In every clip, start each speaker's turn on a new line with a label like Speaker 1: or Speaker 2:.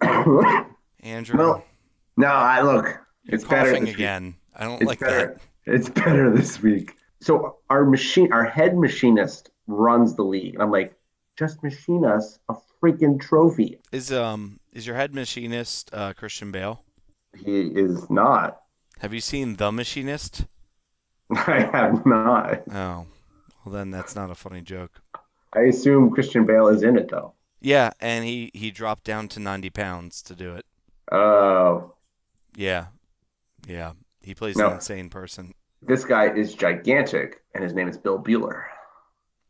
Speaker 1: Andrew,
Speaker 2: No, no, I look.
Speaker 1: you're
Speaker 2: it's better
Speaker 1: coughing
Speaker 2: this week.
Speaker 1: again. I don't
Speaker 2: It's
Speaker 1: like
Speaker 2: better.
Speaker 1: that.
Speaker 2: It's better this week. So our machine, our head machinist runs the league, and I'm like, just machine us a freaking trophy.
Speaker 1: Is um is your head machinist uh, Christian Bale?
Speaker 2: He is not.
Speaker 1: Have you seen The Machinist?
Speaker 2: I have not.
Speaker 1: Oh, well then that's not a funny joke.
Speaker 2: I assume Christian Bale is in it though.
Speaker 1: Yeah, and he he dropped down to ninety pounds to do it.
Speaker 2: Oh,
Speaker 1: Yeah, yeah. He plays
Speaker 2: No.
Speaker 1: an insane person.
Speaker 2: this guy is gigantic, and his name is Bill Bueller.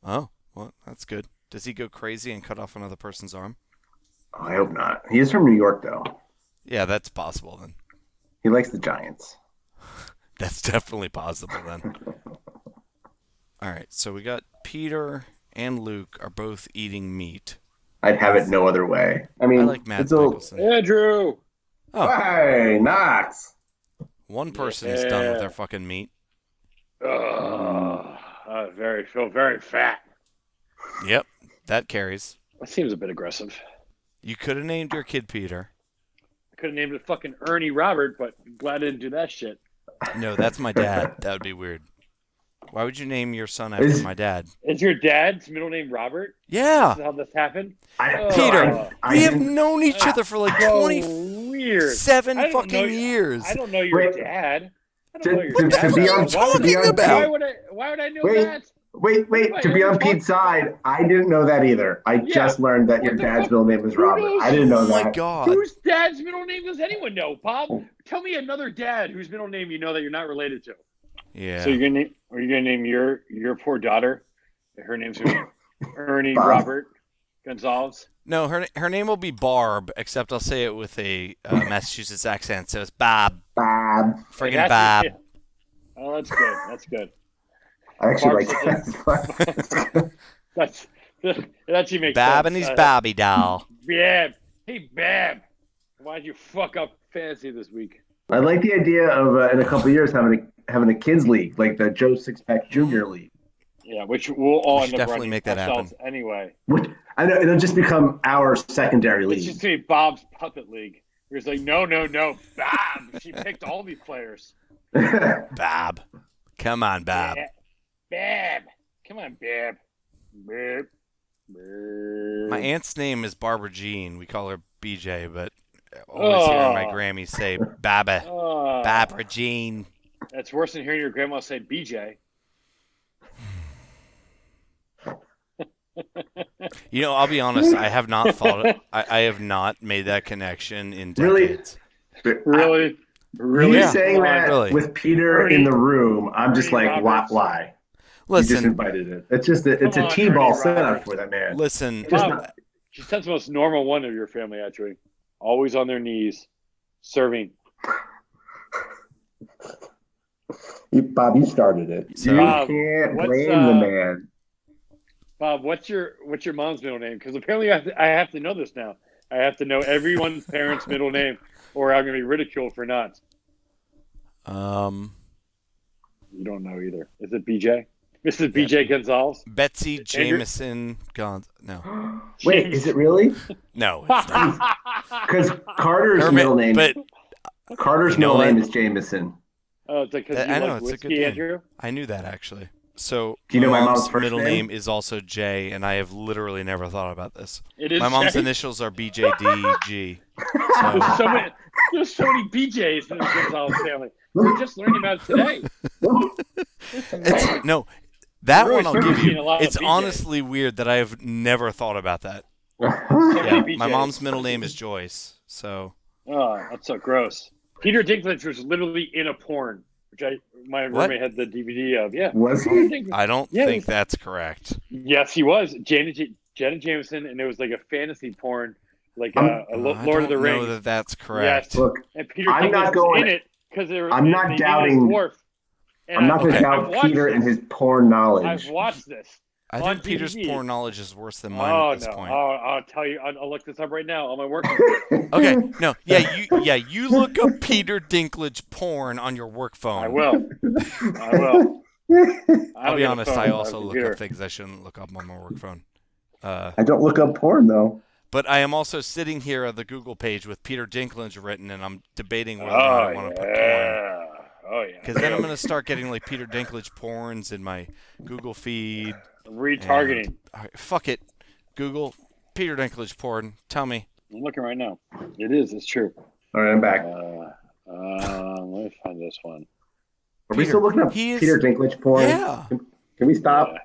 Speaker 1: Oh, well that's good. Does he go crazy and cut off another person's arm?
Speaker 2: Oh, I hope not. He is from New York though.
Speaker 1: Yeah, that's possible then.
Speaker 2: He likes the Giants.
Speaker 1: That's definitely possible then. All right, so we got Peter and Luke are both eating meat.
Speaker 2: I'd have it no other way. I
Speaker 1: I
Speaker 2: mean,
Speaker 1: like Matt
Speaker 2: it's a,
Speaker 1: Mickelson.
Speaker 3: Andrew.
Speaker 1: Oh,
Speaker 2: hey Knox.
Speaker 1: one person is done with
Speaker 3: Yeah.
Speaker 1: their fucking meat.
Speaker 3: Ugh. I very feel very fat.
Speaker 1: Yep, that carries.
Speaker 3: That seems a bit aggressive.
Speaker 1: You could have named your kid Peter.
Speaker 3: I could have named it fucking Ernie Robert, but I'm glad I didn't do that shit.
Speaker 1: No, that's my dad. That would be weird. Why would you name your son
Speaker 2: Is-
Speaker 1: after my dad?
Speaker 3: Is your dad's middle name Robert?
Speaker 1: Yeah.
Speaker 3: Is how this happened?
Speaker 2: I,
Speaker 1: Peter,
Speaker 2: I, I
Speaker 1: we have
Speaker 2: didn't-
Speaker 1: known each other for like
Speaker 3: So
Speaker 1: 27
Speaker 3: weird. I don't
Speaker 1: fucking
Speaker 3: know-
Speaker 1: years.
Speaker 3: I don't know your
Speaker 2: Wait.
Speaker 3: dad. I
Speaker 2: To-
Speaker 3: don't know your
Speaker 2: to-
Speaker 3: dad.
Speaker 2: to be on-
Speaker 3: Why would
Speaker 1: to be
Speaker 3: I-
Speaker 1: on
Speaker 3: Why
Speaker 1: Pete-
Speaker 3: would I? Why would I know
Speaker 2: Wait.
Speaker 3: that?
Speaker 2: Wait, wait,
Speaker 3: Wait,
Speaker 2: to be on
Speaker 3: what?
Speaker 2: Pete's side, I didn't know that either. I
Speaker 3: Yeah.
Speaker 2: just learned that
Speaker 3: What
Speaker 2: your
Speaker 3: the
Speaker 2: dad's
Speaker 3: fuck?
Speaker 2: middle name is
Speaker 3: Who
Speaker 2: Robert.
Speaker 3: knows?
Speaker 2: I didn't know
Speaker 1: oh my
Speaker 2: that.
Speaker 1: god.
Speaker 3: Whose dad's middle name does anyone know, Bob? Tell me another dad whose middle name you know that you're not related to.
Speaker 1: Yeah.
Speaker 3: So you're gonna name, are you gonna name your your poor daughter? Her name's who? Ernie
Speaker 2: Bob.
Speaker 3: Robert Gonzalez.
Speaker 1: No, her her name will be Barb, except I'll say it with a uh, Massachusetts accent. So it's Bob,
Speaker 2: Bob.
Speaker 1: friggin'
Speaker 3: That's-
Speaker 1: Bob.
Speaker 3: yeah. Oh, that's good. That's good.
Speaker 2: I actually
Speaker 3: Barb's
Speaker 2: like
Speaker 3: a-
Speaker 2: that.
Speaker 3: That's that actually makes
Speaker 1: Bob
Speaker 3: sense.
Speaker 1: and his
Speaker 3: Uh,
Speaker 1: Bobby doll.
Speaker 3: Bab. Hey, Bab. Why'd you fuck up fantasy this week?
Speaker 2: I like the idea of uh, in a couple of years having a having a kids league like the Joe Sixpack Junior League,
Speaker 3: Yeah, which we'll all
Speaker 1: We
Speaker 3: end
Speaker 1: should
Speaker 3: up
Speaker 1: definitely
Speaker 3: running
Speaker 1: make that
Speaker 3: ourselves anyway.
Speaker 2: which I know it'll just become our secondary
Speaker 3: It's
Speaker 2: league.
Speaker 3: just gonna be Bob's puppet league. He was like, no, no, no, Bob. she picked all these players.
Speaker 1: Bob, come on, Bob.
Speaker 3: Ba- Bab. Come on, Bab. Bab. Bab.
Speaker 1: My aunt's name is Barbara Jean. We call her BJ, but I always hearing my
Speaker 3: Oh.
Speaker 1: Grammy say Baba,
Speaker 3: Oh,
Speaker 1: Barbara Jean.
Speaker 3: That's worse than hearing your grandma say BJ.
Speaker 1: You know, I'll be honest. I have not thought. I, I have not made that connection in
Speaker 2: Really?
Speaker 1: decades.
Speaker 3: Really?
Speaker 2: you
Speaker 3: Really?
Speaker 1: Yeah.
Speaker 2: saying that
Speaker 1: Really.
Speaker 2: with Peter
Speaker 3: Ernie-
Speaker 2: in the room, I'm just
Speaker 3: Ernie
Speaker 2: like, why?
Speaker 3: Roberts.
Speaker 2: Why? you just
Speaker 1: Listen,
Speaker 2: invited it. It's just a, it's
Speaker 3: Come
Speaker 2: a
Speaker 3: on,
Speaker 2: t-ball
Speaker 3: Ernie
Speaker 2: setup
Speaker 3: Roberts.
Speaker 2: for that man.
Speaker 1: listen.
Speaker 2: Just
Speaker 3: Bob.
Speaker 2: not-
Speaker 3: She sounds the most normal one of your family, actually. Always on their knees, serving.
Speaker 2: you- Bob, you started it.
Speaker 1: So- um,
Speaker 2: you
Speaker 3: Bob,
Speaker 2: can't
Speaker 3: what's,
Speaker 2: blame the
Speaker 3: uh,
Speaker 2: man.
Speaker 3: Bob, what's your what's your mom's middle name? Because apparently I have, to, I have to know this now. I have to know everyone's parents' middle name, or I'm going to be ridiculed for not.
Speaker 1: Um,
Speaker 3: You don't know either. Is it BJ? Mrs. BJ Gonzalez?
Speaker 1: Betsy
Speaker 3: Andrew-
Speaker 1: Jameson. Gon- no,
Speaker 2: Wait, is it really?
Speaker 1: no, it's not.
Speaker 2: Because Carter's
Speaker 1: Or ma-
Speaker 2: middle name,
Speaker 1: But
Speaker 2: Carter's
Speaker 1: You know
Speaker 2: middle
Speaker 1: what?
Speaker 2: name is Jameson.
Speaker 3: Oh, it's like because
Speaker 1: That-
Speaker 3: you
Speaker 1: I know,
Speaker 3: like
Speaker 1: it's a
Speaker 3: whiskey,
Speaker 1: good name.
Speaker 3: Andrew.
Speaker 1: I knew that actually. So
Speaker 2: Do you know my mom's first
Speaker 1: middle
Speaker 2: name?
Speaker 1: name? is also J, and I have literally never thought about this.
Speaker 3: It is
Speaker 1: my mom's
Speaker 3: Jay.
Speaker 1: initials are BJDG.
Speaker 3: There's
Speaker 1: So,
Speaker 3: so many. There's so many BJs in the Gonzalez family. We're just learning about it today.
Speaker 1: it's, no, that
Speaker 3: Really
Speaker 1: one I'll give
Speaker 3: certainly
Speaker 1: you.
Speaker 3: a lot of
Speaker 1: It's
Speaker 3: BJs.
Speaker 1: honestly weird that I have never thought about that. Yeah,
Speaker 3: many
Speaker 1: my
Speaker 3: BJs.
Speaker 1: mom's middle name is Joyce. So
Speaker 3: Oh, that's so gross. Peter Dinklage was literally in a porn, which I my
Speaker 1: What?
Speaker 3: roommate had the DVD of. Yeah.
Speaker 2: Was
Speaker 3: Peter
Speaker 2: he?
Speaker 3: Dinklage-
Speaker 1: I don't
Speaker 3: Yeah,
Speaker 1: think
Speaker 3: he's-
Speaker 1: that's correct.
Speaker 3: Yes, he was. Janet J- Janet Jameson, and it was like a fantasy porn, like
Speaker 2: I'm-
Speaker 3: uh, a Lo-
Speaker 1: I
Speaker 3: Lord of
Speaker 1: don't
Speaker 3: the
Speaker 1: know
Speaker 3: Rings.
Speaker 1: that that's correct.
Speaker 3: Yes.
Speaker 2: Look,
Speaker 3: And Peter
Speaker 2: I'm
Speaker 3: Dinklage
Speaker 2: not
Speaker 3: was
Speaker 2: going-
Speaker 3: in it because they were.
Speaker 2: I'm not
Speaker 3: they needed
Speaker 2: doubting-
Speaker 3: a dwarf. And
Speaker 2: I'm not going to
Speaker 1: okay.
Speaker 2: doubt
Speaker 3: I've watched
Speaker 2: Peter
Speaker 3: this.
Speaker 2: and his porn
Speaker 3: I've
Speaker 2: knowledge.
Speaker 3: watched this.
Speaker 1: I
Speaker 3: On
Speaker 1: think Peter's
Speaker 3: TV.
Speaker 1: poor knowledge is worse than mine
Speaker 3: Oh
Speaker 1: at this
Speaker 3: no!
Speaker 1: point.
Speaker 3: I'll, I'll tell you. I'll, I'll look this up right now on my work.
Speaker 1: Okay, no, yeah, you, yeah, you look up Peter Dinklage porn on your work phone.
Speaker 3: I will. I will. I
Speaker 1: I'll
Speaker 3: don't
Speaker 1: be
Speaker 3: have a
Speaker 1: honest.
Speaker 3: phone
Speaker 1: I
Speaker 3: on my
Speaker 1: also look
Speaker 3: computer.
Speaker 1: up things I shouldn't look up on my work phone. Uh,
Speaker 2: I don't look up porn though.
Speaker 1: But I am also sitting here at the Google page with Peter Dinklage written, and I'm debating
Speaker 3: Oh
Speaker 1: whether or not I want to put porn.
Speaker 3: yeah. Oh yeah.
Speaker 1: Because then I'm
Speaker 3: Yeah.
Speaker 1: going to start getting like Peter Dinklage porns in my Google feed.
Speaker 3: retargeting.
Speaker 1: All right, fuck it. Google Peter Dinklage porn. Tell me.
Speaker 3: I'm looking right now. It is. It's true.
Speaker 2: All right, I'm
Speaker 3: Uh,
Speaker 2: back.
Speaker 3: uh, let me find this one.
Speaker 2: Are we
Speaker 1: Peter,
Speaker 2: still looking up
Speaker 1: he is-
Speaker 2: Peter Dinklage porn?
Speaker 1: Yeah.
Speaker 2: Can we stop?
Speaker 3: Yeah.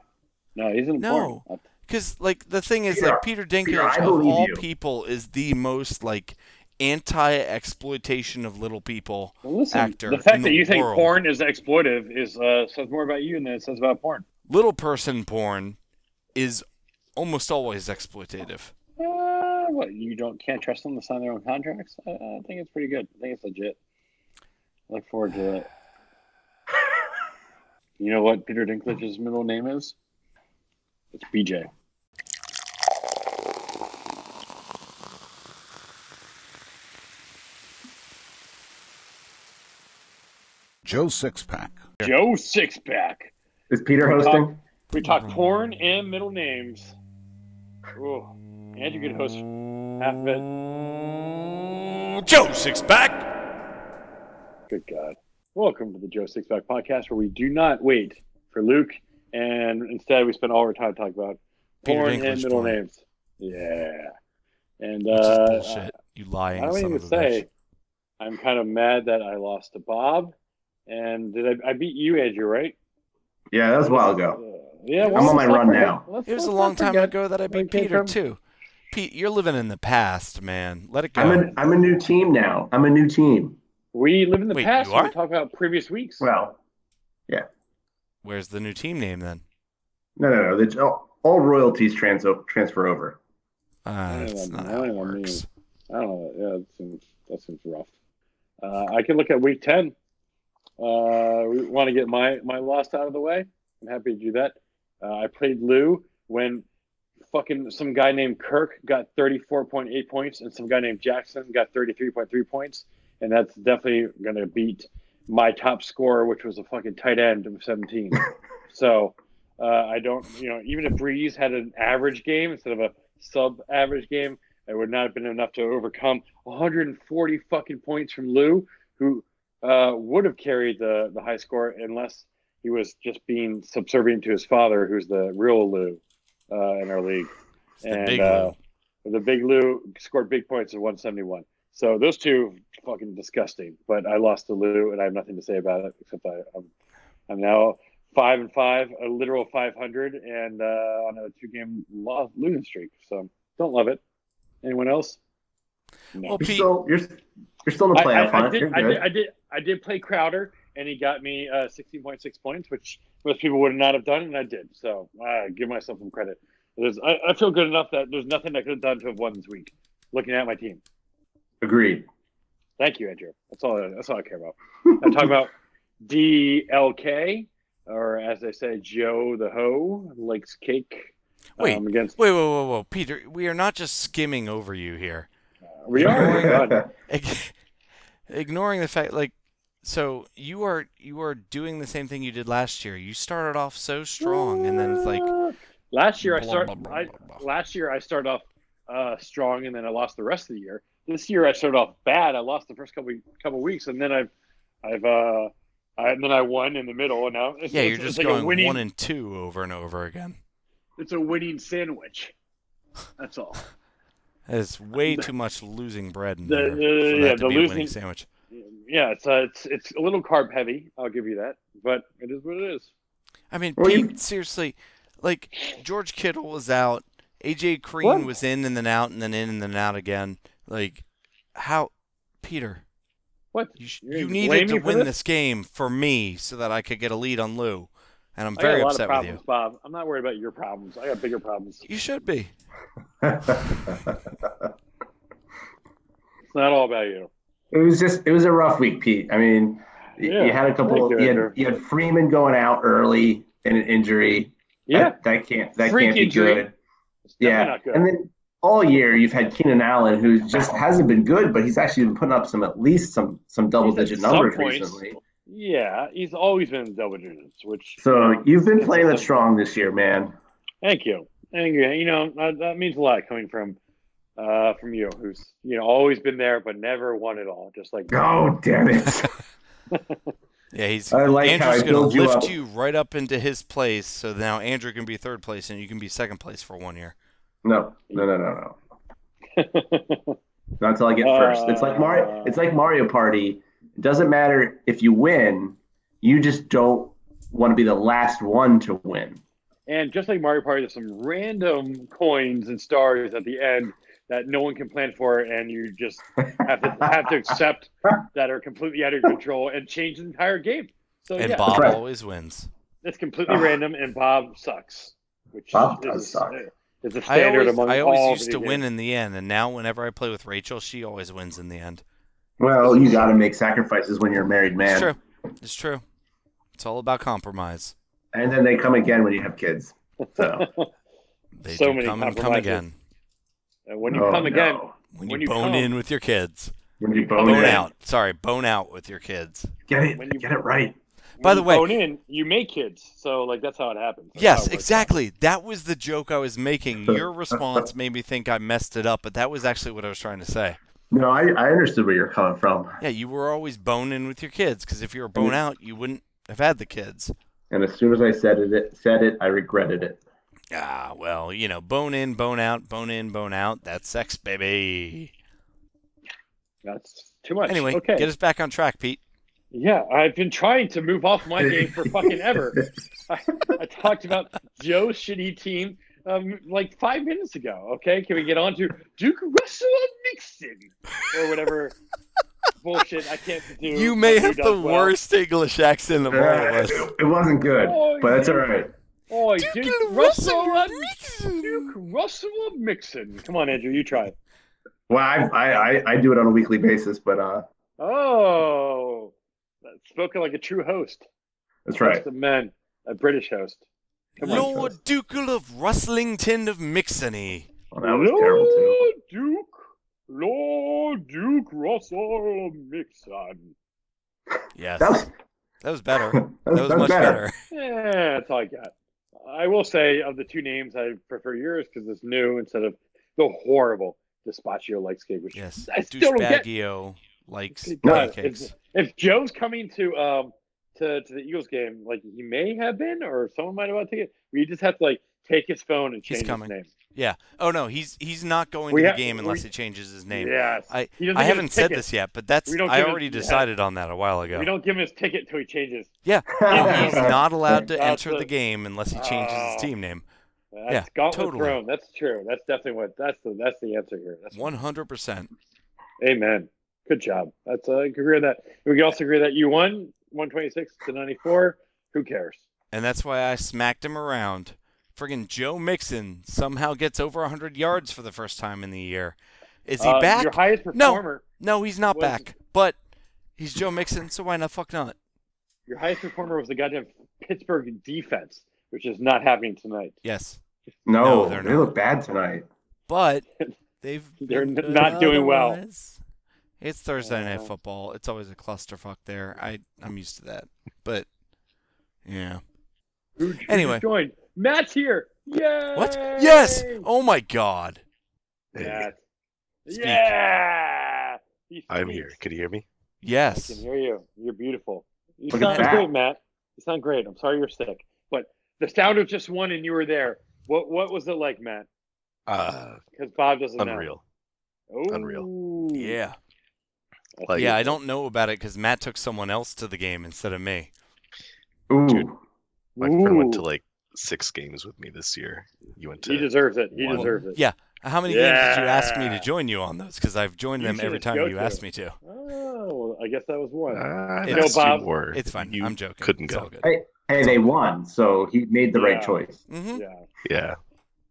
Speaker 3: No, he's in
Speaker 1: No.
Speaker 3: porn.
Speaker 1: Because like the thing is,
Speaker 2: Peter,
Speaker 1: like Peter Dinklage
Speaker 2: Peter, I
Speaker 1: of
Speaker 2: believe
Speaker 1: all
Speaker 2: you.
Speaker 1: people is the most like anti-exploitation of little people.
Speaker 3: Well, listen,
Speaker 1: Actor
Speaker 3: the fact
Speaker 1: in
Speaker 3: that
Speaker 1: the
Speaker 3: you think
Speaker 1: world.
Speaker 3: porn is exploitive is uh, says more about you than it says about porn.
Speaker 1: Little person porn is almost always exploitative.
Speaker 3: Uh, what you don't can't trust them to sign their own contracts. I, I think it's pretty good. I think it's legit. Look forward to it. you know what Peter Dinklage's middle name is? It's BJ.
Speaker 4: Joe Sixpack.
Speaker 3: Joe Sixpack.
Speaker 2: Is Peter hosting?
Speaker 3: We talk
Speaker 1: Mm.
Speaker 3: porn and middle names. Ooh, and you could host half of it.
Speaker 1: Joe Sixpack.
Speaker 3: Good God. Welcome to the Joe Sixpack podcast, where we do not wait for Luke, and instead we spend all our time talking about
Speaker 1: Peter
Speaker 3: porn
Speaker 1: Dinklage
Speaker 3: and middle
Speaker 1: porn.
Speaker 3: names. Yeah. And
Speaker 1: Which is
Speaker 3: uh,
Speaker 1: bullshit. You
Speaker 3: I
Speaker 1: lying
Speaker 3: don't
Speaker 1: son
Speaker 3: even
Speaker 1: of a
Speaker 3: say.
Speaker 1: bitch.
Speaker 3: I'm kind of mad that I lost to Bob, and did I, I beat you, Andrew? Right?
Speaker 2: Yeah, that was a while ago.
Speaker 3: Uh, yeah.
Speaker 2: I'm on my run now.
Speaker 1: It was a long time ago that I beat
Speaker 3: Okay,
Speaker 1: Peter
Speaker 3: come-
Speaker 1: too. Pete, you're living in the past, man. Let it go.
Speaker 2: I'm a, I'm a new team now. I'm a new team.
Speaker 3: We live in the
Speaker 1: Wait,
Speaker 3: past.
Speaker 1: you
Speaker 3: and
Speaker 1: are?
Speaker 3: we talk about previous weeks.
Speaker 2: Well,
Speaker 1: Where's the new team name then?
Speaker 2: no, no, no. It's all, all royalties trans- transfer over.
Speaker 1: Uh,
Speaker 3: don't
Speaker 1: that's
Speaker 3: know,
Speaker 1: not
Speaker 3: I
Speaker 1: how
Speaker 3: don't
Speaker 1: it
Speaker 3: know what I mean.
Speaker 1: works.
Speaker 3: I don't know. Yeah, that seems, that seems rough. Uh, I can look at week 10. Uh, we want to get my, my loss out of the way. I'm happy to do that. Uh, I played Lou when fucking some guy named Kirk got 34.8 points and some guy named Jackson got 33.3 points. And that's definitely going to beat my top scorer, which was a fucking tight end of 17. so uh, I don't, you know, even if Breeze had an average game instead of a sub average game, it would not have been enough to overcome 140 fucking points from Lou, who uh, would have carried the, the high score unless he was just being subservient to his father, who's the real Lou uh, in our league.
Speaker 1: It's the
Speaker 3: And,
Speaker 1: big
Speaker 3: uh,
Speaker 1: one.
Speaker 3: The big Lou scored big points at 171. So those two fucking disgusting. But I lost to Lou, and I have nothing to say about it except I, I'm I'm now five and five, a literal 500, and uh, on a two game losing streak. So don't love it. Anyone else? No.
Speaker 1: Well,
Speaker 2: You're
Speaker 1: Pete-
Speaker 2: still you're you're still in the
Speaker 3: I,
Speaker 2: playoff
Speaker 3: I, I
Speaker 2: hunt.
Speaker 3: did,
Speaker 2: You're
Speaker 3: I,
Speaker 2: good.
Speaker 3: did, I did I did play Crowder, and he got me uh, 16.6 points, which most people would not have done, and I did. So uh, give myself some credit. There's, I, I feel good enough that there's nothing I could have done to have won this week. Looking at my team.
Speaker 2: Agreed.
Speaker 3: Thank you, Andrew. That's all. That's all I care about. I'm talking about DLK, or as they say, Joe the Ho likes cake.
Speaker 1: Wait.
Speaker 3: um, against
Speaker 1: Wait, wait, wait, wait, Peter. We are not just skimming over you here.
Speaker 3: we are. God.
Speaker 1: Ig- Ignoring the fact, like, so you are you are doing the same thing you did last year. You started off so strong, and then it's like,
Speaker 3: last year I
Speaker 1: Blah,
Speaker 3: start.
Speaker 1: blah, blah,
Speaker 3: I,
Speaker 1: blah, blah.
Speaker 3: last year I started off uh, strong, and then I lost the rest of the year. This year I started off bad. I lost the first couple couple weeks, and then I've I've uh, I, and then I won in the middle, and now it's,
Speaker 1: yeah, you're
Speaker 3: it's-
Speaker 1: just
Speaker 3: it's like a
Speaker 1: going
Speaker 3: winning,
Speaker 1: one and two over and over again.
Speaker 3: It's a winning sandwich. That's all.
Speaker 1: It's way too much losing bread in
Speaker 3: The-
Speaker 1: there for
Speaker 3: the-
Speaker 1: that
Speaker 3: yeah,
Speaker 1: to
Speaker 3: the
Speaker 1: be a winning
Speaker 3: losing-
Speaker 1: sandwich.
Speaker 3: Yeah, it's uh, it's it's a little carb heavy. I'll give you that, but it is what it is.
Speaker 1: I mean,
Speaker 2: Well, you-
Speaker 1: Pete, seriously, like George Kittle was out, AJ Crean
Speaker 3: What?
Speaker 1: was in and then out and then in and then out again. Like, how, Peter?
Speaker 3: What
Speaker 1: You, sh-
Speaker 3: You're
Speaker 1: you
Speaker 3: gonna
Speaker 1: needed
Speaker 3: blame
Speaker 1: to
Speaker 3: me for
Speaker 1: win
Speaker 3: this?
Speaker 1: this game for me so that I could get a lead on Lou, and I'm
Speaker 3: I got
Speaker 1: very
Speaker 3: a lot
Speaker 1: upset
Speaker 3: of
Speaker 1: with
Speaker 3: problems,
Speaker 1: you.
Speaker 3: Bob. I'm not worried about your problems. I got bigger problems.
Speaker 1: You should be.
Speaker 3: It's not all about you.
Speaker 2: It was just it was a rough week, Pete. I mean, y- you
Speaker 3: Yeah,
Speaker 2: had a couple.
Speaker 3: thank you,
Speaker 2: You had,
Speaker 3: Andrew.
Speaker 2: you had Freeman going out early in an injury.
Speaker 3: Yeah,
Speaker 2: that, that can't that
Speaker 3: Freak
Speaker 2: can't be
Speaker 3: injury.
Speaker 2: good.
Speaker 3: it's
Speaker 2: Yeah,
Speaker 3: definitely not good.
Speaker 2: and then all year you've had Keenan Allen, who just hasn't been good, but he's actually been putting up some at least some some double digit
Speaker 3: He's at some
Speaker 2: numbers
Speaker 3: points-
Speaker 2: recently.
Speaker 3: Yeah, he's always been in double digits, which
Speaker 2: So you've been
Speaker 3: it's-
Speaker 2: playing it strong this year, man.
Speaker 3: Thank you. Thank you. You know, that, that means a lot coming from uh, from you, who's you know always been there but never won it all, just like
Speaker 2: Oh, damn it.
Speaker 1: Yeah, he's
Speaker 2: I like how I
Speaker 1: Andrew's gonna
Speaker 2: build you
Speaker 1: lift
Speaker 2: up.
Speaker 1: you right up into his place, so now Andrew can be third place and you can be second place for one year.
Speaker 2: No, no, no, no, no. Not until I get
Speaker 3: Uh,
Speaker 2: first. It's like Mario. It's like Mario Party. It doesn't matter if you win. You just don't want to be the last one to win.
Speaker 3: And just like Mario Party, there's some random coins and stars at the end that no one can plan for, and you just have to have to accept that are completely out of your control and change the entire game. So
Speaker 1: and
Speaker 3: Oh, yeah,
Speaker 1: Bob
Speaker 2: right.
Speaker 1: always wins.
Speaker 3: it's completely
Speaker 2: Ugh.
Speaker 3: random, and Bob sucks. Which
Speaker 2: Ah. Bob
Speaker 3: is,
Speaker 2: does suck.
Speaker 3: It's a
Speaker 1: I
Speaker 3: standard
Speaker 1: always,
Speaker 3: among
Speaker 1: I always
Speaker 3: all
Speaker 1: used to
Speaker 3: video
Speaker 1: win
Speaker 3: games.
Speaker 1: in the end, and now whenever I play with Rachel, she always wins in the end.
Speaker 2: Well, you got to make sacrifices when you're a married man.
Speaker 1: It's true. It's true. It's all about compromise.
Speaker 2: And then they come again when you have kids. So
Speaker 1: They
Speaker 3: So
Speaker 1: do
Speaker 3: many
Speaker 1: come and come
Speaker 3: compromises.
Speaker 1: again.
Speaker 3: And when you
Speaker 2: Oh,
Speaker 3: come
Speaker 2: no.
Speaker 3: again,
Speaker 1: When you
Speaker 3: When you
Speaker 1: bone
Speaker 3: come.
Speaker 1: in with your kids,
Speaker 2: when you bone,
Speaker 1: bone
Speaker 2: in,
Speaker 1: out. Sorry, bone out with your kids.
Speaker 2: get it,
Speaker 3: When you-
Speaker 2: get it right.
Speaker 3: when
Speaker 1: By the
Speaker 3: you
Speaker 1: way-
Speaker 3: phone in, you make kids. So like that's how it happens. That's how
Speaker 1: Yes,
Speaker 3: it works.
Speaker 1: exactly. That was the joke I was making. Your response made me think I messed it up, but that was actually what I was trying to say.
Speaker 2: No, I, I understood where you're coming from,
Speaker 1: Yeah, you were always bone in with your kids because if you were bone out, you wouldn't have had the kids.
Speaker 2: and as soon as I said it, said it, I regretted it.
Speaker 1: Ah, well, you know, bone in, bone out, bone in, bone out. That's sex, baby.
Speaker 3: That's too much.
Speaker 1: Anyway,
Speaker 3: okay.
Speaker 1: get us back on track, Pete.
Speaker 3: Yeah, I've been trying to move off my game for fucking ever. I, I talked about Joe's shitty team um, like five minutes ago. Okay, can we get on to Duke Russell and Nixon or whatever bullshit I can't do?
Speaker 1: You may
Speaker 3: Who
Speaker 1: have
Speaker 3: does
Speaker 1: the
Speaker 3: well.
Speaker 1: worst English accent of all of
Speaker 2: Uh,
Speaker 1: us.
Speaker 2: it, it wasn't good,
Speaker 3: Oh,
Speaker 2: but that's all
Speaker 3: yeah.
Speaker 2: right.
Speaker 3: Oi, Duke, Russell, and
Speaker 1: Nixon.
Speaker 3: Duke Russell and Mixon. Come on, Andrew, you try it.
Speaker 2: Well, I, I, I, I do it on a weekly basis, but uh,
Speaker 3: Oh, that's spoken like a true host.
Speaker 2: that's right.
Speaker 3: Host of men, a British host. Come on,
Speaker 1: Lord Ducal of Rustlington of Mixony.
Speaker 2: Well, that was terrible too.
Speaker 3: Lord Duke, Lord Duke Russell Mixon.
Speaker 1: Yes,
Speaker 2: That was,
Speaker 1: that was better.
Speaker 2: that
Speaker 1: That was much better.
Speaker 3: Yeah, Eh, that's all I got. I will say of the two names, I prefer yours because it's new instead of the horrible Despacio Lightscape, which
Speaker 1: Yes,
Speaker 3: I still don't get.
Speaker 1: Douchebaggio likes
Speaker 3: It does.
Speaker 1: pancakes.
Speaker 3: If, if Joe's coming to um to, to the Eagles game, like he may have been, or someone might have about to get, we just have to like take his phone and
Speaker 1: He's
Speaker 3: change his
Speaker 1: coming.
Speaker 3: name.
Speaker 1: Yeah. Oh no, he's he's not going
Speaker 3: We
Speaker 1: to the
Speaker 3: ha-
Speaker 1: game
Speaker 3: we-
Speaker 1: unless he changes his name.
Speaker 3: Yes.
Speaker 1: I
Speaker 3: He doesn't
Speaker 1: I
Speaker 3: get a
Speaker 1: haven't said
Speaker 3: ticket.
Speaker 1: this yet, but that's
Speaker 3: We don't
Speaker 1: I
Speaker 3: give a-
Speaker 1: already
Speaker 3: yeah.
Speaker 1: decided on that a while ago.
Speaker 3: We don't give him his ticket until he changes.
Speaker 1: Yeah, and he's not allowed to
Speaker 3: That's
Speaker 1: enter
Speaker 3: a-
Speaker 1: the game unless he changes
Speaker 3: Oh.
Speaker 1: his team name.
Speaker 3: That's
Speaker 1: Yeah,
Speaker 3: Gauntlet
Speaker 1: totally.
Speaker 3: Throne. That's true. That's definitely what. That's the. That's the answer here. That's
Speaker 1: One hundred percent.
Speaker 3: Amen. Good job. That's uh, I can agree with that. We can also agree that you won one twenty six to ninety four. Who cares?
Speaker 1: and that's why I smacked him around. Friggin' Joe Mixon somehow gets over 100 yards for the first time in the year. Is he
Speaker 3: Uh,
Speaker 1: back?
Speaker 3: Your highest
Speaker 1: No.
Speaker 3: performer.
Speaker 1: No, he's not
Speaker 3: was-
Speaker 1: back. But he's Joe Mixon, so why not? Fuck not.
Speaker 3: Your highest performer was the goddamn Pittsburgh defense, which is not happening tonight.
Speaker 1: Yes,
Speaker 2: No,
Speaker 1: No, they're
Speaker 2: they
Speaker 1: not.
Speaker 2: look bad tonight.
Speaker 1: but they've
Speaker 3: They're
Speaker 1: been
Speaker 3: n-
Speaker 1: good
Speaker 3: not doing well. Oh.
Speaker 1: otherwise. It's Thursday night
Speaker 3: Yeah.
Speaker 1: football. It's always a clusterfuck there. I I'm used to that. But yeah.
Speaker 3: Who who
Speaker 1: Anyway.
Speaker 3: joined? Matt's here. Yay!
Speaker 1: What? Yes. Oh my god.
Speaker 3: Matt.
Speaker 1: Speak.
Speaker 3: Yeah. He
Speaker 5: I'm
Speaker 3: speaks.
Speaker 5: here. Can you hear me?
Speaker 1: Yes.
Speaker 3: I can hear you. You're beautiful. You
Speaker 2: Look at
Speaker 3: sound
Speaker 2: that.
Speaker 3: great, Matt. You sound great. I'm sorry you're sick, but the sound of just one and you were there. What What was it like, Matt?
Speaker 5: Uh,
Speaker 3: Because Bob doesn't know.
Speaker 5: unreal.
Speaker 3: Oh,
Speaker 1: Yeah.
Speaker 3: That's
Speaker 5: Like-
Speaker 1: Yeah, I don't know about it cuz Matt took someone else to the game instead of me.
Speaker 2: Ooh,
Speaker 5: Dude. My friend went to
Speaker 3: Ooh.
Speaker 5: like six games with me this year. You went to.
Speaker 3: He deserves it. He
Speaker 5: One.
Speaker 3: deserves it.
Speaker 1: Yeah. How many games did you ask me to
Speaker 3: Yeah.
Speaker 1: join you on those? Because I've joined
Speaker 3: You
Speaker 1: them
Speaker 3: should
Speaker 1: every
Speaker 3: just
Speaker 1: time
Speaker 3: go
Speaker 1: you
Speaker 3: to
Speaker 1: asked
Speaker 3: it.
Speaker 1: me to.
Speaker 3: Oh, I guess that was one.
Speaker 5: Ah,
Speaker 1: It's-
Speaker 5: that's two
Speaker 3: Bob.
Speaker 5: more.
Speaker 1: It's fine.
Speaker 5: You
Speaker 1: I'm joking.
Speaker 5: Couldn't
Speaker 1: it's
Speaker 5: go.
Speaker 1: All good.
Speaker 2: hey, they won, so he made the right
Speaker 3: Yeah.
Speaker 2: choice.
Speaker 1: hmm
Speaker 3: yeah.
Speaker 5: Yeah.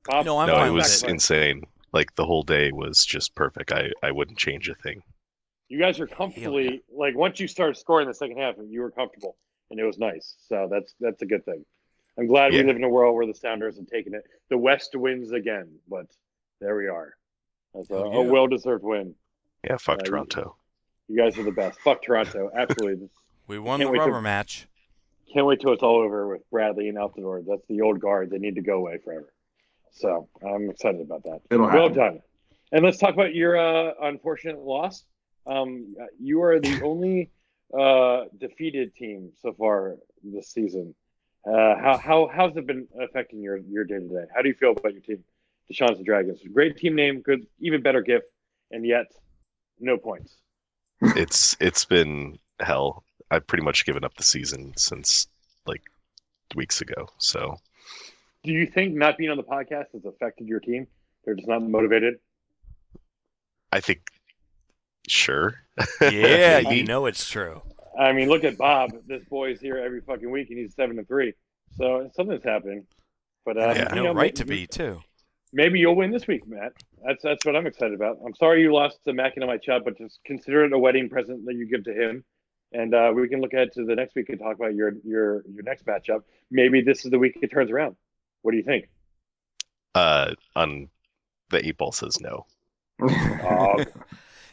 Speaker 3: Bob,
Speaker 1: No, I'm
Speaker 5: no,
Speaker 1: fine
Speaker 5: it
Speaker 1: with
Speaker 5: was
Speaker 1: it.
Speaker 5: insane. Like the whole day was just perfect. I, I wouldn't change a thing.
Speaker 3: You guys were comfortably like once you started scoring the second half, you were comfortable, and it was nice. So that's that's a good thing. I'm glad
Speaker 5: Yeah.
Speaker 3: we live in a world where the Sounders have taken it. The West wins again, but there we are. That's a,
Speaker 1: Oh,
Speaker 3: a
Speaker 1: yeah.
Speaker 3: well-deserved win.
Speaker 5: Yeah, fuck
Speaker 3: Yeah, you-
Speaker 5: Toronto.
Speaker 3: You guys are the best. Fuck Toronto, absolutely.
Speaker 1: We won
Speaker 3: Can't
Speaker 1: the
Speaker 3: wait to-
Speaker 1: rubber match.
Speaker 3: Can't wait till it's all over with Bradley and Altidore. That's the old guard. They need to go away forever. So I'm excited about that.
Speaker 2: It'll happen.
Speaker 3: Well done. And let's talk about your uh, unfortunate loss. Um, you are the only uh, defeated team so far this season. Uh, how how how's it been affecting your your day to day? How do you feel about your team, Deshaun's and Dragons? Great team name, good, even better gift, and yet no points.
Speaker 5: It's it's been hell. I've pretty much given up the season since like weeks ago. So
Speaker 3: Do you think not being on the podcast has affected your team? They're just not motivated.
Speaker 5: I think sure.
Speaker 1: Yeah,
Speaker 5: Maybe.
Speaker 1: you know it's true.
Speaker 3: I mean, look at Bob. This boy's here every fucking week, and he's seven to three. So something's happening. But uh,
Speaker 1: I have
Speaker 5: Yeah.
Speaker 1: no
Speaker 3: you know,
Speaker 1: right to
Speaker 3: maybe-
Speaker 1: be too.
Speaker 3: Maybe you'll win this week, Matt. That's that's what I'm excited about. I'm sorry you lost to Mac and my chub, but just consider it a wedding present that you give to him, and uh, we can look ahead to the next week and talk about your your your next matchup. Maybe this is the week it turns around. What do you think?
Speaker 5: Uh on the eight ball says no.
Speaker 3: Oh,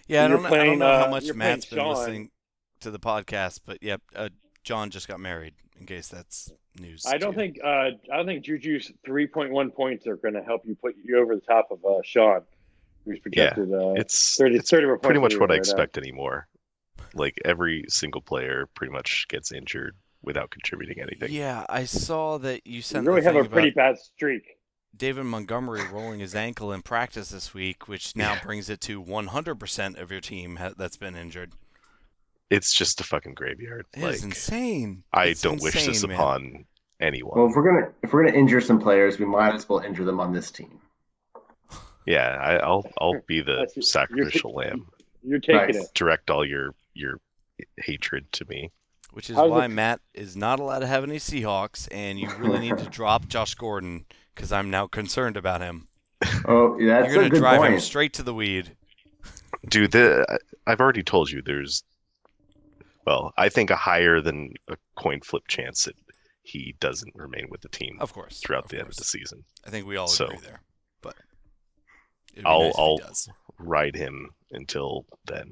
Speaker 1: Yeah, I
Speaker 3: You're
Speaker 1: don't, know- I
Speaker 3: playing,
Speaker 1: don't know
Speaker 3: uh,
Speaker 1: how much
Speaker 3: you're
Speaker 1: Matt's been
Speaker 3: playing Sean.
Speaker 1: listening to the podcast, but yep, uh, John just got married. In case that's news.
Speaker 3: I don't
Speaker 1: to you.
Speaker 3: think uh, I don't think Juju's 3.1 points are going to help you put you over the top of uh, Sean, who's projected uh,
Speaker 5: It's
Speaker 3: 30,
Speaker 5: it's
Speaker 3: 30 points
Speaker 5: pretty much
Speaker 3: for you
Speaker 5: what I
Speaker 3: right now.
Speaker 5: expect anymore. Like every single player pretty much gets injured without contributing anything.
Speaker 1: Yeah, I saw that you
Speaker 3: You
Speaker 1: sent.
Speaker 3: really
Speaker 1: the
Speaker 3: have
Speaker 1: thing
Speaker 3: a pretty
Speaker 1: about
Speaker 3: bad streak.
Speaker 1: David Montgomery rolling his ankle in practice this week, which now brings it to 100% of your team ha- that's been injured.
Speaker 5: It's just a fucking graveyard.
Speaker 1: It is
Speaker 5: like
Speaker 1: insane.
Speaker 5: I
Speaker 1: It's
Speaker 5: don't wish this
Speaker 1: insane, man.
Speaker 5: upon anyone.
Speaker 2: Well, if we're gonna if we're gonna injure some players, we might as well injure them on this team.
Speaker 5: yeah, I, I'll I'll be the
Speaker 3: That's- you're-
Speaker 5: sacrificial lamb.
Speaker 3: You're
Speaker 2: Nice.
Speaker 3: taking it.
Speaker 5: Direct all your your hatred to me.
Speaker 1: Which is
Speaker 3: How's
Speaker 1: why
Speaker 3: it-
Speaker 1: Matt is not allowed to have any Seahawks, and you really need to drop Josh Gordon because I'm now concerned about him.
Speaker 2: Oh, yeah, that's
Speaker 1: You're
Speaker 2: a
Speaker 1: gonna
Speaker 2: good
Speaker 1: drive him
Speaker 2: point.
Speaker 1: straight to the weed.
Speaker 5: Dude, the, I- I've already told you there's, well, I think a higher than a coin flip chance that he doesn't remain with the team
Speaker 1: Of course.
Speaker 5: throughout
Speaker 1: of
Speaker 5: the end of
Speaker 1: course.
Speaker 5: the season.
Speaker 1: I think we all
Speaker 5: So-
Speaker 1: agree there. But it'd be
Speaker 5: I'll-
Speaker 1: nice if he
Speaker 5: I'll-
Speaker 1: does.
Speaker 5: Ride him until then.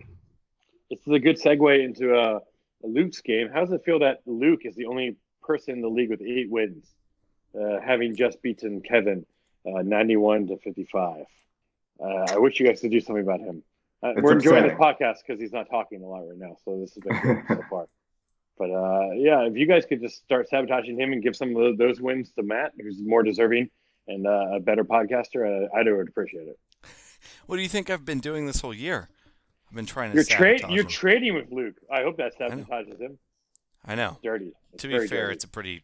Speaker 3: This is a good segue into uh, Luke's game. How does it feel that Luke is the only person in the league with eight wins, uh, having just beaten Kevin uh, 91 to 55? Uh, I wish you guys could do something about him. Uh,
Speaker 2: It's
Speaker 3: we're enjoying this
Speaker 2: upsetting.
Speaker 3: podcast because he's not talking a lot right now, so this has been good so far. But uh, yeah, if you guys could just start sabotaging him and give some of tho- those wins to Matt, who's more deserving and uh, a better podcaster, uh, I'd would appreciate it.
Speaker 1: What do you think I've been doing this whole year? I've been trying to
Speaker 3: You're
Speaker 1: sabotage
Speaker 3: trade you're
Speaker 1: him.
Speaker 3: trading with Luke. I hope that
Speaker 1: know.
Speaker 3: sabotages him.
Speaker 1: I know.
Speaker 3: dirty. It's
Speaker 1: to
Speaker 3: very
Speaker 1: be fair,
Speaker 3: dirty.
Speaker 1: it's a pretty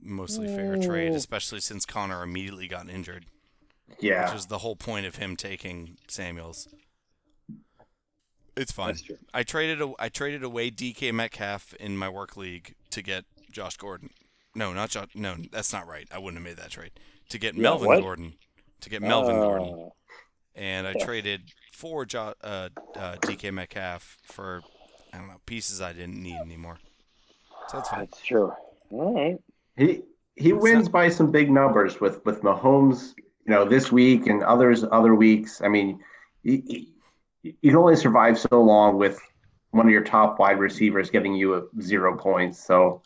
Speaker 1: mostly fair trade,
Speaker 3: Ooh.
Speaker 1: especially since Connor immediately got injured, which
Speaker 2: Yeah,
Speaker 1: was the whole point of him taking Samuels. It's fine.
Speaker 3: That's true.
Speaker 1: I traded a, I traded away DK Metcalf in my work league to get Josh Gordon. No, not Josh. No, that's not right. I wouldn't have made that trade to get
Speaker 3: Yeah,
Speaker 1: Melvin
Speaker 3: what?
Speaker 1: Gordon. To get Melvin Gordon,
Speaker 3: Uh,
Speaker 1: and I
Speaker 3: yeah.
Speaker 1: traded for jo- uh, uh, DK Metcalf for I don't know pieces I didn't need anymore. So that's fine.
Speaker 3: That's true. All right.
Speaker 2: he he wins by some big numbers with with Mahomes. You know, this week and others other weeks. I mean, you, you can only survive so long with one of your top wide receivers getting you a zero points. So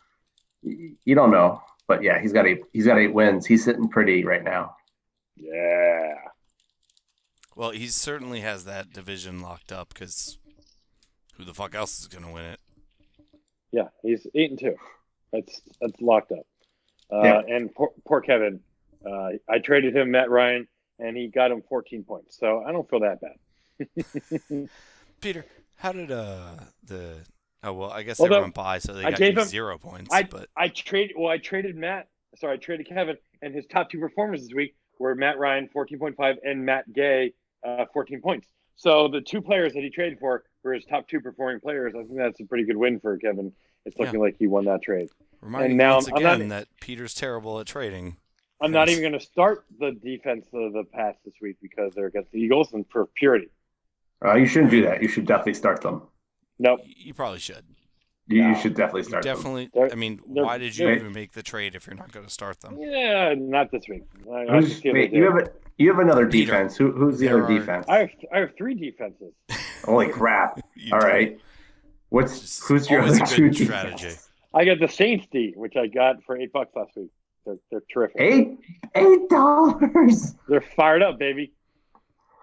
Speaker 2: you, you don't know, but yeah, he's got eight. He's got eight wins. He's sitting pretty right now.
Speaker 3: Yeah.
Speaker 1: Well, he certainly has that division locked up because who the fuck else is going to win it?
Speaker 3: Yeah. He's eight and two. That's that's locked up. Uh,
Speaker 2: Yeah.
Speaker 3: And poor, poor Kevin. Uh, I traded him Matt Ryan, and he got him 14 points. So I don't feel that bad.
Speaker 1: Peter, how did uh the oh well I guess
Speaker 3: Although,
Speaker 1: they went by so they
Speaker 3: I
Speaker 1: got
Speaker 3: gave
Speaker 1: you
Speaker 3: him-
Speaker 1: zero points, but
Speaker 3: I traded. Well, I traded Matt. Sorry, I traded Kevin, and his top two performers this week were Matt Ryan 14.5 and Matt Gay uh, 14 points. So the two players that he traded for were his top two performing players. I think that's a pretty good win for Kevin. It's
Speaker 1: Yeah.
Speaker 3: looking like he won that trade.
Speaker 1: reminding
Speaker 3: now
Speaker 1: me once
Speaker 3: I'm not-
Speaker 1: again that Peter's terrible at trading.
Speaker 3: I'm not
Speaker 1: Yes.
Speaker 3: even going to start the defense of the Pats this week because they're against the Eagles and for purity.
Speaker 2: Uh, you shouldn't do that. You should definitely start them.
Speaker 3: Nope.
Speaker 1: Y- You probably should.
Speaker 2: You, you
Speaker 3: No.
Speaker 2: should definitely
Speaker 1: You
Speaker 2: start them.
Speaker 1: definitely.
Speaker 3: They're-
Speaker 1: I mean,
Speaker 3: they're-
Speaker 1: why did you
Speaker 2: they're-
Speaker 1: even make the trade if you're not going to start them?
Speaker 3: Yeah, not this week. I, I,
Speaker 2: Who's,
Speaker 3: just feel
Speaker 2: wait,
Speaker 3: they
Speaker 2: you
Speaker 3: do.
Speaker 2: have a, you have another
Speaker 1: Peter.
Speaker 2: defense. Who, who's the
Speaker 1: There
Speaker 2: other
Speaker 1: are-
Speaker 2: defense?
Speaker 3: I have I have three defenses.
Speaker 2: Holy crap!
Speaker 1: You
Speaker 2: All
Speaker 1: don't.
Speaker 2: right, what's
Speaker 1: It's just
Speaker 2: who's your
Speaker 1: always
Speaker 2: other
Speaker 1: a
Speaker 2: two
Speaker 1: good
Speaker 2: defense?
Speaker 1: strategy.
Speaker 3: I got the Saints D, which I got for eight bucks last week. They're, they're terrific.
Speaker 2: Eight eight dollars.
Speaker 3: They're fired up, baby.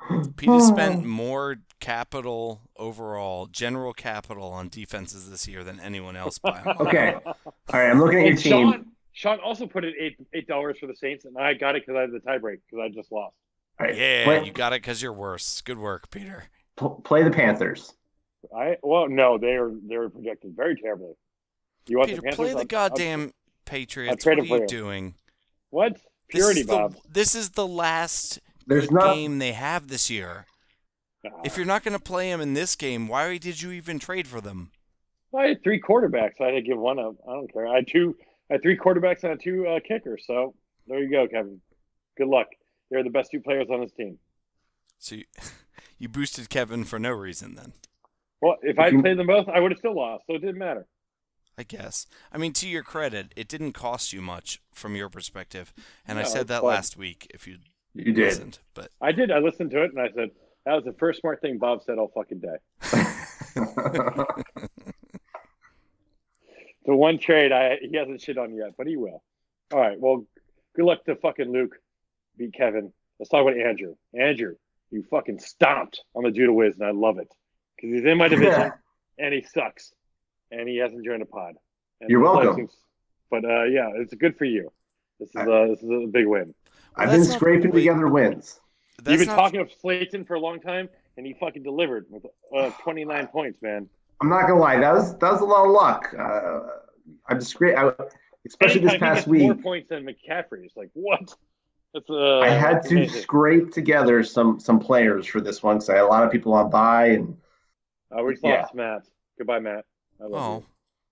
Speaker 1: Pete spent more capital overall, general capital on defenses this year than anyone else by a mile.
Speaker 2: Okay. All right. I'm looking at your
Speaker 3: And
Speaker 2: team.
Speaker 3: Sean, Sean also put in eight eight dollars for the Saints, and I got it because I had the tiebreak because I just lost.
Speaker 2: All right.
Speaker 1: Yeah,
Speaker 2: Play,
Speaker 1: you got it because you're worse. Good work, Peter.
Speaker 2: pl- play the Panthers.
Speaker 3: I well, no, they are they are projected very terribly. You want
Speaker 1: Peter,
Speaker 3: the Panthers?
Speaker 1: play the
Speaker 3: I'm-
Speaker 1: goddamn
Speaker 3: I'm-
Speaker 1: Patriots. What
Speaker 3: traded
Speaker 1: are you
Speaker 3: for you.
Speaker 1: doing?
Speaker 3: what
Speaker 1: This
Speaker 3: purity,
Speaker 1: is the-
Speaker 3: Bob?
Speaker 1: this is the last
Speaker 2: There's
Speaker 1: good
Speaker 2: not.
Speaker 1: game they have this year.
Speaker 3: Nah.
Speaker 1: If you're not going to play them in this game, why did you even trade for them?
Speaker 3: I had three quarterbacks. I had to give one up. I don't care. I had two. I had three quarterbacks and I had two uh, kickers. So there you go, Kevin. Good luck. They're the best two players on this team.
Speaker 1: So you, you boosted Kevin for no reason then.
Speaker 3: Well, if I played them both, I would have still lost. So it didn't matter.
Speaker 1: I guess. I mean, to your credit, it didn't cost you much from your perspective, and I
Speaker 3: No,
Speaker 1: said
Speaker 3: it's
Speaker 1: that
Speaker 3: fine.
Speaker 1: last week. If you
Speaker 2: You did.
Speaker 1: listened, but
Speaker 3: I did. I listened to it and I said that was the first smart thing Bob said all fucking day. The one trade I he hasn't shit on yet, but he will. All right. Well, good luck to fucking Luke. Beat Kevin. Let's talk about Andrew. Andrew, you fucking stomped on the Judah Wiz, and I love it because he's in my division and he sucks and he hasn't joined a pod. And
Speaker 2: You're
Speaker 3: the play
Speaker 2: welcome.
Speaker 3: seems- But uh, yeah, it's good for you. This is uh, this is a big win.
Speaker 2: I've
Speaker 1: Well,
Speaker 2: been
Speaker 1: that's not-
Speaker 2: scraping
Speaker 1: wait.
Speaker 2: together wins.
Speaker 1: that's
Speaker 3: You've been
Speaker 1: not-
Speaker 3: talking of Slayton for a long time, and he fucking delivered with uh, 29 points, man.
Speaker 2: I'm not gonna lie. That was that was a lot of luck. Uh, I'm scra- I, especially
Speaker 3: Anytime
Speaker 2: this
Speaker 3: he
Speaker 2: past
Speaker 3: gets
Speaker 2: week.
Speaker 3: more points than McCaffrey. It's like what? That's uh,
Speaker 2: I had
Speaker 3: that's
Speaker 2: to
Speaker 3: amazing.
Speaker 2: scrape together some some players for this one because I had a lot of people on buy and
Speaker 3: Uh, we just
Speaker 2: Yeah.
Speaker 3: lost Matt. Goodbye, Matt. I love
Speaker 1: Oh,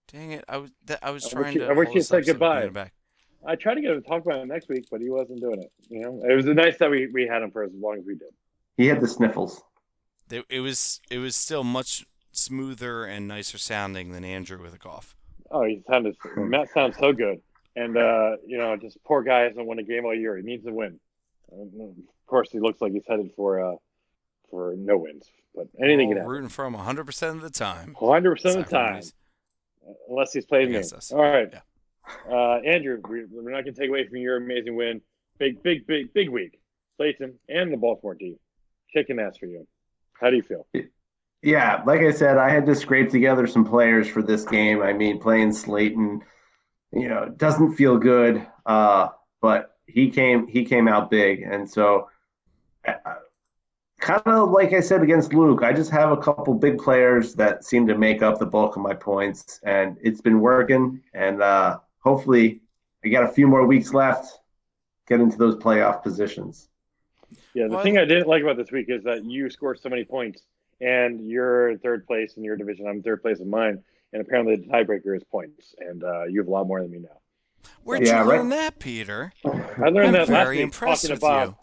Speaker 1: dang it! I was that, I was
Speaker 3: I wish
Speaker 1: trying
Speaker 3: you-
Speaker 1: to.
Speaker 3: I wish
Speaker 1: hold
Speaker 3: you
Speaker 1: us
Speaker 3: said
Speaker 1: up so we could
Speaker 3: goodbye.
Speaker 1: get it back.
Speaker 3: you. I tried to get him to talk about it next week, but he wasn't doing it. You know, it was nice that we, we had him for as long as we did.
Speaker 2: he had the sniffles.
Speaker 1: They- It was it was still much smoother and nicer sounding than Andrew with a cough.
Speaker 3: Oh, he sounded Matt sounds so good, and uh, you know, just poor guy hasn't won a game all year. He needs to win. Um, Of course, he looks like he's headed for uh, for no wins, but anything
Speaker 1: All
Speaker 3: can happen.
Speaker 1: rooting for him 100 percent of the time.
Speaker 3: 100 percent of the
Speaker 1: Sorry,
Speaker 3: time,
Speaker 1: guys.
Speaker 3: unless he's playing me.
Speaker 1: Against us.
Speaker 3: All right,
Speaker 1: Yeah.
Speaker 3: uh, Andrew, we- we're not going to take away from your amazing win. Big, big, big, big week. Clayton and the Baltimore team kicking ass for you. How do you feel?
Speaker 2: Yeah, like I said, I had to scrape together some players for this game. I mean, playing Slayton, you know, doesn't feel good, uh, but he came he came out big, and so kind of like I said against Luke, I just have a couple big players that seem to make up the bulk of my points, and it's been working. And uh, hopefully, I got a few more weeks left, get into those playoff positions.
Speaker 3: Yeah, the
Speaker 1: Well,
Speaker 3: thing I didn't like about this week is that you scored so many points, and you're in third place in your division. I'm in third place in mine, and apparently the tiebreaker is points, and uh, you have a lot more than me now.
Speaker 1: Where'd
Speaker 2: Yeah,
Speaker 1: you
Speaker 2: right.
Speaker 1: learn that, Peter?
Speaker 3: I learned
Speaker 1: I'm
Speaker 3: that last
Speaker 1: very
Speaker 3: week
Speaker 1: impressed
Speaker 3: talking to
Speaker 1: with
Speaker 3: Bob.
Speaker 1: you.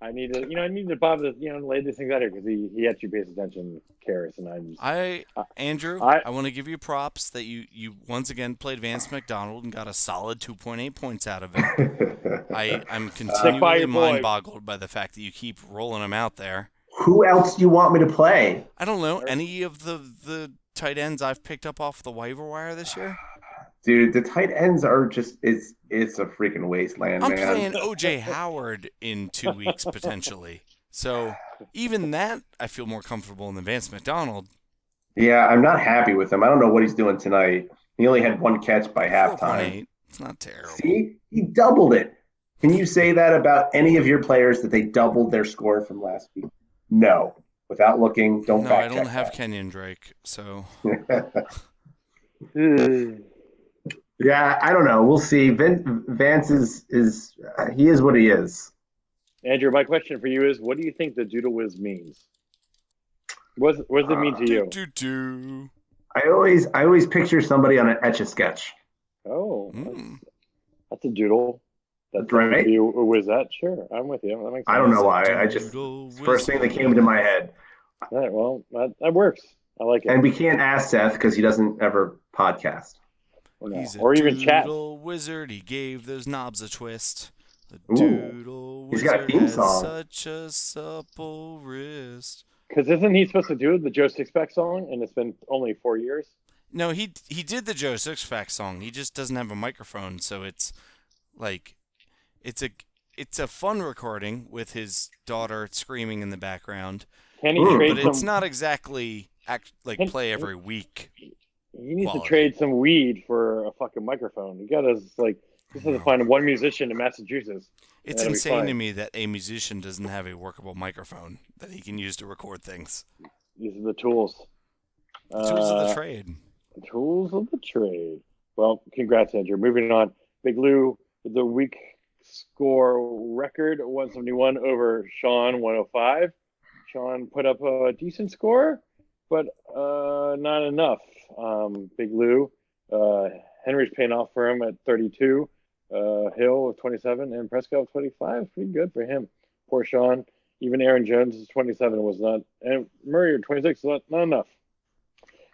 Speaker 3: I needed, you know, I needed Bob to, you know, lay these things out here because he, he actually pays attention, cares, and I'm.
Speaker 1: I, Andrew, I,
Speaker 3: uh, I-
Speaker 1: want to give you props that you, you once again played Vance McDonald and got a solid 2.8 points out of it. I, I'm
Speaker 3: by
Speaker 1: continually
Speaker 3: your boy.
Speaker 1: mind boggled by the fact that you keep rolling him out there.
Speaker 2: Who else do you want me to play?
Speaker 1: I don't know any of the, the tight ends I've picked up off the waiver wire this year.
Speaker 2: Dude, the tight ends are just it's it's a freaking wasteland,
Speaker 1: I'm
Speaker 2: man.
Speaker 1: playing OJ Howard in two weeks potentially. So even that, I feel more comfortable in Vance McDonald.
Speaker 2: Yeah, I'm not happy with him. I don't know what he's doing tonight. He only had one catch by halftime.
Speaker 1: 4.8. It's not terrible.
Speaker 2: See, he doubled it. Can you say that about any of your players that they doubled their score from last week? No, without looking, don't
Speaker 1: no, I
Speaker 2: fact
Speaker 1: don't
Speaker 2: check
Speaker 1: have Kenyon Drake, so
Speaker 2: that.
Speaker 3: Mm.
Speaker 2: yeah, I don't know. We'll see. Vin, Vance is is uh, he is what he is.
Speaker 3: Andrew, my question for you is: What do you think the Doodle Whiz means? What does, what does it mean to
Speaker 2: Uh,
Speaker 3: you?
Speaker 1: do do.
Speaker 2: I always I always picture somebody on an etch a sketch.
Speaker 3: Oh,
Speaker 2: Hmm.
Speaker 1: Mm.
Speaker 3: that's a doodle. That's
Speaker 2: Right.
Speaker 3: right. You was that? Sure, I'm with you. That makes
Speaker 2: I don't
Speaker 3: sense.
Speaker 2: know why. I just first thing that came into my head.
Speaker 3: All right, well, that, that works. I like it.
Speaker 2: And we can't ask Seth because he doesn't ever podcast.
Speaker 3: or, not.
Speaker 1: He's a
Speaker 3: Or even chat.
Speaker 1: doodle wizard. He gave those knobs a twist. The
Speaker 2: Ooh.
Speaker 1: doodle
Speaker 2: He's
Speaker 1: wizard
Speaker 2: got a theme
Speaker 1: has
Speaker 2: song.
Speaker 1: such a supple wrist.
Speaker 3: Because isn't he supposed to do the Joe Sixpack song? And it's been only four years.
Speaker 1: No, he he did the Joe Sixpack song. He just doesn't have a microphone, so it's like it's a it's a fun recording with his daughter screaming in the background,
Speaker 3: Can he
Speaker 2: Ooh,
Speaker 3: trade
Speaker 1: but
Speaker 3: some?
Speaker 1: it's not exactly act like play every week.
Speaker 3: he needs
Speaker 1: quality.
Speaker 3: to trade some weed for a fucking microphone. You gotta like this is to find one musician in Massachusetts.
Speaker 1: It's
Speaker 3: That'll be
Speaker 1: insane to
Speaker 3: fine.
Speaker 1: me that a musician doesn't have a workable microphone that he can use to record things.
Speaker 3: These are the tools.
Speaker 1: Tools of
Speaker 3: Uh,
Speaker 1: the trade.
Speaker 3: Tools of the trade. Well, congrats, Andrew. Moving on. Big Lou, the week score record 171 over Sean 105. Sean put up a decent score, but uh, not enough. Um, Big Lou, uh, Henry's paying off for him at 32, uh, Hill of 27, and Prescott of 25. Pretty good for him. Poor Sean. Even Aaron Jones is 27 was not, and Murray at 26 is not, not enough.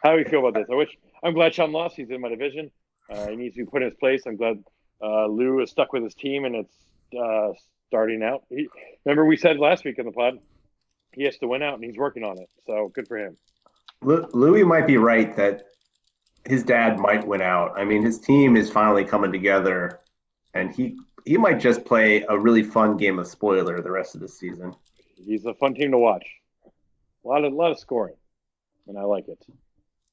Speaker 3: How do you feel about this? I wish I'm glad Sean lost. He's in my division. Uh, he needs to be put in his place. I'm glad uh, Lou is stuck with his team and it's uh, starting out. He, remember we said last week in the pod, he has to win out and he's working on it. So good for him.
Speaker 2: Lu- Louis might be right that his dad might win out. I mean, his team is finally coming together, and he he might just play a really fun game of spoiler the rest of the season.
Speaker 3: He's a fun team to watch. A lot of lot of scoring, and I like it.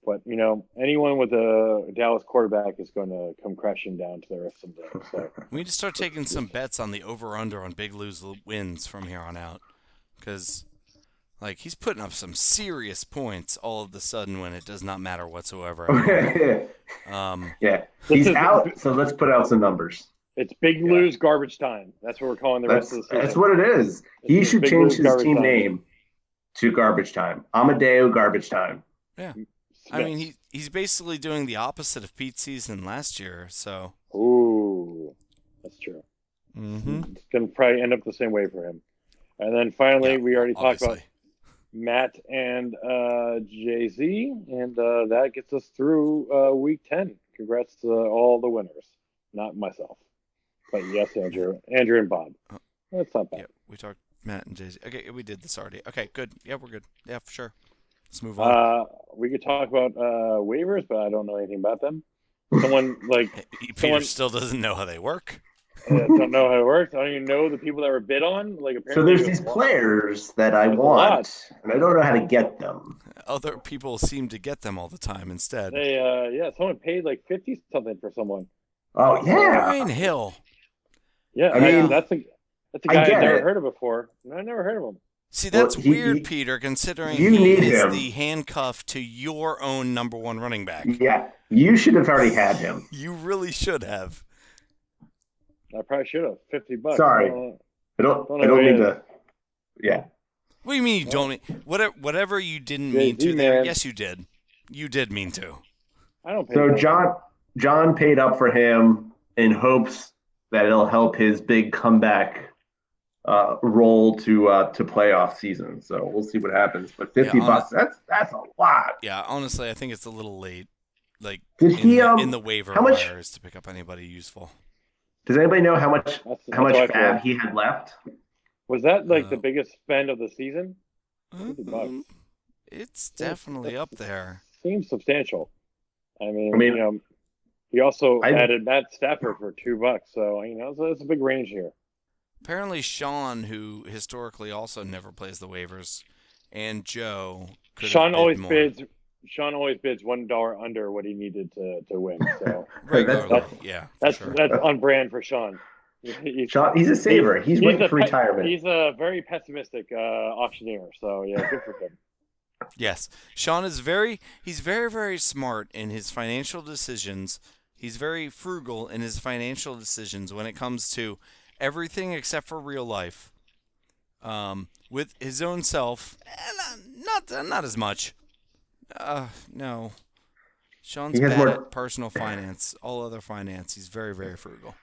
Speaker 3: But you know, anyone with a Dallas quarterback is going to come crashing down to the earth someday. So
Speaker 1: We need to start taking some bets on the over under on Big Lou's l- wins from here on out. Because, like, he's putting up some serious points all of the sudden when it does not matter whatsoever. um,
Speaker 2: yeah,
Speaker 3: This
Speaker 2: he's
Speaker 3: is-
Speaker 2: out. So let's put out some numbers.
Speaker 3: it's Big Lou's garbage time. That's what we're calling the
Speaker 2: That's,
Speaker 3: rest of the season.
Speaker 2: that's what it is. He
Speaker 3: It's
Speaker 2: should
Speaker 3: Big
Speaker 2: change
Speaker 3: Lou's
Speaker 2: his
Speaker 3: garbage
Speaker 2: team
Speaker 3: time.
Speaker 2: name to Garbage Time. Amadeo Garbage Time.
Speaker 1: I mean, he, he's basically doing the opposite of Pete's season last year, so.
Speaker 3: Ooh, that's true.
Speaker 1: Mm-hmm.
Speaker 3: It's going to probably end up the same way for him. And then finally, we already talked about Matt and uh, Jay Z, and uh, that gets us through uh, week 10. Congrats to all the winners, not myself. But yes, Andrew, Andrew and Bob. That's not bad.
Speaker 1: Uh, Yeah, we talked Matt and Jay Z. Okay, we did this already. Okay, good. Yeah, we're good. Yeah, for sure. Let's move on.
Speaker 3: Uh, we could talk about uh, waivers, but I don't know anything about them. Someone like
Speaker 1: Hey, Peter
Speaker 3: someone-
Speaker 1: still doesn't know how they work.
Speaker 3: uh, don't know how it works. I don't even know the people that were bid on. Like apparently,
Speaker 2: So there's
Speaker 3: it was
Speaker 2: these
Speaker 3: a lot.
Speaker 2: players that I
Speaker 3: There's a
Speaker 2: want,
Speaker 3: lot.
Speaker 2: and I don't know how to get them.
Speaker 1: Other people seem to get them all the time instead.
Speaker 3: They uh, yeah, someone paid like fifty something for someone.
Speaker 2: Oh yeah,
Speaker 1: Brian Hill.
Speaker 3: Yeah,
Speaker 2: I
Speaker 3: I
Speaker 2: mean,
Speaker 3: mean that's a that's a
Speaker 2: I
Speaker 3: guy I've
Speaker 2: get
Speaker 3: never
Speaker 2: it.
Speaker 3: heard of before. No, I never heard of him.
Speaker 1: See,
Speaker 2: Well,
Speaker 1: that's
Speaker 2: he-
Speaker 1: weird,
Speaker 2: he-
Speaker 1: Peter, considering
Speaker 2: you
Speaker 1: he
Speaker 2: need
Speaker 1: is
Speaker 2: him.
Speaker 1: the handcuff to your own number one running back.
Speaker 2: yeah. You should have already had him.
Speaker 1: You really should have.
Speaker 3: I probably should have fifty bucks.
Speaker 2: Sorry.
Speaker 3: Uh,
Speaker 2: I don't.
Speaker 3: Don't
Speaker 2: I don't
Speaker 3: know
Speaker 2: need
Speaker 3: who
Speaker 2: to. Yeah.
Speaker 1: What do you mean you don't mean whatever whatever you didn't
Speaker 3: Yeah,
Speaker 1: mean
Speaker 3: you
Speaker 1: to there?
Speaker 3: man.
Speaker 1: Yes you did. You did mean to.
Speaker 3: I don't pay.
Speaker 2: So
Speaker 3: that.
Speaker 2: John John paid up for him in hopes that it'll help his big comeback uh, roll to uh, to playoff season. So we'll see what happens. But fifty
Speaker 1: Yeah,
Speaker 2: bucks that's that's a lot.
Speaker 1: Yeah, honestly I think it's a little late. Like
Speaker 2: Did
Speaker 1: in,
Speaker 2: he
Speaker 1: the,
Speaker 2: um?
Speaker 1: in the waiver
Speaker 2: how much-
Speaker 1: wires to pick up anybody useful.
Speaker 2: does anybody know how much
Speaker 3: That's,
Speaker 2: how much
Speaker 3: that's I
Speaker 2: fab
Speaker 3: feel.
Speaker 2: he had left?
Speaker 3: was that like the
Speaker 1: Uh,
Speaker 3: biggest spend of the season? bucks.
Speaker 1: Um, it's definitely up there.
Speaker 3: Seems substantial. I mean,
Speaker 2: I mean-
Speaker 3: you know, he also
Speaker 2: I-
Speaker 3: added Matt Stafford for two bucks. So you know, so that's a big range here.
Speaker 1: Apparently, Sean, who historically also never plays the waivers, and Joe. could have
Speaker 3: Sean
Speaker 1: bid
Speaker 3: always
Speaker 1: more
Speaker 3: bids. Sean always bids one dollar under what he needed to to win. So
Speaker 1: regularly.
Speaker 2: That's-
Speaker 1: yeah, for
Speaker 3: that's
Speaker 1: sure.
Speaker 3: that's on brand for Sean. He's-
Speaker 2: John, he's a saver. He's,
Speaker 3: he's
Speaker 2: waiting
Speaker 3: a
Speaker 2: for
Speaker 3: pe-
Speaker 2: retirement.
Speaker 3: He's a very pessimistic uh, auctioneer, so yeah, good for him.
Speaker 1: Yes, Sean is very. He's very very smart in his financial decisions. He's very frugal in his financial decisions when it comes to everything except for real life. Um, with his own self, eh, not not, not as much. Uh, no. Sean's
Speaker 2: He has
Speaker 1: bad
Speaker 2: more-
Speaker 1: at personal finance. All other finance, he's very very frugal.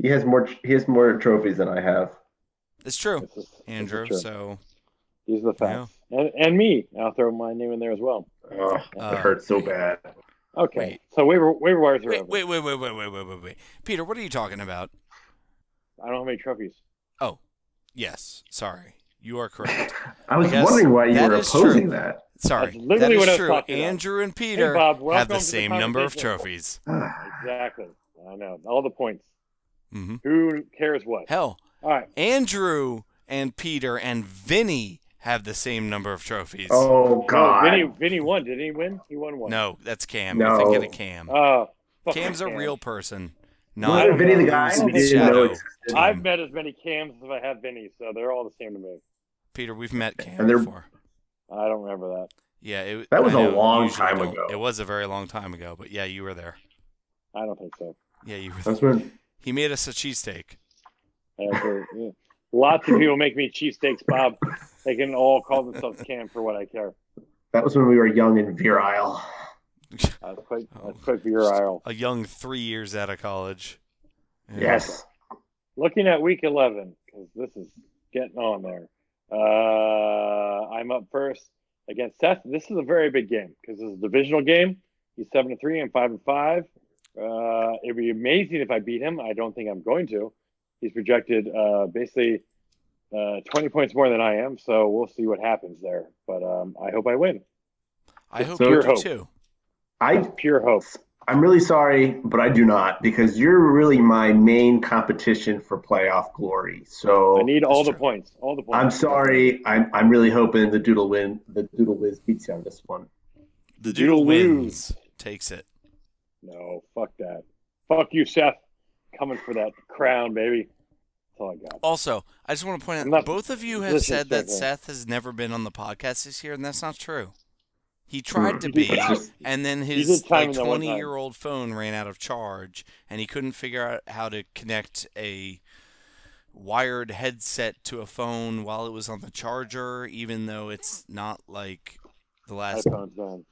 Speaker 2: he has more. He has more trophies than I have.
Speaker 1: It's true,
Speaker 3: This is- this is
Speaker 1: Andrew.
Speaker 3: true.
Speaker 1: So
Speaker 3: these are the facts, and, and me. I'll throw my name in there as well.
Speaker 2: Oh,
Speaker 1: Uh,
Speaker 2: it hurts so bad.
Speaker 3: Okay,
Speaker 1: Wait.
Speaker 3: so waiver waiver wires are
Speaker 1: wait,
Speaker 3: over.
Speaker 1: wait, wait, wait, wait, wait, wait, wait, wait. Peter, what are you talking about?
Speaker 3: I don't have any trophies.
Speaker 1: Oh, yes. Sorry, you are correct.
Speaker 2: I was
Speaker 1: Yes,
Speaker 2: wondering why you
Speaker 1: that
Speaker 2: were
Speaker 1: is true.
Speaker 2: opposing that.
Speaker 1: Sorry,
Speaker 3: That's
Speaker 1: that
Speaker 3: literally
Speaker 1: is
Speaker 3: what I was
Speaker 1: true.
Speaker 3: talking about.
Speaker 1: Andrew and Peter
Speaker 3: Bob,
Speaker 1: have
Speaker 3: welcome
Speaker 1: the
Speaker 3: to the
Speaker 1: same number of
Speaker 3: conversation.
Speaker 1: trophies.
Speaker 3: Exactly. I know all the points.
Speaker 1: hmm
Speaker 3: Who cares what?
Speaker 1: Hell,
Speaker 3: All right.
Speaker 1: Andrew and Peter and Vinny have the same number of trophies.
Speaker 2: Oh
Speaker 3: No,
Speaker 2: God.
Speaker 3: Vinny, Vinny won. Did he win? He won one.
Speaker 1: No, that's Cam. You're thinking of Cam.
Speaker 3: Oh, fuck
Speaker 1: Cam's a
Speaker 3: Cam.
Speaker 1: real person.
Speaker 2: Wasn't
Speaker 1: Not
Speaker 2: Vinny the guy?
Speaker 1: Lucy's
Speaker 2: We didn't
Speaker 1: shadow.
Speaker 2: know existed.
Speaker 1: I-
Speaker 3: I've met as many Cams as I have Vinny, so they're all the same to me.
Speaker 1: Peter, we've met Cam
Speaker 2: And they're-
Speaker 1: before.
Speaker 3: I don't remember that.
Speaker 1: Yeah, it,
Speaker 2: That was
Speaker 1: I
Speaker 2: a
Speaker 1: know,
Speaker 2: long
Speaker 1: you usually
Speaker 2: time
Speaker 1: don't.
Speaker 2: ago.
Speaker 1: It was a very long time ago, but yeah, you were there.
Speaker 3: I don't think so.
Speaker 1: Yeah, you were there.
Speaker 2: That's when
Speaker 1: He made us a cheesesteak.
Speaker 3: I don't think- yeah. Uh, Lots of people make me cheesesteaks, Bob. They can all call themselves Cam for what I care.
Speaker 2: that was when we were young and virile.
Speaker 3: I was quite, I was quite virile.
Speaker 1: A young three years out of college. Yeah.
Speaker 2: Yes.
Speaker 3: Looking at week 11, because this is getting on there. Uh, I'm up first against Seth. This is a very big game because it's a divisional game. He's 7 to 3 and 5 and 5. Uh, it'd be amazing if I beat him. I don't think I'm going to. He's projected uh, basically uh, 20 points more than I am, so we'll see what happens there. But um, I hope I win.
Speaker 1: I hope
Speaker 3: So-
Speaker 1: you
Speaker 3: Pure
Speaker 1: do
Speaker 3: hope.
Speaker 1: too.
Speaker 2: I
Speaker 3: Pure hope.
Speaker 2: I'm really sorry, but I do not because you're really my main competition for playoff glory. So
Speaker 3: I need all
Speaker 1: that's
Speaker 3: the
Speaker 1: true.
Speaker 3: points. All the points.
Speaker 2: Oh, I'm sorry. I'm I'm really hoping the Doodle win the Doodle Wiz beats you on this one.
Speaker 1: The doodle
Speaker 3: Doodle wins.
Speaker 1: wins. Takes it.
Speaker 3: No, fuck that. Fuck you, Seth. Coming for that crown, baby. That's all I got.
Speaker 1: Also, I just want to point out
Speaker 3: I'm not-
Speaker 1: both of you have
Speaker 3: listen,
Speaker 1: said that
Speaker 3: Trevor.
Speaker 1: Seth has never been on the podcast this year, and that's not true. He tried to be,
Speaker 2: It's just-
Speaker 1: and then
Speaker 3: Hmm. He
Speaker 1: his
Speaker 3: did time
Speaker 1: like
Speaker 3: that one time.
Speaker 1: twenty year old phone ran out of charge, and he couldn't figure out how to connect a wired headset to a phone while it was on the charger, even though it's not like the last.
Speaker 3: iPhone's gone.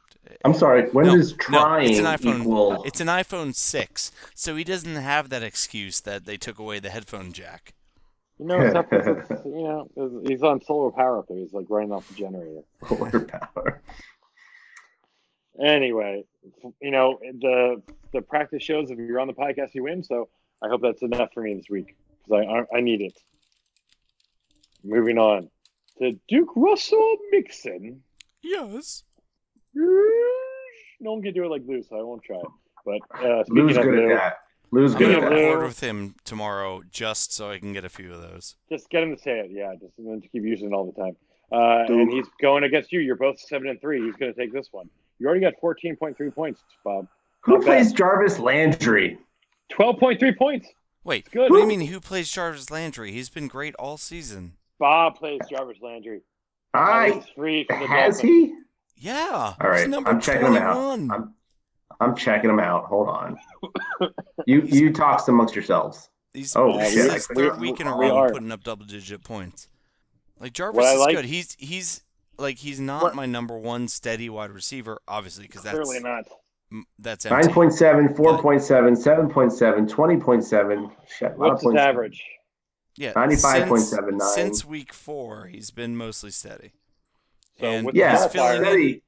Speaker 2: I'm sorry. When
Speaker 1: No,
Speaker 2: does
Speaker 1: no,
Speaker 2: trying
Speaker 1: it's an iPhone.
Speaker 2: equal?
Speaker 1: It's an iPhone six, so he doesn't have that excuse that they took away the headphone jack.
Speaker 3: You know, Seth, it's, it's, you know, it's- he's on solar power up there. He's like running off the generator.
Speaker 2: quarterpower.
Speaker 3: Anyway, you know the the practice shows if you're on the podcast, you win. So I hope that's enough for me this week because I I need it. Moving on to Duke Russell Mixon.
Speaker 1: Yes.
Speaker 3: No one can do it like Lou, so I won't try it. But uh, speaking
Speaker 2: Lou's
Speaker 3: of
Speaker 2: good at
Speaker 3: Lou,
Speaker 2: that. Lou's
Speaker 1: I'm
Speaker 2: good
Speaker 3: Speaking
Speaker 1: gonna
Speaker 2: at
Speaker 3: of
Speaker 2: that.
Speaker 3: Lou-
Speaker 1: record with him tomorrow just so I can get a few of those.
Speaker 3: Just get him to say it, yeah. Just and then to keep using it all the time. Uh,
Speaker 2: Dude.
Speaker 3: and he's going against you. You're both seven and three. He's going to take this one. You already got fourteen point three points, Bob.
Speaker 2: Who
Speaker 3: Not bad.
Speaker 2: plays Jarvis Landry?
Speaker 3: Twelve point three points.
Speaker 1: Wait,
Speaker 3: Good.
Speaker 1: what do you mean? Who plays Jarvis Landry? He's been great all season.
Speaker 3: Bob plays Jarvis Landry.
Speaker 2: I
Speaker 3: He's free for the
Speaker 2: has
Speaker 3: Dolphins.
Speaker 2: he?
Speaker 1: Yeah.
Speaker 2: All
Speaker 1: he's
Speaker 2: right,
Speaker 1: number
Speaker 2: I'm checking him out.
Speaker 1: 21.
Speaker 2: I'm I'm checking him out. Hold on. You you talks amongst yourselves.
Speaker 1: He's,
Speaker 2: oh,
Speaker 1: this
Speaker 3: shit.
Speaker 1: is his third
Speaker 3: We-
Speaker 1: week in a
Speaker 3: we
Speaker 1: row
Speaker 3: are.
Speaker 1: putting up double digit points. Like Jarvis
Speaker 3: What I
Speaker 1: is
Speaker 3: like-
Speaker 1: good. He's he's like he's not
Speaker 2: What-
Speaker 1: my number one steady wide receiver, obviously, because that's
Speaker 3: Clearly not.
Speaker 1: m- that's empty.
Speaker 2: 9.7, 4.7, 7.7, 20.7. Shit, a lot of
Speaker 3: What's his
Speaker 2: points.
Speaker 3: average?
Speaker 1: Yeah,
Speaker 2: 95.79.
Speaker 1: since- Since week four, he's been mostly steady.
Speaker 3: So
Speaker 1: And
Speaker 3: with
Speaker 2: Yeah,
Speaker 1: he's
Speaker 3: the
Speaker 1: filling in
Speaker 3: qualifier-
Speaker 2: steady,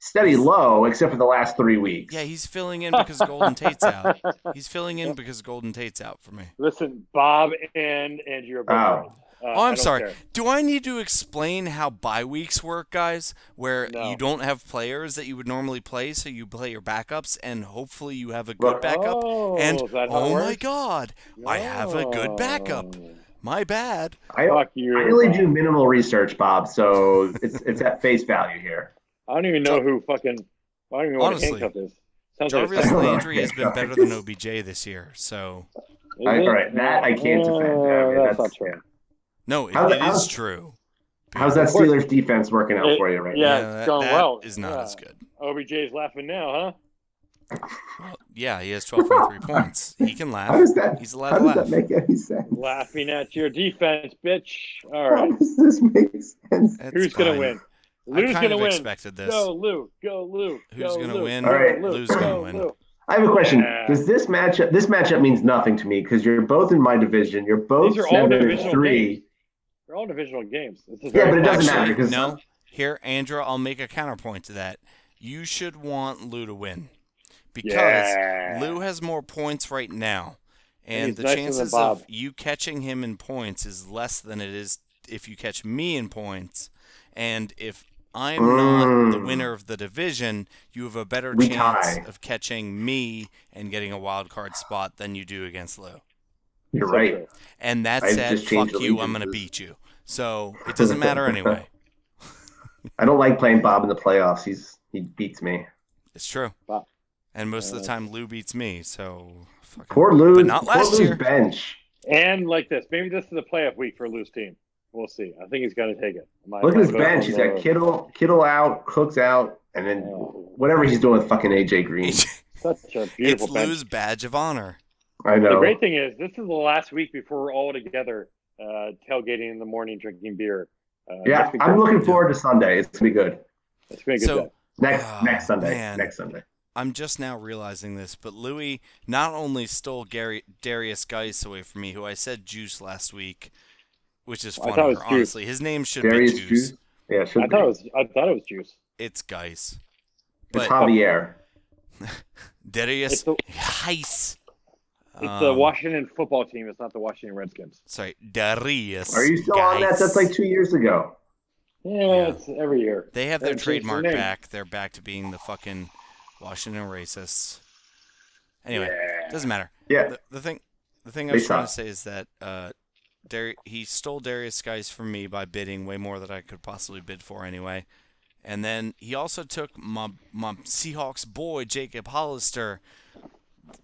Speaker 2: steady low, except for the last three weeks.
Speaker 1: Yeah, he's filling in because Golden Tate's out.
Speaker 3: Uh,
Speaker 1: He's filling in because Golden Tate's out for me.
Speaker 3: Listen, Bob and Andrew are both
Speaker 2: Oh.
Speaker 3: right. Uh,
Speaker 1: oh,
Speaker 3: I
Speaker 1: I'm
Speaker 3: don't
Speaker 1: sorry.
Speaker 3: care.
Speaker 1: Do I need to explain how bye weeks work, guys? Where
Speaker 3: No.
Speaker 1: you don't have players that you would normally play, so you play your backups, and hopefully you have a good
Speaker 2: Look-
Speaker 1: backup.
Speaker 3: Oh,
Speaker 1: and
Speaker 3: is that how it
Speaker 1: oh my
Speaker 3: works?
Speaker 1: God, I have a good backup.
Speaker 3: No.
Speaker 1: My bad.
Speaker 2: I, I
Speaker 3: Fuck you.
Speaker 2: really
Speaker 3: Bob.
Speaker 2: do minimal research, Bob, so it's it's at face value here.
Speaker 3: I don't even know who fucking. I don't even know
Speaker 1: Honestly.
Speaker 3: what a handcuff is. Sounds like a
Speaker 1: Jarvis
Speaker 3: sex-
Speaker 2: Oh,
Speaker 1: Landry has
Speaker 2: my
Speaker 1: been
Speaker 2: God.
Speaker 1: better than OBJ this year, so
Speaker 3: Is
Speaker 2: I-
Speaker 3: it?
Speaker 2: all right, that I can't
Speaker 3: Uh,
Speaker 2: defend. Okay,
Speaker 3: that's,
Speaker 2: that's-
Speaker 3: not true.
Speaker 1: no, it,
Speaker 2: How's-
Speaker 1: it is
Speaker 2: how's-
Speaker 1: true.
Speaker 2: How's that
Speaker 3: Of course.
Speaker 2: Steelers defense working out
Speaker 3: It-
Speaker 2: for you right
Speaker 3: yeah.
Speaker 2: now?
Speaker 3: it's
Speaker 1: that-
Speaker 3: going
Speaker 1: that
Speaker 3: well.
Speaker 1: is not
Speaker 3: Yeah.
Speaker 1: as good.
Speaker 3: OBJ's laughing now, huh?
Speaker 1: Well, yeah, he has 12.3 points. He can laugh.
Speaker 2: How does that?
Speaker 1: He's
Speaker 2: How
Speaker 1: allowed to
Speaker 2: does
Speaker 1: laugh.
Speaker 2: that make any sense?
Speaker 3: Laughing at your defense, bitch. All
Speaker 2: How
Speaker 3: right,
Speaker 2: does this make sense?
Speaker 1: That's
Speaker 3: who's gonna
Speaker 1: fine.
Speaker 3: win?
Speaker 1: I
Speaker 3: Lou's
Speaker 1: kind
Speaker 3: gonna
Speaker 1: of
Speaker 3: win.
Speaker 1: expected this.
Speaker 3: Go Lou, go Lou.
Speaker 1: Who's
Speaker 3: go
Speaker 1: gonna
Speaker 3: Lou.
Speaker 1: win?
Speaker 3: Go
Speaker 2: All right.
Speaker 3: Lou.
Speaker 1: Lou's gonna
Speaker 3: Go
Speaker 1: win.
Speaker 3: Lou.
Speaker 2: I have a question.
Speaker 3: Yeah.
Speaker 2: Does this matchup this matchup means nothing to me because you're both in my division. You're both
Speaker 3: These are all
Speaker 2: seven and
Speaker 3: divisional
Speaker 2: three.
Speaker 3: games. They're all divisional games. This is
Speaker 2: Yeah,
Speaker 3: very
Speaker 2: but it doesn't
Speaker 3: flexible.
Speaker 1: Actually,
Speaker 2: matter because
Speaker 1: no. Here, Andrew, I'll make a counterpoint to that. You should want Lou to win because
Speaker 3: Yeah.
Speaker 1: Lou has more points right now, and
Speaker 3: he's
Speaker 1: the
Speaker 3: nicer than
Speaker 1: chances
Speaker 3: Bob.
Speaker 1: of you catching him in points is less than it is if you catch me in points. And if I'm not the
Speaker 2: Mm.
Speaker 1: winner of the division, you have a better
Speaker 2: We
Speaker 1: chance
Speaker 2: tie.
Speaker 1: of catching me and getting a wild card spot than you do against Lou.
Speaker 2: You're
Speaker 3: So
Speaker 2: right.
Speaker 3: true.
Speaker 1: and that
Speaker 2: I
Speaker 1: said,
Speaker 2: just changed
Speaker 1: fuck you, I'm
Speaker 2: allegiances.
Speaker 1: gonna beat you. So it doesn't matter anyway.
Speaker 2: I don't like playing Bob in the playoffs. He's he beats me.
Speaker 1: It's true.
Speaker 3: Wow.
Speaker 1: And most of the
Speaker 3: Uh,
Speaker 1: time, Lou beats me. So fuck
Speaker 2: Poor Lou's,
Speaker 1: But not last
Speaker 2: poor Lou's
Speaker 1: year.
Speaker 2: bench.
Speaker 3: And like this, maybe this is a playoff week for Lou's team. We'll see. I think he's going to take it. My-
Speaker 2: Look at
Speaker 3: my
Speaker 2: his
Speaker 3: vote
Speaker 2: bench.
Speaker 3: on
Speaker 2: He's
Speaker 3: Lou.
Speaker 2: got Kittle, Kittle out, Cooks out, and then
Speaker 3: Oh.
Speaker 2: whatever he's doing with fucking AJ Green.
Speaker 1: It's,
Speaker 3: Such a
Speaker 1: it's
Speaker 3: beautiful bench.
Speaker 1: Lou's badge of honor.
Speaker 2: I
Speaker 3: The
Speaker 2: know.
Speaker 3: great thing is, this is the last week before we're all together uh, tailgating in the morning, drinking beer. Uh,
Speaker 2: Yeah,
Speaker 3: that's been
Speaker 2: I'm
Speaker 3: good.
Speaker 2: looking forward to Sunday. It's gonna be good.
Speaker 3: It's been a good
Speaker 1: So-
Speaker 3: day.
Speaker 2: Next
Speaker 1: Oh,
Speaker 2: next Sunday.
Speaker 1: man.
Speaker 2: Next Sunday.
Speaker 1: I'm just now realizing this, but Louis not only stole Gary, Darius Geis away from me, who I said Juice last week, which is
Speaker 3: I thought it
Speaker 1: funnier,
Speaker 3: was Juice.
Speaker 1: honestly. His name should
Speaker 2: Darius
Speaker 1: be Juice.
Speaker 2: Juice. Yeah, it should
Speaker 3: I
Speaker 2: be.
Speaker 3: thought it was. I thought it was juice.
Speaker 1: It's
Speaker 2: it's
Speaker 1: Geis. But
Speaker 2: Javier.
Speaker 1: Darius
Speaker 3: It's the-
Speaker 1: Geis. Um,
Speaker 3: It's the Washington football team. It's not the Washington Redskins.
Speaker 1: Sorry, Darius.
Speaker 2: Are you still on that?
Speaker 1: Geis.
Speaker 2: That's like two years ago.
Speaker 3: Yeah, it's every year.
Speaker 1: They have their
Speaker 3: Haven't changed their
Speaker 1: trademark
Speaker 3: name.
Speaker 1: back. They're back to being the fucking Washington racists. Anyway, doesn't matter.
Speaker 2: Yeah.
Speaker 1: The, the thing, the thing I
Speaker 2: They
Speaker 1: was trying to
Speaker 2: suck.
Speaker 1: say is that uh, Dar- he stole Darius Skies from me by bidding way more than I could possibly bid for anyway, and then he also took my my Seahawks boy Jacob Hollister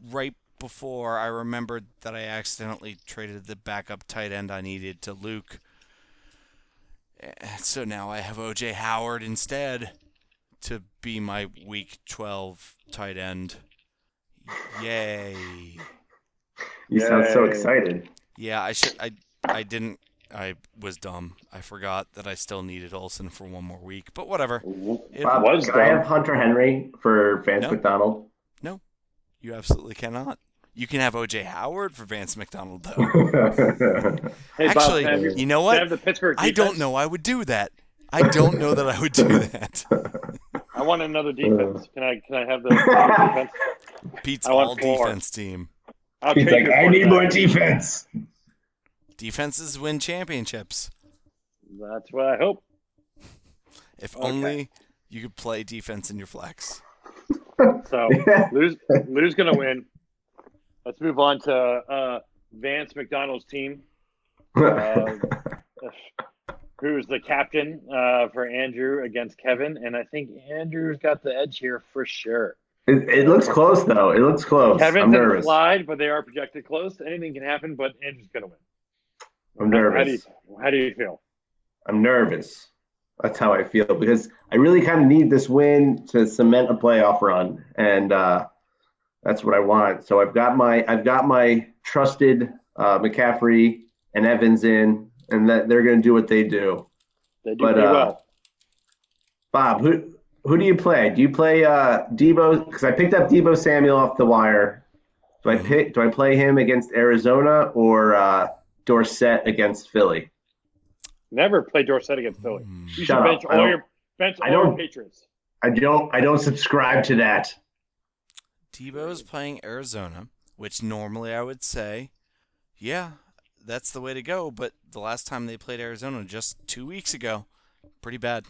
Speaker 1: right before I remembered that I accidentally traded the backup tight end I needed to Luke. Eh, So now I have OJ Howard instead to be my week 12 tight end. Yay.
Speaker 2: You sound so
Speaker 3: Yay.
Speaker 2: excited.
Speaker 1: Yeah, I should I I didn't I was dumb. I forgot that I still needed Olsen for one more week, but whatever. It-
Speaker 2: Bob,
Speaker 3: was
Speaker 2: can I
Speaker 3: dumb.
Speaker 2: have Hunter Henry for Vance
Speaker 1: No.
Speaker 2: McDonald?
Speaker 1: you absolutely cannot. You can have OJ Howard for Vance McDonald though.
Speaker 2: That's
Speaker 3: Hey, Bob,
Speaker 1: Actually,
Speaker 3: can I have your-
Speaker 1: you know
Speaker 3: can I
Speaker 1: what?
Speaker 3: have the Pittsburgh
Speaker 1: I
Speaker 3: defense?
Speaker 1: don't know I would do that. I don't know that I would do that.
Speaker 3: I want
Speaker 2: Uh.
Speaker 3: another defense. Can I? Can I have the defense?
Speaker 1: Beats
Speaker 3: I want
Speaker 1: all
Speaker 3: four.
Speaker 1: defense team.
Speaker 3: I'll
Speaker 2: He's like,
Speaker 3: trade you
Speaker 2: I
Speaker 3: for
Speaker 2: need
Speaker 3: that."
Speaker 2: more defense.
Speaker 1: Defenses win championships.
Speaker 3: That's what I hope.
Speaker 1: If
Speaker 3: Okay.
Speaker 1: only you could play defense in your flex.
Speaker 3: So Lou's, Lou's gonna win. Let's move on to uh, Vance McDonald's team, uh, who's the captain uh, for Andrew against Kevin, and I think Andrew's got the edge here for sure.
Speaker 2: It, it looks close though. It looks close. I'm
Speaker 3: Kevin's in
Speaker 2: nervous.
Speaker 3: slide, but they are projected close. Anything can happen, but Andrew's gonna win.
Speaker 2: I'm
Speaker 3: How do you,
Speaker 2: nervous.
Speaker 3: how do you feel?
Speaker 2: I'm nervous. That's how I feel because I really kind of need this win to cement a playoff run, and uh, that's what I want. So I've got my I've got my trusted uh, McCaffrey and Evans in, and that they're going to do what they do.
Speaker 3: They do
Speaker 2: But,
Speaker 3: pretty
Speaker 2: uh,
Speaker 3: well.
Speaker 2: Bob, who who do you play? Do you play uh, Debo? Because I picked up Debo Samuel off the wire. Do I
Speaker 1: Hmm.
Speaker 2: pick? Do I play him against Arizona or uh, Dorsett against Philly?
Speaker 3: Never play Dorsett against Philly.
Speaker 1: Hmm.
Speaker 3: You
Speaker 2: Shut
Speaker 3: should
Speaker 2: up.
Speaker 3: bench
Speaker 2: I
Speaker 3: all
Speaker 2: don't-
Speaker 3: your bench
Speaker 2: I
Speaker 3: all your
Speaker 2: don't-
Speaker 3: Patriots.
Speaker 2: I don't I don't subscribe to that.
Speaker 1: Debo is playing Arizona, which normally I would say, yeah, that's the way to go. But the last time they played Arizona, just two weeks ago, pretty bad,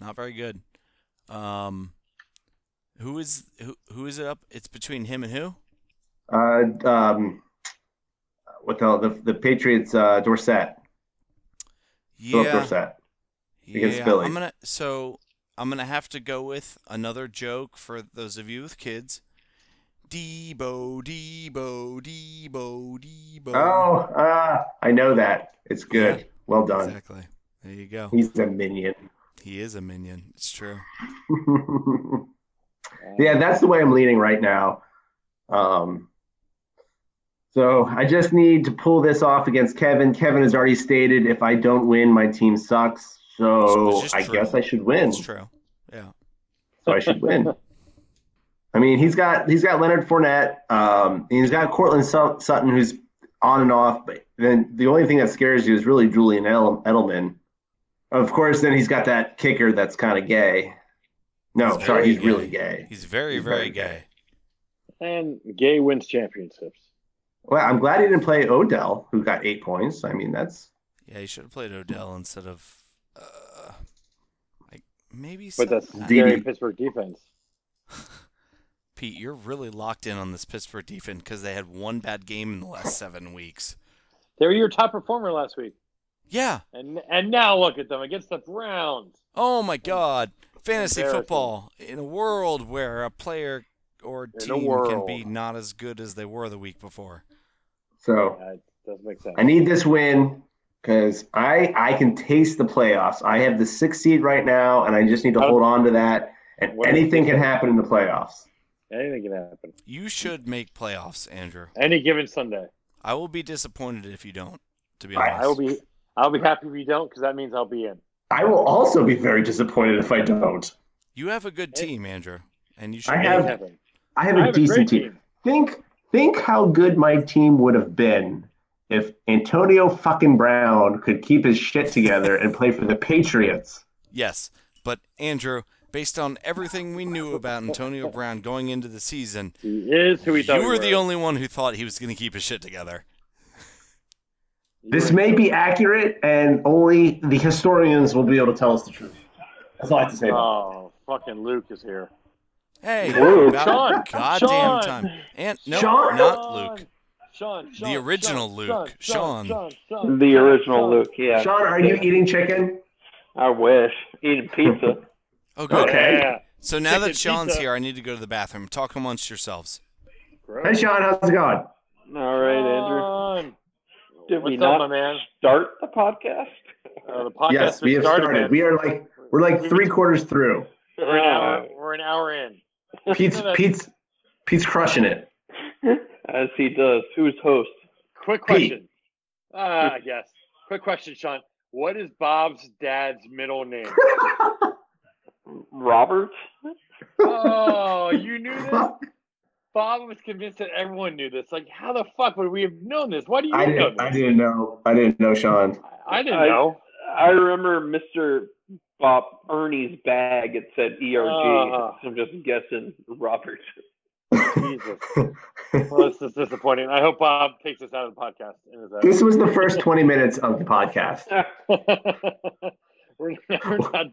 Speaker 1: not very good. Um, who is who? Who is it up? It's between him and who?
Speaker 2: Uh, um, what the hell, the the Patriots? Uh, Dorsett, Philip
Speaker 1: Yeah,
Speaker 2: Dorsett. against
Speaker 1: yeah.
Speaker 2: Philly.
Speaker 1: I'm gonna so I'm gonna have to go with another joke for those of you with kids. Debo, Debo, Debo, Debo.
Speaker 2: Oh, uh, I know that. It's good.
Speaker 1: Yeah.
Speaker 2: Well done.
Speaker 1: exactly. There you go.
Speaker 2: He's a minion.
Speaker 1: He is a minion. It's true.
Speaker 2: yeah, that's the way I'm leaning right now. Um, so I just need to pull this off against Kevin. Kevin has already stated if I don't win, my team sucks. So
Speaker 1: Which is
Speaker 2: I
Speaker 1: true.
Speaker 2: guess I should win.
Speaker 1: It's true.
Speaker 2: so I should win. I mean, he's got he's got Leonard Fournette. Um, and he's got Cortland Sut- Sutton, who's on and off. But then the only thing that scares you is really Julian Edel- Edelman. Of course, then he's got that kicker that's kind of gay. No,
Speaker 1: He's
Speaker 2: sorry,
Speaker 1: very
Speaker 2: he's
Speaker 1: gay.
Speaker 2: really gay.
Speaker 1: He's very,
Speaker 2: He's
Speaker 1: very,
Speaker 2: very
Speaker 1: gay.
Speaker 3: And gay wins championships.
Speaker 2: Well, I'm glad he didn't play Odell, who got eight points. I mean, that's
Speaker 1: Yeah, he should have played Odell instead of, uh, like maybe. some-
Speaker 3: But that's
Speaker 1: I-
Speaker 2: Dee
Speaker 3: scary
Speaker 2: Dee.
Speaker 3: Pittsburgh defense.
Speaker 1: Pete, you're really locked in on this Pittsburgh defense because they had one bad game in the last seven weeks.
Speaker 3: They were your top performer last week,
Speaker 1: Yeah.
Speaker 3: and and now look at them against the Browns.
Speaker 1: Oh my God. Fantasy
Speaker 3: Embarrassing.
Speaker 1: football in a world where a player or
Speaker 5: a
Speaker 1: team can be
Speaker 5: world.
Speaker 1: not as good as they were the week before.
Speaker 2: So
Speaker 3: Yeah, it doesn't make sense.
Speaker 2: I need this win because I I can taste the playoffs. I have the sixth seed right now, and I just need to
Speaker 3: How-
Speaker 2: hold on to that. And
Speaker 3: What-
Speaker 2: anything can happen in the playoffs.
Speaker 3: Anything can happen.
Speaker 1: You should make playoffs, Andrew.
Speaker 3: Any given Sunday,
Speaker 1: I will be disappointed if you don't. To be
Speaker 2: I- I
Speaker 1: honest,
Speaker 3: I will be. I'll be happy if you don't, because that means I'll be in.
Speaker 2: I will also be very disappointed if I don't.
Speaker 1: You have a good team, Andrew, and you should.
Speaker 2: I
Speaker 1: make
Speaker 2: have-
Speaker 1: it.
Speaker 3: Anything.
Speaker 2: I have
Speaker 3: I
Speaker 2: a
Speaker 3: have a
Speaker 2: decent
Speaker 3: great
Speaker 2: team.
Speaker 3: team.
Speaker 2: Think think how good my team would have been if Antonio fucking Brown could keep his shit together and play for the Patriots.
Speaker 1: Yes, but Andrew, based on everything we knew about Antonio Brown going into the season,
Speaker 3: He is who we
Speaker 1: you
Speaker 3: thought.
Speaker 1: were the
Speaker 3: were.
Speaker 1: only one who thought he was going to keep his shit together.
Speaker 3: You
Speaker 2: This
Speaker 3: were.
Speaker 2: may be accurate, and only the historians will be able to tell us the truth. That's all I have to say. about
Speaker 3: Oh, fucking Luke is here.
Speaker 1: Hey,
Speaker 2: Luke.
Speaker 1: about
Speaker 3: Sean,
Speaker 1: goddamn
Speaker 3: Sean.
Speaker 1: time, and no,
Speaker 2: Sean.
Speaker 1: not Luke.
Speaker 3: Sean,
Speaker 1: The original Luke, Sean.
Speaker 6: The original Luke,
Speaker 2: it.
Speaker 6: yeah.
Speaker 2: Sean, are you eating chicken?
Speaker 6: I wish. Eating pizza.
Speaker 1: Oh, good.
Speaker 2: Okay.
Speaker 1: So now that
Speaker 3: Chicken
Speaker 1: Sean's
Speaker 3: pizza.
Speaker 1: here, I need to go to the bathroom. Talk amongst yourselves.
Speaker 2: Hey, Sean, how's it going?
Speaker 6: All right, Andrew.
Speaker 3: Andrew.
Speaker 6: Did we
Speaker 3: What's up, my
Speaker 6: not-
Speaker 3: man?
Speaker 6: Start the podcast?
Speaker 3: Uh, the podcast
Speaker 2: yes, we
Speaker 3: has
Speaker 2: have started.
Speaker 3: man.
Speaker 2: We are like we're like three quarters through.
Speaker 3: We're an
Speaker 6: Uh,
Speaker 3: hour. We're an hour in.
Speaker 2: Pete's Pete's Pete's crushing it.
Speaker 6: As he does. Who's host?
Speaker 3: Quick
Speaker 2: Pete.
Speaker 3: question. Ah, yes. Quick question, Sean. What is Bob's dad's middle name?
Speaker 6: Robert?
Speaker 3: oh, you knew this. Bob was convinced that everyone knew this. Like, how the fuck would we have known this? Why do you
Speaker 2: I
Speaker 3: know
Speaker 2: didn't,
Speaker 3: this?
Speaker 2: I didn't know. I didn't know, Sean.
Speaker 3: I didn't
Speaker 6: I-
Speaker 3: know.
Speaker 6: I remember Mr. Bob Ernie's bag. It said ERG.
Speaker 3: Uh-huh.
Speaker 6: So I'm just guessing Robert.
Speaker 3: Jesus. Well, this is disappointing. I hope Bob takes us out of the podcast. and is out.
Speaker 2: This was the first 20 minutes of the podcast.
Speaker 3: we're, we're not,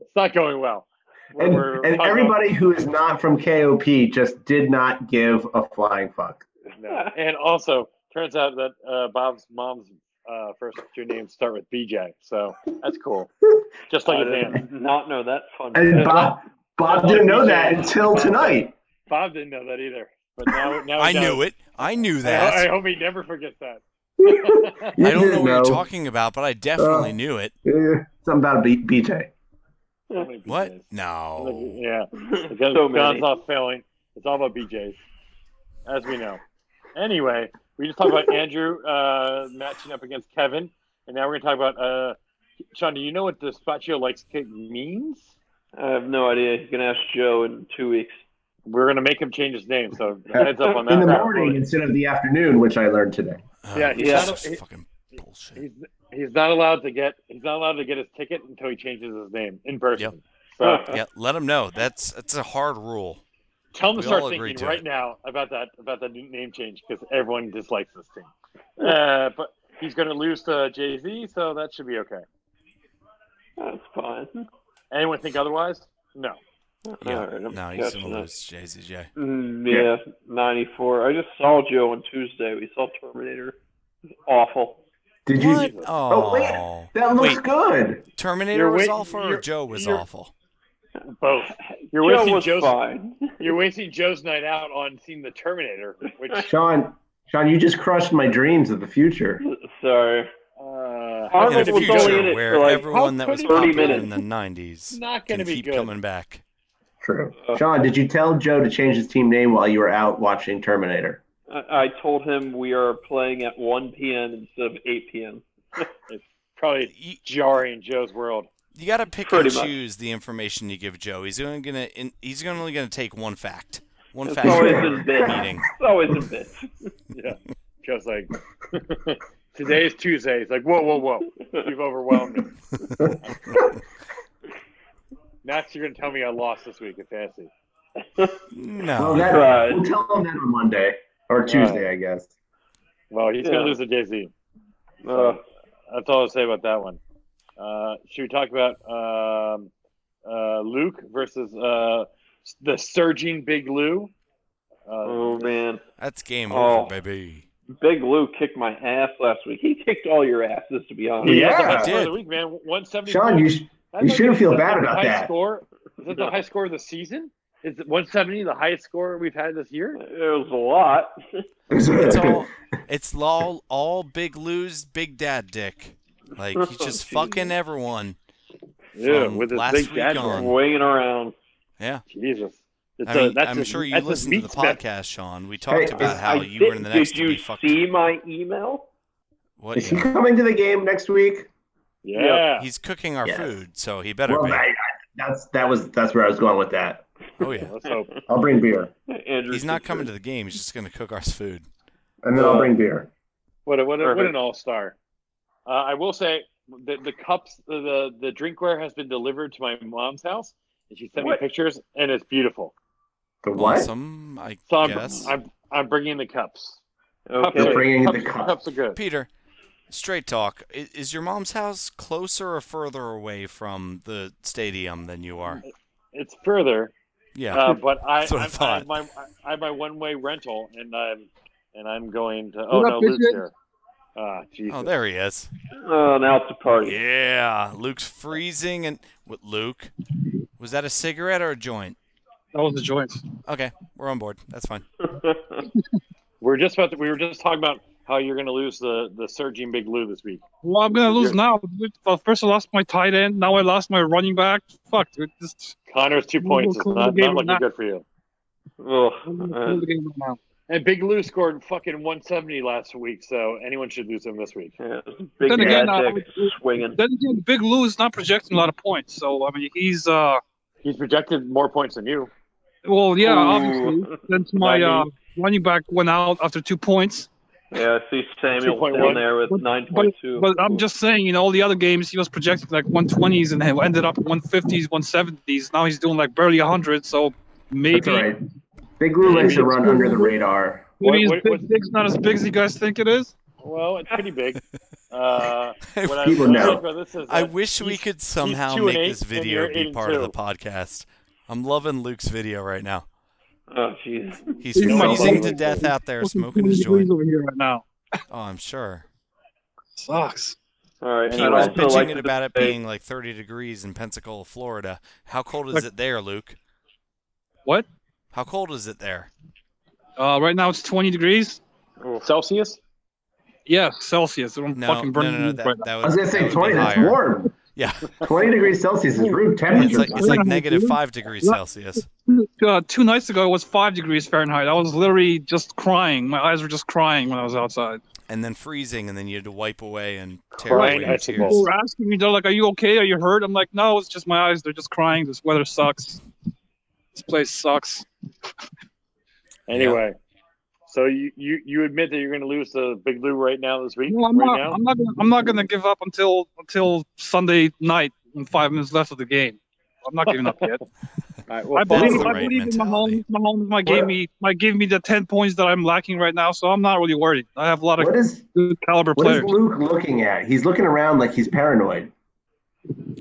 Speaker 3: it's not going well. We're-
Speaker 2: And,
Speaker 3: we're
Speaker 2: and
Speaker 3: talking
Speaker 2: everybody who is not from KOP just did not give a flying fuck.
Speaker 3: about- no. And also, turns out that uh, Bob's mom's uh, first two names start with BJ, so that's cool. Just like
Speaker 6: I
Speaker 3: his aunt.
Speaker 6: did not know that fun.
Speaker 2: And Bob Bob didn't know that until tonight.
Speaker 3: Bob didn't know that either, but now now
Speaker 1: I knew it. I knew that.
Speaker 3: Oh, I, I hope he never forgets that.
Speaker 2: You
Speaker 1: I don't know
Speaker 2: didn't
Speaker 1: what you're talking about, but I definitely knew it.
Speaker 2: Yeah, Something about a B- BJ.
Speaker 3: So many
Speaker 1: What?
Speaker 3: BJs.
Speaker 1: No.
Speaker 3: Yeah. Because
Speaker 6: so
Speaker 3: God's
Speaker 6: many.
Speaker 3: not failing. It's all about BJ's, as we know. Anyway, we just talked about Andrew uh, matching up against Kevin, and now we're going to talk about uh, Sean. Do you know what despacho likes kick means?
Speaker 6: I have no idea. You can ask Joe in two weeks.
Speaker 3: We're going to make him change his name. So heads up on that.
Speaker 2: In the morning instead of the afternoon, which I learned today.
Speaker 1: Oh,
Speaker 3: Yeah, he's
Speaker 1: this
Speaker 3: not-
Speaker 1: is
Speaker 3: he-
Speaker 1: fucking bullshit.
Speaker 3: He's, he's not allowed to get he's not allowed to get his ticket until he changes his name in person. So
Speaker 1: Yeah, let him know. That's that's a hard rule.
Speaker 3: tell him
Speaker 1: We
Speaker 3: to start
Speaker 1: all agree
Speaker 3: thinking
Speaker 1: to
Speaker 3: right
Speaker 1: it.
Speaker 3: now about that about that new name change because everyone dislikes this team. Uh, but he's going to lose to Jay Z, so that should be okay.
Speaker 6: That's fine.
Speaker 3: Anyone think otherwise? No.
Speaker 1: Yeah.
Speaker 6: All right, I'm
Speaker 1: No, he's
Speaker 6: catching
Speaker 1: gonna
Speaker 6: up.
Speaker 1: lose JCJ.
Speaker 6: Mm,
Speaker 2: Yeah.
Speaker 6: yeah, 94. I just saw Joe on Tuesday. We saw Terminator. Awful.
Speaker 2: Did
Speaker 1: What?
Speaker 2: you?
Speaker 1: Oh,
Speaker 2: wait. That looks
Speaker 1: Wait.
Speaker 2: good.
Speaker 1: Terminator
Speaker 3: You're
Speaker 1: was
Speaker 3: wait-
Speaker 1: awful or
Speaker 3: you're-
Speaker 1: Joe was
Speaker 3: you're-
Speaker 1: awful?
Speaker 3: Both. You're
Speaker 6: Joe
Speaker 3: wasting
Speaker 6: was
Speaker 3: Joe's
Speaker 6: fine.
Speaker 3: you're wasting Joe's night out on seeing the Terminator, which uh,
Speaker 2: Sean, Sean, you just crushed my dreams of the future.
Speaker 6: Sorry.
Speaker 3: how
Speaker 6: Arnold
Speaker 1: In
Speaker 3: could
Speaker 1: the
Speaker 3: it be
Speaker 6: Arnold was only in
Speaker 1: future
Speaker 6: it
Speaker 3: good?
Speaker 1: where
Speaker 6: for like
Speaker 1: everyone
Speaker 3: how
Speaker 1: that was
Speaker 3: could it
Speaker 6: be
Speaker 1: popular
Speaker 6: good?
Speaker 1: in the nineties
Speaker 3: It's not going
Speaker 1: can
Speaker 3: to be
Speaker 1: keep
Speaker 3: good.
Speaker 1: coming back.
Speaker 2: True.
Speaker 6: Uh,
Speaker 2: Sean, did you tell Joe to change his team name while you were out watching Terminator?
Speaker 6: I, I told him we are playing at 1 p.m. instead of 8 p.m.
Speaker 3: Probably
Speaker 1: You,
Speaker 3: jarring Joe's world.
Speaker 1: you got to pick
Speaker 6: Pretty
Speaker 1: and
Speaker 6: much.
Speaker 1: choose the information you give Joe. He's only gonna in, he's gonna- only gonna take one fact, one
Speaker 6: It's
Speaker 1: fact
Speaker 6: always
Speaker 1: per
Speaker 6: in bits.
Speaker 1: meeting.
Speaker 6: It's always in bits.
Speaker 3: Joe's like, today is Tuesday. He's like, whoa, whoa, whoa, you've overwhelmed me. Next, you're going to tell me I lost this week at fantasy.
Speaker 1: No, Oh,
Speaker 2: Well, that,
Speaker 6: Right.
Speaker 2: we'll tell him that on Monday or Tuesday, I guess.
Speaker 3: Well, he's going
Speaker 6: Yeah.
Speaker 3: to lose to Jay Z.
Speaker 6: Uh,
Speaker 3: That's all I'll say about that one. Uh, should we talk about um, uh, Luke versus uh, the surging Big Lou? Uh,
Speaker 6: Oh man,
Speaker 1: That's game
Speaker 6: Oh.
Speaker 1: over, baby.
Speaker 6: Big Lou kicked my ass last week. He kicked all your asses, to be honest.
Speaker 2: Yeah.
Speaker 3: that's
Speaker 1: He
Speaker 3: the best score of
Speaker 1: did.
Speaker 3: the week, man. One seventy.
Speaker 2: Sean, you sh- you shouldn't feel bad about
Speaker 3: high
Speaker 2: that.
Speaker 3: Score. Is that the high score of the season? Is it 170 the highest score we've had this year?
Speaker 6: It was a lot.
Speaker 1: It's all it's all all Big Lou's Big Dad dick. Like he's
Speaker 3: Oh,
Speaker 1: just
Speaker 6: Jeez.
Speaker 1: fucking everyone.
Speaker 3: Yeah,
Speaker 1: From
Speaker 3: with his
Speaker 1: last
Speaker 3: big
Speaker 1: week
Speaker 3: dad.
Speaker 1: on.
Speaker 6: Weighing around.
Speaker 1: Yeah,
Speaker 3: Jesus. It's
Speaker 1: I
Speaker 3: a-
Speaker 1: mean,
Speaker 3: that's
Speaker 1: I'm
Speaker 3: a-
Speaker 1: sure you
Speaker 3: that's a
Speaker 1: listened to the
Speaker 3: meat spec-
Speaker 1: podcast, Sean. We talked
Speaker 2: Hey,
Speaker 1: about
Speaker 2: is-
Speaker 1: how
Speaker 6: I
Speaker 1: you were in the
Speaker 6: didn't-
Speaker 1: next
Speaker 6: Did
Speaker 1: to
Speaker 6: you
Speaker 1: be fucked.
Speaker 6: see my email?
Speaker 1: What?
Speaker 2: Is he
Speaker 1: yeah.
Speaker 2: coming to the game next week?
Speaker 3: Yeah.
Speaker 1: He's cooking our
Speaker 2: Yeah.
Speaker 1: food, so he better
Speaker 2: well,
Speaker 1: be.
Speaker 2: I, I, that's that was that's where I was going with that.
Speaker 1: Oh yeah.
Speaker 3: Let's hope.
Speaker 2: I'll bring beer,
Speaker 6: Andrew
Speaker 1: He's not coming to the game. He's just gonna cook our food.
Speaker 2: and then I'll bring beer.
Speaker 3: What, a, what, a, what
Speaker 6: Perfect.
Speaker 3: an all star. Uh, I will say the, the cups, the, the, the drinkware has been delivered to my mom's house. And she sent
Speaker 6: What?
Speaker 3: me pictures, and it's beautiful.
Speaker 2: The what?
Speaker 1: Awesome. I
Speaker 3: So I'm,
Speaker 1: guess.
Speaker 3: I'm, I'm bringing the cups. Cups,
Speaker 2: You're
Speaker 3: are,
Speaker 6: Okay.
Speaker 2: bringing the
Speaker 3: cups,
Speaker 2: cup.
Speaker 3: cups are good.
Speaker 1: Peter, straight talk. Is, is your mom's house closer or further away from the stadium than you are?
Speaker 3: It's further,
Speaker 1: Yeah.
Speaker 3: uh, but I,
Speaker 1: That's what I
Speaker 3: I'm, I,
Speaker 1: thought.
Speaker 3: have my, I have my one way rental, and I'm and I'm going to. Oh
Speaker 7: What
Speaker 3: no,
Speaker 7: up,
Speaker 3: Luke's
Speaker 7: bitches?
Speaker 3: here. Ah, Jesus.
Speaker 1: oh, there he is.
Speaker 6: Oh, now it's a party.
Speaker 1: Yeah, Luke's freezing and what Luke? Was that a cigarette or a joint?
Speaker 7: That was the joint.
Speaker 1: Okay, we're on board. That's fine.
Speaker 3: We're just about. To, we were just talking about how you're going to lose the the surging Big Lou this week.
Speaker 7: Well, I'm gonna lose
Speaker 3: You're-
Speaker 7: now. dude. Well, first I lost my tight end. Now I lost my running back. Fuck, dude. Just
Speaker 3: Connor's two
Speaker 7: We'll
Speaker 3: points is
Speaker 7: call
Speaker 3: not,
Speaker 7: the game
Speaker 3: not looking
Speaker 7: now.
Speaker 3: good for you.
Speaker 6: Ugh.
Speaker 7: I'm gonna
Speaker 6: Uh,
Speaker 7: call the game right now.
Speaker 3: And Big Lou scored fucking 170 last week, so anyone should lose him this week.
Speaker 6: yeah, big dad
Speaker 7: Then again, uh, I-
Speaker 6: dick swinging.
Speaker 7: Then again, Big Lou is not projecting a lot of points, so I mean he's uh
Speaker 3: He's projected more points than you.
Speaker 7: well yeah
Speaker 6: Ooh.
Speaker 7: obviously. Then my uh,
Speaker 6: Ninety.
Speaker 7: running back went out after two points,
Speaker 6: Yeah, I see Samuel
Speaker 3: 2.1.
Speaker 6: down there with
Speaker 7: But-
Speaker 6: 9.2.
Speaker 7: but I'm just saying you know all the other games he was projecting like 120s and he ended up 150s, 170s. Now he's doing like barely 100, so
Speaker 2: That's
Speaker 7: maybe
Speaker 2: all right. Big Lou likes to
Speaker 3: Maybe.
Speaker 2: run under the radar.
Speaker 7: maybe his
Speaker 3: What- what-
Speaker 7: big dick's not as big as you guys think it is.
Speaker 3: Well, it's pretty big. Uh, what I,
Speaker 2: People
Speaker 3: what I
Speaker 2: know.
Speaker 3: like about this is
Speaker 1: I
Speaker 3: that
Speaker 1: wish we
Speaker 3: he's-
Speaker 1: could somehow
Speaker 3: two and
Speaker 1: make
Speaker 3: eight,
Speaker 1: this
Speaker 3: and
Speaker 1: video
Speaker 3: you're eight
Speaker 1: be
Speaker 3: and
Speaker 1: part of
Speaker 3: two.
Speaker 1: the podcast. I'm loving Luke's video right now.
Speaker 6: oh, jeez.
Speaker 1: He's
Speaker 7: He's
Speaker 2: my
Speaker 1: freezing to
Speaker 2: buddy.
Speaker 1: death out there
Speaker 7: Fucking
Speaker 1: smoking his
Speaker 7: 40
Speaker 1: joint.
Speaker 7: degrees over here right now.
Speaker 1: Oh, I'm sure.
Speaker 7: Sucks.
Speaker 6: All right.
Speaker 1: He
Speaker 6: I'd
Speaker 1: was
Speaker 6: also
Speaker 1: bitching
Speaker 6: like
Speaker 1: it
Speaker 6: to
Speaker 1: about it
Speaker 6: say-
Speaker 1: being like 30 degrees in Pensacola, Florida. How cold is
Speaker 7: Like-
Speaker 1: it there, Luke?
Speaker 7: What?
Speaker 1: How cold is it there?
Speaker 7: Uh, right now it's 20 degrees.
Speaker 3: Celsius.
Speaker 7: Yeah, Celsius. I'm
Speaker 1: No, no,
Speaker 7: fucking
Speaker 1: no,
Speaker 7: burning
Speaker 1: no.
Speaker 7: up
Speaker 1: That,
Speaker 7: right
Speaker 1: that
Speaker 2: I
Speaker 1: would,
Speaker 2: was gonna
Speaker 1: that
Speaker 2: say
Speaker 1: would be
Speaker 2: twenty. That's
Speaker 1: higher.
Speaker 2: warm.
Speaker 1: Yeah,
Speaker 2: Twenty degrees Celsius is room
Speaker 1: it's
Speaker 2: temperature.
Speaker 1: like it's like
Speaker 7: Yeah.
Speaker 1: negative five degrees
Speaker 7: Yeah.
Speaker 1: Celsius.
Speaker 7: now. Uh, two nights ago it was five degrees Fahrenheit. I was literally just crying. My eyes were just crying when I was outside.
Speaker 1: and then freezing, and then you had to wipe away and tear
Speaker 3: Crying
Speaker 1: away your
Speaker 3: icicles.
Speaker 1: tears.
Speaker 7: People were asking me, they're like, "Are you okay? Are you hurt?" I'm like, "No, it's just my eyes. They're just crying. This weather sucks. This place sucks."
Speaker 3: Anyway, so you, you you admit that you're going to lose the Big Lou right now this week?
Speaker 7: No, I'm
Speaker 3: right
Speaker 7: not.
Speaker 3: now?
Speaker 7: I'm not. Gonna, I'm not going to give up until until Sunday night and five minutes left of the game. I'm not giving up yet.
Speaker 3: All right, well,
Speaker 7: I
Speaker 1: That's
Speaker 7: believe,
Speaker 1: the
Speaker 7: I
Speaker 1: right
Speaker 7: believe in
Speaker 1: mentality.
Speaker 7: Mahomes. Mahomes might gave me might give me the ten points that I'm lacking right now, so I'm not really worried. I have a lot of
Speaker 2: What is
Speaker 7: good caliber
Speaker 2: what is
Speaker 7: players.
Speaker 2: Luke looking at? He's looking around like he's paranoid.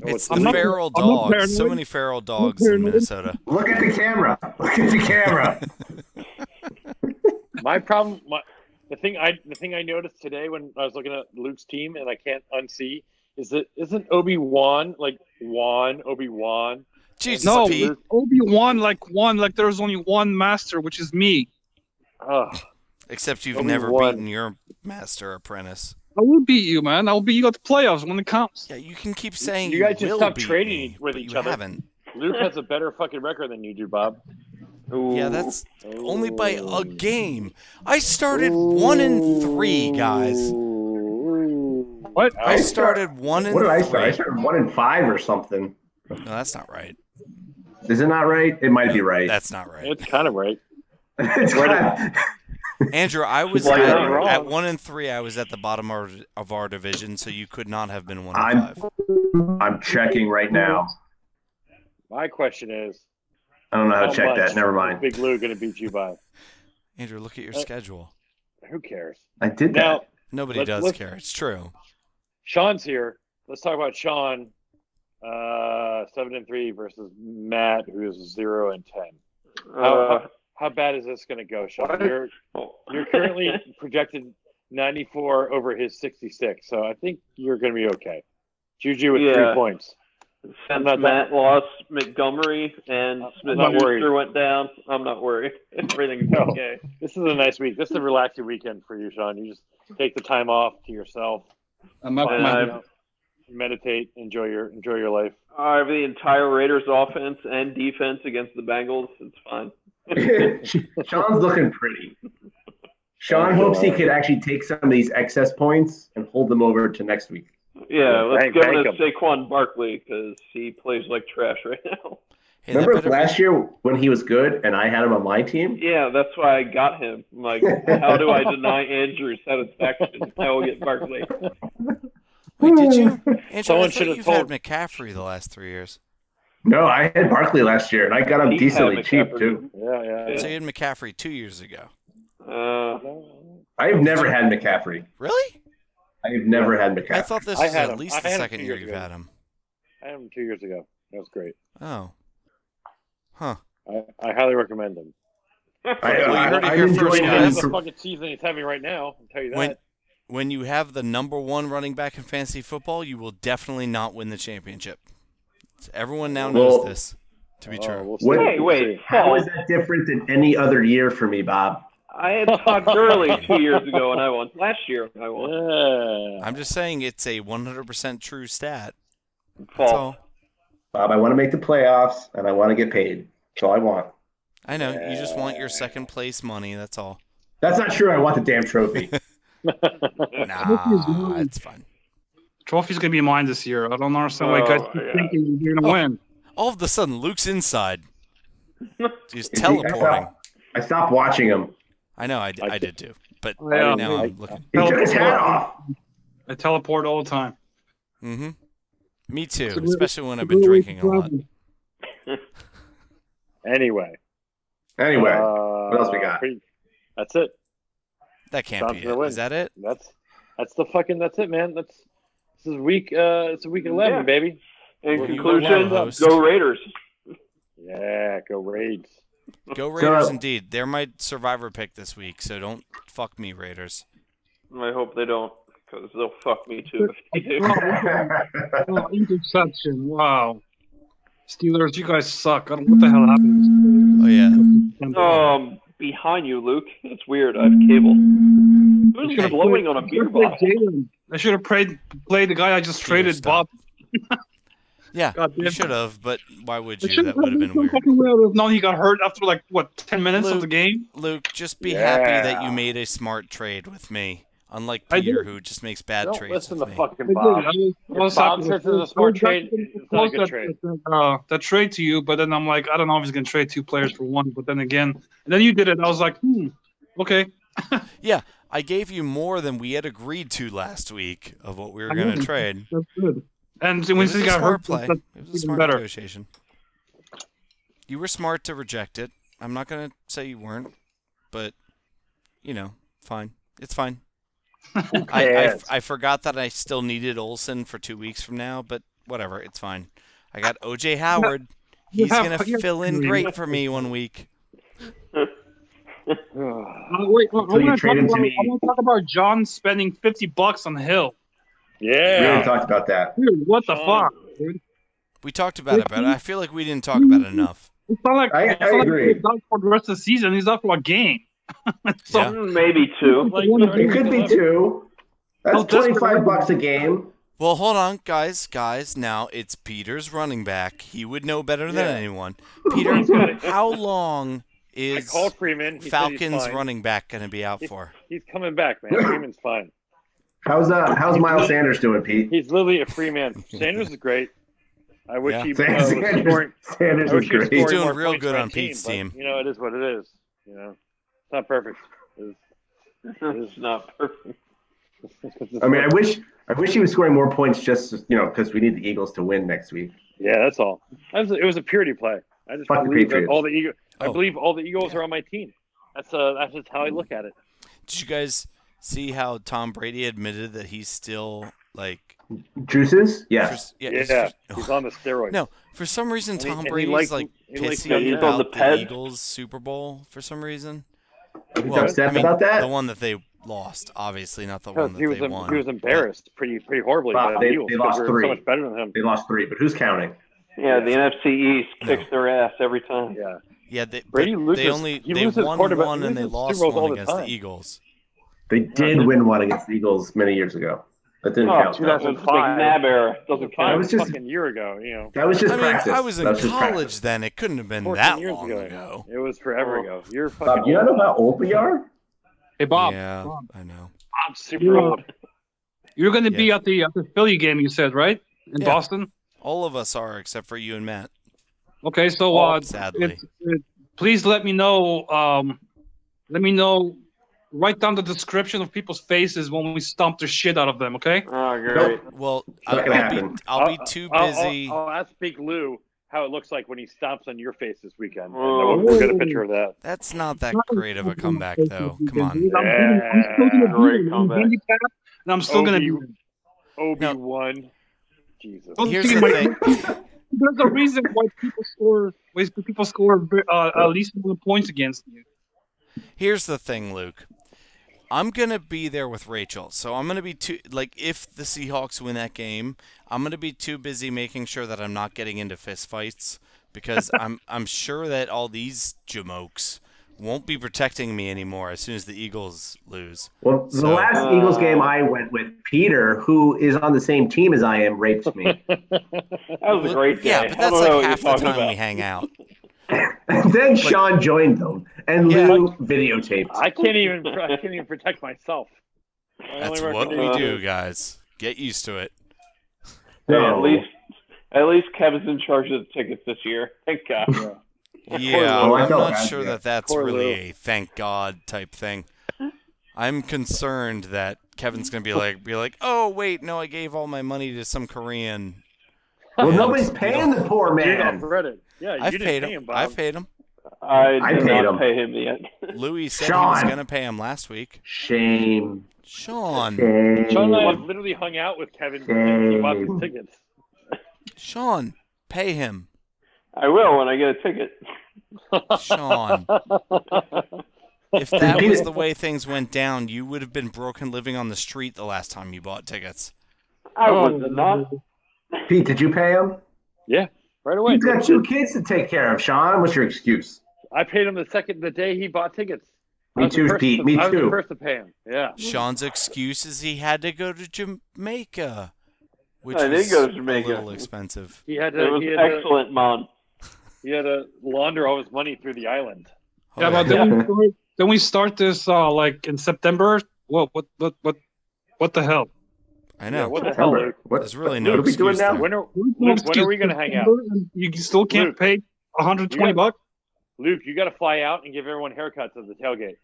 Speaker 1: It's
Speaker 7: I'm
Speaker 1: the
Speaker 7: not-
Speaker 1: feral
Speaker 7: I'm not
Speaker 1: dogs. So
Speaker 7: paranoid.
Speaker 1: many feral dogs in
Speaker 7: paranoid.
Speaker 1: Minnesota.
Speaker 2: Look at the camera. Look at the camera.
Speaker 3: my problem my, the thing i the thing i noticed today when i was looking at luke's team and i can't unsee is that isn't obi-wan like wan obi-wan
Speaker 1: Jesus,
Speaker 7: No,
Speaker 1: Pete.
Speaker 7: Obi Wan like one like there's only one master, which is me.
Speaker 3: Ugh.
Speaker 1: Except you've
Speaker 3: Only
Speaker 1: never
Speaker 3: one.
Speaker 1: beaten your master apprentice.
Speaker 7: I will beat you, man. I'll beat you at the playoffs when it comes.
Speaker 1: Yeah, you can keep saying
Speaker 3: you guys just
Speaker 1: will
Speaker 3: stopped
Speaker 1: beat
Speaker 3: trading
Speaker 1: me,
Speaker 3: with
Speaker 1: but
Speaker 3: each
Speaker 1: you
Speaker 3: other.
Speaker 1: Haven't.
Speaker 3: luke has a better fucking record than you do bob
Speaker 1: Yeah,
Speaker 6: Ooh.
Speaker 1: that's only by a game. I started one in three, guys.
Speaker 7: What?
Speaker 2: I
Speaker 1: I
Speaker 3: Ouch.
Speaker 2: start-
Speaker 1: started one in
Speaker 2: what did I
Speaker 1: three.
Speaker 2: start? I started one in five or something.
Speaker 1: No, that's not right.
Speaker 2: Is it not right? It might be right.
Speaker 1: That's not right.
Speaker 3: it's kind of right
Speaker 2: It's kinda-
Speaker 1: Andrew, I was
Speaker 6: Well,
Speaker 1: at,
Speaker 6: you're
Speaker 2: not
Speaker 6: wrong.
Speaker 1: at one in three. I was at the bottom of, of our division, so you could not have been one in
Speaker 2: I'm-
Speaker 1: five.
Speaker 2: I'm checking right now.
Speaker 3: my question is
Speaker 2: I don't know how to check
Speaker 3: much
Speaker 2: that. Never
Speaker 3: is
Speaker 2: mind.
Speaker 3: big lou gonna beat you by
Speaker 1: Andrew, look at your
Speaker 3: Uh,
Speaker 1: schedule.
Speaker 3: who cares
Speaker 2: I did
Speaker 3: now
Speaker 2: that.
Speaker 1: Nobody
Speaker 3: let's
Speaker 1: does
Speaker 3: look-
Speaker 1: care. It's true.
Speaker 3: Sean's here. Let's talk about Sean, uh, seven and three versus Matt, who is zero and ten.
Speaker 6: Uh,
Speaker 3: How bad is this going to go, Sean?
Speaker 6: What?
Speaker 3: You're
Speaker 6: Oh.
Speaker 3: you're currently projected 94 over his 66, so I think you're going to be okay. Juju with
Speaker 6: Yeah.
Speaker 3: three points. I'm
Speaker 6: Since
Speaker 3: not-
Speaker 6: Matt lost Montgomery and
Speaker 3: I'm
Speaker 6: Smith
Speaker 3: not worried.
Speaker 6: Schuster went down, I'm not worried. Everything's
Speaker 3: No.
Speaker 6: okay.
Speaker 3: This is a nice week. This is a relaxing weekend for you, Sean. You just take the time off to yourself,
Speaker 7: I'm up
Speaker 3: find
Speaker 6: Yeah,
Speaker 7: my-
Speaker 6: I'm-
Speaker 3: out, meditate, enjoy your enjoy your life.
Speaker 6: I have the entire Raiders offense and defense against the Bengals. It's fine.
Speaker 2: Sean's looking pretty. Sean hopes he could actually take some of these excess points and hold them over to next week.
Speaker 6: Yeah, let's
Speaker 3: Bank-
Speaker 6: go
Speaker 3: bank
Speaker 6: to
Speaker 3: 'em.
Speaker 6: Saquon Barkley because he plays like trash right now.
Speaker 1: Hey, that
Speaker 2: Remember
Speaker 1: better be-
Speaker 2: last year when he was good and I had him on my team?
Speaker 6: Yeah, that's why I got him. I'm like, how do I deny Andrew satisfaction? I will get Barkley.
Speaker 1: Wait, did you? Andrew, I
Speaker 3: Someone
Speaker 1: thought
Speaker 3: should have
Speaker 1: you've
Speaker 3: told-
Speaker 1: had McCaffrey the last three years.
Speaker 2: No, I had Barkley last year and I got him
Speaker 6: He had
Speaker 2: decently cheap
Speaker 6: McCaffrey.
Speaker 2: too.
Speaker 3: Yeah, yeah.
Speaker 1: So you had McCaffrey two years ago.
Speaker 6: Uh,
Speaker 2: I've never had McCaffrey.
Speaker 1: Really?
Speaker 2: I've never had
Speaker 1: I
Speaker 2: McCaffrey.
Speaker 1: thought this
Speaker 3: I
Speaker 1: was
Speaker 3: had
Speaker 1: at
Speaker 3: him.
Speaker 1: least
Speaker 3: I
Speaker 1: the
Speaker 3: had him
Speaker 1: second
Speaker 3: two
Speaker 1: year
Speaker 3: years
Speaker 1: you've
Speaker 3: ago.
Speaker 1: had him.
Speaker 3: I had him two years ago. That was great.
Speaker 1: Oh. Huh.
Speaker 3: I, I highly recommend him.
Speaker 2: I,
Speaker 1: Well, you
Speaker 2: I,
Speaker 1: heard it
Speaker 2: I
Speaker 1: here
Speaker 2: enjoyed
Speaker 1: first,
Speaker 2: him.
Speaker 1: guys.
Speaker 3: the
Speaker 2: for-
Speaker 3: fucking season is heavy right now. I'll tell you that.
Speaker 1: When when you have the number one running back in fantasy football, you will definitely not win the championship. Everyone now knows
Speaker 2: Well-
Speaker 1: this to be
Speaker 3: Oh,
Speaker 1: true.
Speaker 3: we'll see.
Speaker 2: What-
Speaker 6: hey, wait,
Speaker 2: How
Speaker 6: Paul.
Speaker 2: is that different than any other year for me, Bob?
Speaker 6: I had Todd Gurley two years ago and I won. Last year I won.
Speaker 3: Yeah.
Speaker 1: I'm just saying it's a 100% true stat. That's
Speaker 6: Paul.
Speaker 1: all.
Speaker 2: Bob, I want to make the playoffs and I want to get paid. That's all I want.
Speaker 1: I know. You just want your second place money. That's all.
Speaker 2: That's not true. I want the damn trophy.
Speaker 1: Nah, it's fine.
Speaker 7: Trophy's gonna be mine this year. I don't understand why you guys
Speaker 6: Oh,
Speaker 7: keep
Speaker 6: yeah.
Speaker 7: thinking you're gonna
Speaker 1: Oh.
Speaker 7: win.
Speaker 1: All of a sudden, Luke's inside.
Speaker 2: Is
Speaker 1: He's
Speaker 2: he- I thought-
Speaker 1: teleporting.
Speaker 2: I stopped watching him.
Speaker 1: I know. I, d-
Speaker 3: I
Speaker 1: I did too. But
Speaker 7: I, um,
Speaker 1: now
Speaker 3: I-
Speaker 1: I'm looking.
Speaker 2: He took his hat off.
Speaker 7: I teleport all the time.
Speaker 1: hmm Me too.
Speaker 7: So we-
Speaker 1: Especially when I've been drinking a lot.
Speaker 3: Anyway.
Speaker 2: Anyway,
Speaker 3: Uh,
Speaker 2: what else we got?
Speaker 3: pretty- that's it.
Speaker 1: That can't be
Speaker 3: Johnson will
Speaker 1: it.
Speaker 3: win.
Speaker 1: Is that it?
Speaker 3: That's that's the fucking that's it, man. That's this is week uh it's week eleven,
Speaker 6: Yeah.
Speaker 3: baby.
Speaker 6: In
Speaker 1: Well, you were
Speaker 6: conclusion,
Speaker 1: wrong, host.
Speaker 6: go Raiders.
Speaker 3: Yeah, go Raids.
Speaker 1: Go Raiders,
Speaker 2: So-
Speaker 1: indeed. They're my survivor pick this week, so don't fuck me, Raiders.
Speaker 6: I hope they don't because they'll fuck me too if they do.
Speaker 7: Oh, interception! Wow. Steelers, you guys suck. I don't. What the hell happened?
Speaker 1: Oh yeah.
Speaker 3: Oh,
Speaker 6: Um, behind you, Luke. That's weird. I have cable. Who's
Speaker 7: Hey.
Speaker 6: blowing on a beer bottle?
Speaker 7: I should have played played the guy I just traded,
Speaker 1: stop.
Speaker 7: Bob.
Speaker 1: Yeah,
Speaker 7: God damn.
Speaker 1: you should have, but why would
Speaker 7: I
Speaker 1: you?
Speaker 7: should
Speaker 1: That would have been weird.
Speaker 7: Fucking weird. No, he got hurt after like what ten minutes
Speaker 1: Luke.
Speaker 7: of the game.
Speaker 1: Luke, just be
Speaker 3: Yeah.
Speaker 1: happy that you made a smart trade with me. Unlike
Speaker 7: I
Speaker 1: Peter, who just makes bad
Speaker 3: Don't
Speaker 1: trades
Speaker 3: listen
Speaker 1: with
Speaker 3: to
Speaker 1: me.
Speaker 3: fucking
Speaker 7: I did. I
Speaker 3: Bob.
Speaker 7: was- I
Speaker 3: If
Speaker 7: was
Speaker 3: Bob
Speaker 7: happy
Speaker 3: says
Speaker 7: with
Speaker 3: it's
Speaker 7: it.
Speaker 3: a smart
Speaker 7: I was
Speaker 3: trade,
Speaker 7: happy to
Speaker 3: it's not a
Speaker 7: propose
Speaker 3: good
Speaker 7: that-
Speaker 3: trade.
Speaker 7: That, uh, that trade to you, but then I'm like, I don't know if he's gonna trade two players for one. But then again, and then you did it. I was like, hmm, okay.
Speaker 1: I gave you more than we had agreed to last week of what we were
Speaker 7: I
Speaker 1: going
Speaker 7: know.
Speaker 1: to trade.
Speaker 7: That's good. And
Speaker 1: It
Speaker 7: when
Speaker 1: was
Speaker 7: he
Speaker 1: a
Speaker 7: got
Speaker 1: smart
Speaker 7: hurt,
Speaker 1: play.
Speaker 7: that-
Speaker 1: It was a
Speaker 7: even
Speaker 1: smart
Speaker 7: better.
Speaker 1: negotiation. You were smart to reject it. I'm not going to say you weren't, but you know, fine. It's fine. I, I,
Speaker 3: cares?
Speaker 1: I forgot that I still needed Olson for two weeks from now, but whatever, it's fine. I got OJ Howard.
Speaker 7: You
Speaker 1: He's
Speaker 7: have-
Speaker 1: gonna
Speaker 7: you have
Speaker 1: fill in
Speaker 7: to-
Speaker 1: great for me one week.
Speaker 7: Uh, wait, I
Speaker 2: Until you
Speaker 7: want to
Speaker 2: trade
Speaker 7: talk
Speaker 2: him to
Speaker 7: about,
Speaker 2: me.
Speaker 7: I wanna talk about John spending fifty bucks on Hill.
Speaker 2: We already
Speaker 3: yeah.
Speaker 2: talked about that.
Speaker 7: Dude, what the
Speaker 6: Sean.
Speaker 7: fuck? Dude?
Speaker 1: We talked about it, but I feel like we didn't talk about
Speaker 3: Mm-hmm.
Speaker 1: it enough.
Speaker 7: It's not like,
Speaker 2: I-
Speaker 7: it's
Speaker 2: I
Speaker 7: not like
Speaker 2: agree.
Speaker 7: he's out for the rest of the season. He's out for a game. so
Speaker 1: Yeah.
Speaker 6: Mm, Maybe two.
Speaker 3: Like,
Speaker 7: It
Speaker 2: It could be two. That's
Speaker 7: Well, just-
Speaker 2: 25 bucks a game.
Speaker 1: Well, hold on, guys, guys. Now it's Peter's running back. He would know better than
Speaker 3: Yeah.
Speaker 1: anyone. Peter, how long
Speaker 3: I
Speaker 1: is
Speaker 3: called Freeman. He said he's
Speaker 1: Falcons
Speaker 3: fine.
Speaker 1: running back gonna be out for?
Speaker 3: He's coming back, man. Freeman's fine.
Speaker 2: How's uh, how's Miles Sanders doing, Pete?
Speaker 3: He's literally a free man. Sanders is great. I wish
Speaker 1: Yeah.
Speaker 3: he uh, was
Speaker 2: Sanders,
Speaker 3: scoring.
Speaker 2: Sanders
Speaker 3: I wish
Speaker 2: is
Speaker 3: he was
Speaker 2: great.
Speaker 1: He's doing
Speaker 3: scoring more
Speaker 1: real
Speaker 3: points
Speaker 1: good
Speaker 3: for
Speaker 1: on
Speaker 3: my
Speaker 1: Pete's
Speaker 3: team, but,
Speaker 1: team.
Speaker 3: You know, it is what it is. You know, it's not perfect. It's,
Speaker 6: It's not perfect.
Speaker 3: it's-
Speaker 2: I mean, I wish I wish he was scoring more points just you know because we need the Eagles to win next week.
Speaker 3: Yeah, that's all. I was, it was a purity play. I just
Speaker 2: Fuck the
Speaker 3: believe that
Speaker 2: Patriots.
Speaker 3: all the Eagle, I
Speaker 1: Oh.
Speaker 3: believe all the Eagles are on my team. That's uh, that's just how I look at it.
Speaker 1: Did you guys see how Tom Brady admitted that he's still like
Speaker 2: Juices? Yes.
Speaker 1: For- yeah, it's
Speaker 3: Yeah,
Speaker 1: for- oh,
Speaker 3: he's on the steroids.
Speaker 1: No, for some reason
Speaker 3: And he-
Speaker 1: Tom
Speaker 3: and he
Speaker 1: Brady's
Speaker 3: likes-
Speaker 1: like
Speaker 3: he likes
Speaker 1: pissy
Speaker 6: how he's
Speaker 1: about
Speaker 6: on the
Speaker 1: the,
Speaker 6: ped.
Speaker 1: Eagles Super Bowl for some reason.
Speaker 2: He's
Speaker 1: Well,
Speaker 2: upset
Speaker 1: I mean,
Speaker 2: about that.
Speaker 1: the one that they lost, obviously not the
Speaker 3: Because
Speaker 1: one that
Speaker 3: he was
Speaker 1: they
Speaker 3: em-
Speaker 1: won.
Speaker 3: he was embarrassed pretty pretty horribly.
Speaker 2: Wow,
Speaker 3: by the
Speaker 2: they-
Speaker 3: Eagles
Speaker 2: they
Speaker 3: because
Speaker 2: lost
Speaker 3: we were
Speaker 2: three.
Speaker 3: So much better than him.
Speaker 2: They lost three, but who's counting?
Speaker 6: Yeah, the NFC East kicks their ass every time.
Speaker 3: Yeah,
Speaker 1: yeah, they, but
Speaker 3: Brady loses-
Speaker 1: they only
Speaker 3: he
Speaker 1: they
Speaker 3: loses
Speaker 1: won
Speaker 3: quarterback-
Speaker 1: one
Speaker 3: he
Speaker 1: and they
Speaker 3: loses
Speaker 1: lost
Speaker 3: Super Bowls all
Speaker 1: one
Speaker 3: the
Speaker 1: against
Speaker 3: time.
Speaker 1: the Eagles.
Speaker 2: They did win one against the Eagles many years ago. That didn't
Speaker 6: Oh,
Speaker 2: count. though.
Speaker 3: 2000.
Speaker 6: It's McNabb era. Doesn't
Speaker 3: five
Speaker 2: That
Speaker 6: count.
Speaker 2: was just-
Speaker 3: fucking year ago. You know,
Speaker 2: That was just
Speaker 1: I mean,
Speaker 2: practice.
Speaker 1: I was in
Speaker 2: That just
Speaker 1: college then. It couldn't have been
Speaker 3: 14
Speaker 1: that
Speaker 3: years
Speaker 1: long
Speaker 3: ago.
Speaker 1: ago.
Speaker 3: it was forever ago. You're
Speaker 2: practice.
Speaker 3: fucking.
Speaker 2: Bob, you don't know how old we are?
Speaker 7: Hey Bob,
Speaker 1: yeah,
Speaker 7: Bob.
Speaker 1: I know.
Speaker 3: I'm super old.
Speaker 7: you're going to be
Speaker 1: Yeah.
Speaker 7: at the, at the Philly game, you said, right? In
Speaker 1: Yeah.
Speaker 7: Boston.
Speaker 1: All of us are except for you and Matt.
Speaker 7: Okay, so uh,
Speaker 1: sadly,
Speaker 7: it- please let me know. Um, let me know. Write down the description of people's faces when we stomp the shit out of them. Okay.
Speaker 6: Oh, great.
Speaker 1: well,
Speaker 2: not
Speaker 1: I'll,
Speaker 2: gonna
Speaker 1: I'll be
Speaker 2: happen.
Speaker 1: I'll be too
Speaker 3: I'll- I'll-
Speaker 1: busy.
Speaker 3: I'll, ask Big Lou how it looks like when he stomps on your face this weekend. and
Speaker 6: Oh.
Speaker 3: we'll, we'll get a picture of that.
Speaker 1: That's not that great of a comeback though. Come on.
Speaker 7: I'm, I'm still gonna
Speaker 6: Yeah, great
Speaker 7: beat him. I'm
Speaker 6: comeback.
Speaker 7: handicapped, and I'm still gonna.
Speaker 3: Obi-
Speaker 7: beat him.
Speaker 3: Obi one. Jesus.
Speaker 7: Don't
Speaker 1: Here's
Speaker 7: think
Speaker 1: the
Speaker 7: my-
Speaker 1: thing.
Speaker 7: There's a reason why people score. Why people score uh, at least one points against you.
Speaker 1: Here's the thing, Luke. I'm gonna be there with Rachel, so I'm gonna be too like if the Seahawks win that game, I'm gonna be too busy making sure that I'm not getting into fist fights because I'm I'm sure that all these jamokes won't be protecting me anymore as soon as the Eagles lose.
Speaker 2: Well, the
Speaker 1: So-
Speaker 2: last
Speaker 3: uh,
Speaker 2: Eagles game I went with, Peter, who is on the same team as I am, raped me.
Speaker 6: That was a great day.
Speaker 1: Yeah, but that's
Speaker 6: I don't know
Speaker 1: like
Speaker 6: what
Speaker 1: half
Speaker 6: you're
Speaker 1: the
Speaker 6: talking
Speaker 1: time
Speaker 6: about.
Speaker 1: we hang out.
Speaker 2: and then Sean joined them, and
Speaker 1: Yeah.
Speaker 2: Lou videotaped.
Speaker 3: I can't even. I can't even protect myself. I
Speaker 1: That's
Speaker 3: only
Speaker 1: what we
Speaker 3: recommend-
Speaker 1: do, guys. Get used to it.
Speaker 6: Hey, at least, at least Kevin's in charge of the tickets this year. Thank God.
Speaker 1: Yeah,
Speaker 2: Lou. I
Speaker 1: I'm
Speaker 2: felt
Speaker 1: not
Speaker 2: bad
Speaker 1: sure
Speaker 2: for you.
Speaker 1: that that's
Speaker 3: Poor
Speaker 1: really
Speaker 3: Lou.
Speaker 1: a thank God type thing. I'm concerned that Kevin's gonna be like, be like, oh wait, no, I gave all my money to some Korean.
Speaker 2: well,
Speaker 1: And
Speaker 2: nobody's
Speaker 1: you
Speaker 2: paying
Speaker 1: don't-
Speaker 2: the poor
Speaker 3: You're on
Speaker 2: man.
Speaker 3: Reddit. Yeah,
Speaker 1: I've
Speaker 3: you didn't
Speaker 1: paid
Speaker 3: pay him,
Speaker 1: him.
Speaker 3: Bob.
Speaker 1: I've paid him.
Speaker 6: I did
Speaker 2: I paid
Speaker 6: not
Speaker 2: him.
Speaker 6: pay him yet.
Speaker 1: Louis said he was
Speaker 2: Sean.
Speaker 1: gonna pay him last week.
Speaker 2: Shame.
Speaker 1: Sean,
Speaker 3: Sean and I have
Speaker 2: Shame.
Speaker 3: literally hung out with Kevin
Speaker 2: Shame.
Speaker 3: since he bought these tickets.
Speaker 1: Sean, pay him.
Speaker 6: I will when I get a ticket.
Speaker 1: Sean, if that was the way things went down, you would have been broken living on the street the last time you bought tickets.
Speaker 6: I was not.
Speaker 2: Pete, did you pay him?
Speaker 3: Yeah, right away.
Speaker 2: You've got two kids to take care of, Sean. What's your excuse?
Speaker 3: I paid him the second the day he bought tickets. I
Speaker 2: Me
Speaker 3: was the
Speaker 2: too,
Speaker 3: first
Speaker 2: Pete,
Speaker 3: to-
Speaker 2: me
Speaker 3: I was the
Speaker 2: too.
Speaker 3: first to pay him. Yeah.
Speaker 1: Sean's excuse is he had to go to Jamaica, which
Speaker 6: I did
Speaker 1: was
Speaker 6: go to Jamaica.
Speaker 1: a little expensive.
Speaker 3: He had
Speaker 6: It
Speaker 3: to
Speaker 6: was
Speaker 3: he had, to
Speaker 6: excellent, Mon.
Speaker 3: he had to launder all his money through the island.
Speaker 7: Yeah, but
Speaker 1: Oh, yeah.
Speaker 7: then, we start, then we start this uh, like in September. What? What? What? What? What the hell?
Speaker 1: I
Speaker 3: Yeah,
Speaker 1: know.
Speaker 3: what the hell,
Speaker 2: September.
Speaker 3: Luke?
Speaker 2: What,
Speaker 1: There's really
Speaker 2: what
Speaker 1: no
Speaker 2: are we doing
Speaker 1: excuse
Speaker 2: now?
Speaker 1: there.
Speaker 3: When are Luke, when are we gonna hang out?
Speaker 7: You still can't
Speaker 3: Luke.
Speaker 7: pay 120
Speaker 3: You
Speaker 7: bucks.
Speaker 3: Luke, you got to fly out and give everyone haircuts at the tailgate.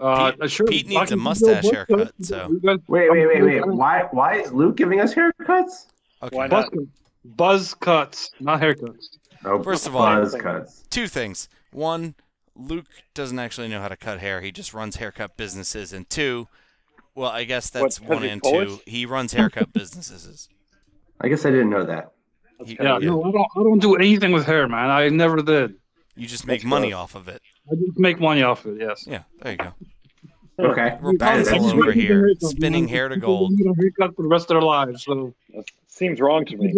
Speaker 7: Uh,
Speaker 1: Pete-
Speaker 7: sure,
Speaker 1: Pete needs a
Speaker 7: I can give you
Speaker 1: mustache
Speaker 7: buck,
Speaker 1: haircut,
Speaker 7: but-
Speaker 1: so-
Speaker 7: You got
Speaker 2: Wait, wait, wait, wait. Why, why is Luke giving us haircuts?
Speaker 1: Okay.
Speaker 3: Why not?
Speaker 7: Buzz, buzz cuts, not haircuts.
Speaker 2: Oh,
Speaker 1: First of all-
Speaker 2: buzz cuts.
Speaker 1: Two things. One, Luke doesn't actually know how to cut hair. He just runs haircut businesses. And two, well, I guess that's
Speaker 3: 'cause
Speaker 1: one
Speaker 3: he's
Speaker 1: and
Speaker 3: Polish?
Speaker 1: two. He runs haircut businesses.
Speaker 2: I guess I didn't know that.
Speaker 1: He-
Speaker 7: Yeah, no, I don't. I don't do anything with hair, man. I never did.
Speaker 1: You just make
Speaker 3: That's
Speaker 1: money
Speaker 3: gross.
Speaker 1: off of it.
Speaker 7: I just make money off it. Yes.
Speaker 1: Yeah, there you go.
Speaker 2: Okay.
Speaker 1: Rapunzel
Speaker 2: that's-
Speaker 1: over here, spinning hair to
Speaker 7: People
Speaker 1: gold.
Speaker 7: need a haircut for the rest of their lives. So
Speaker 3: That seems wrong to me.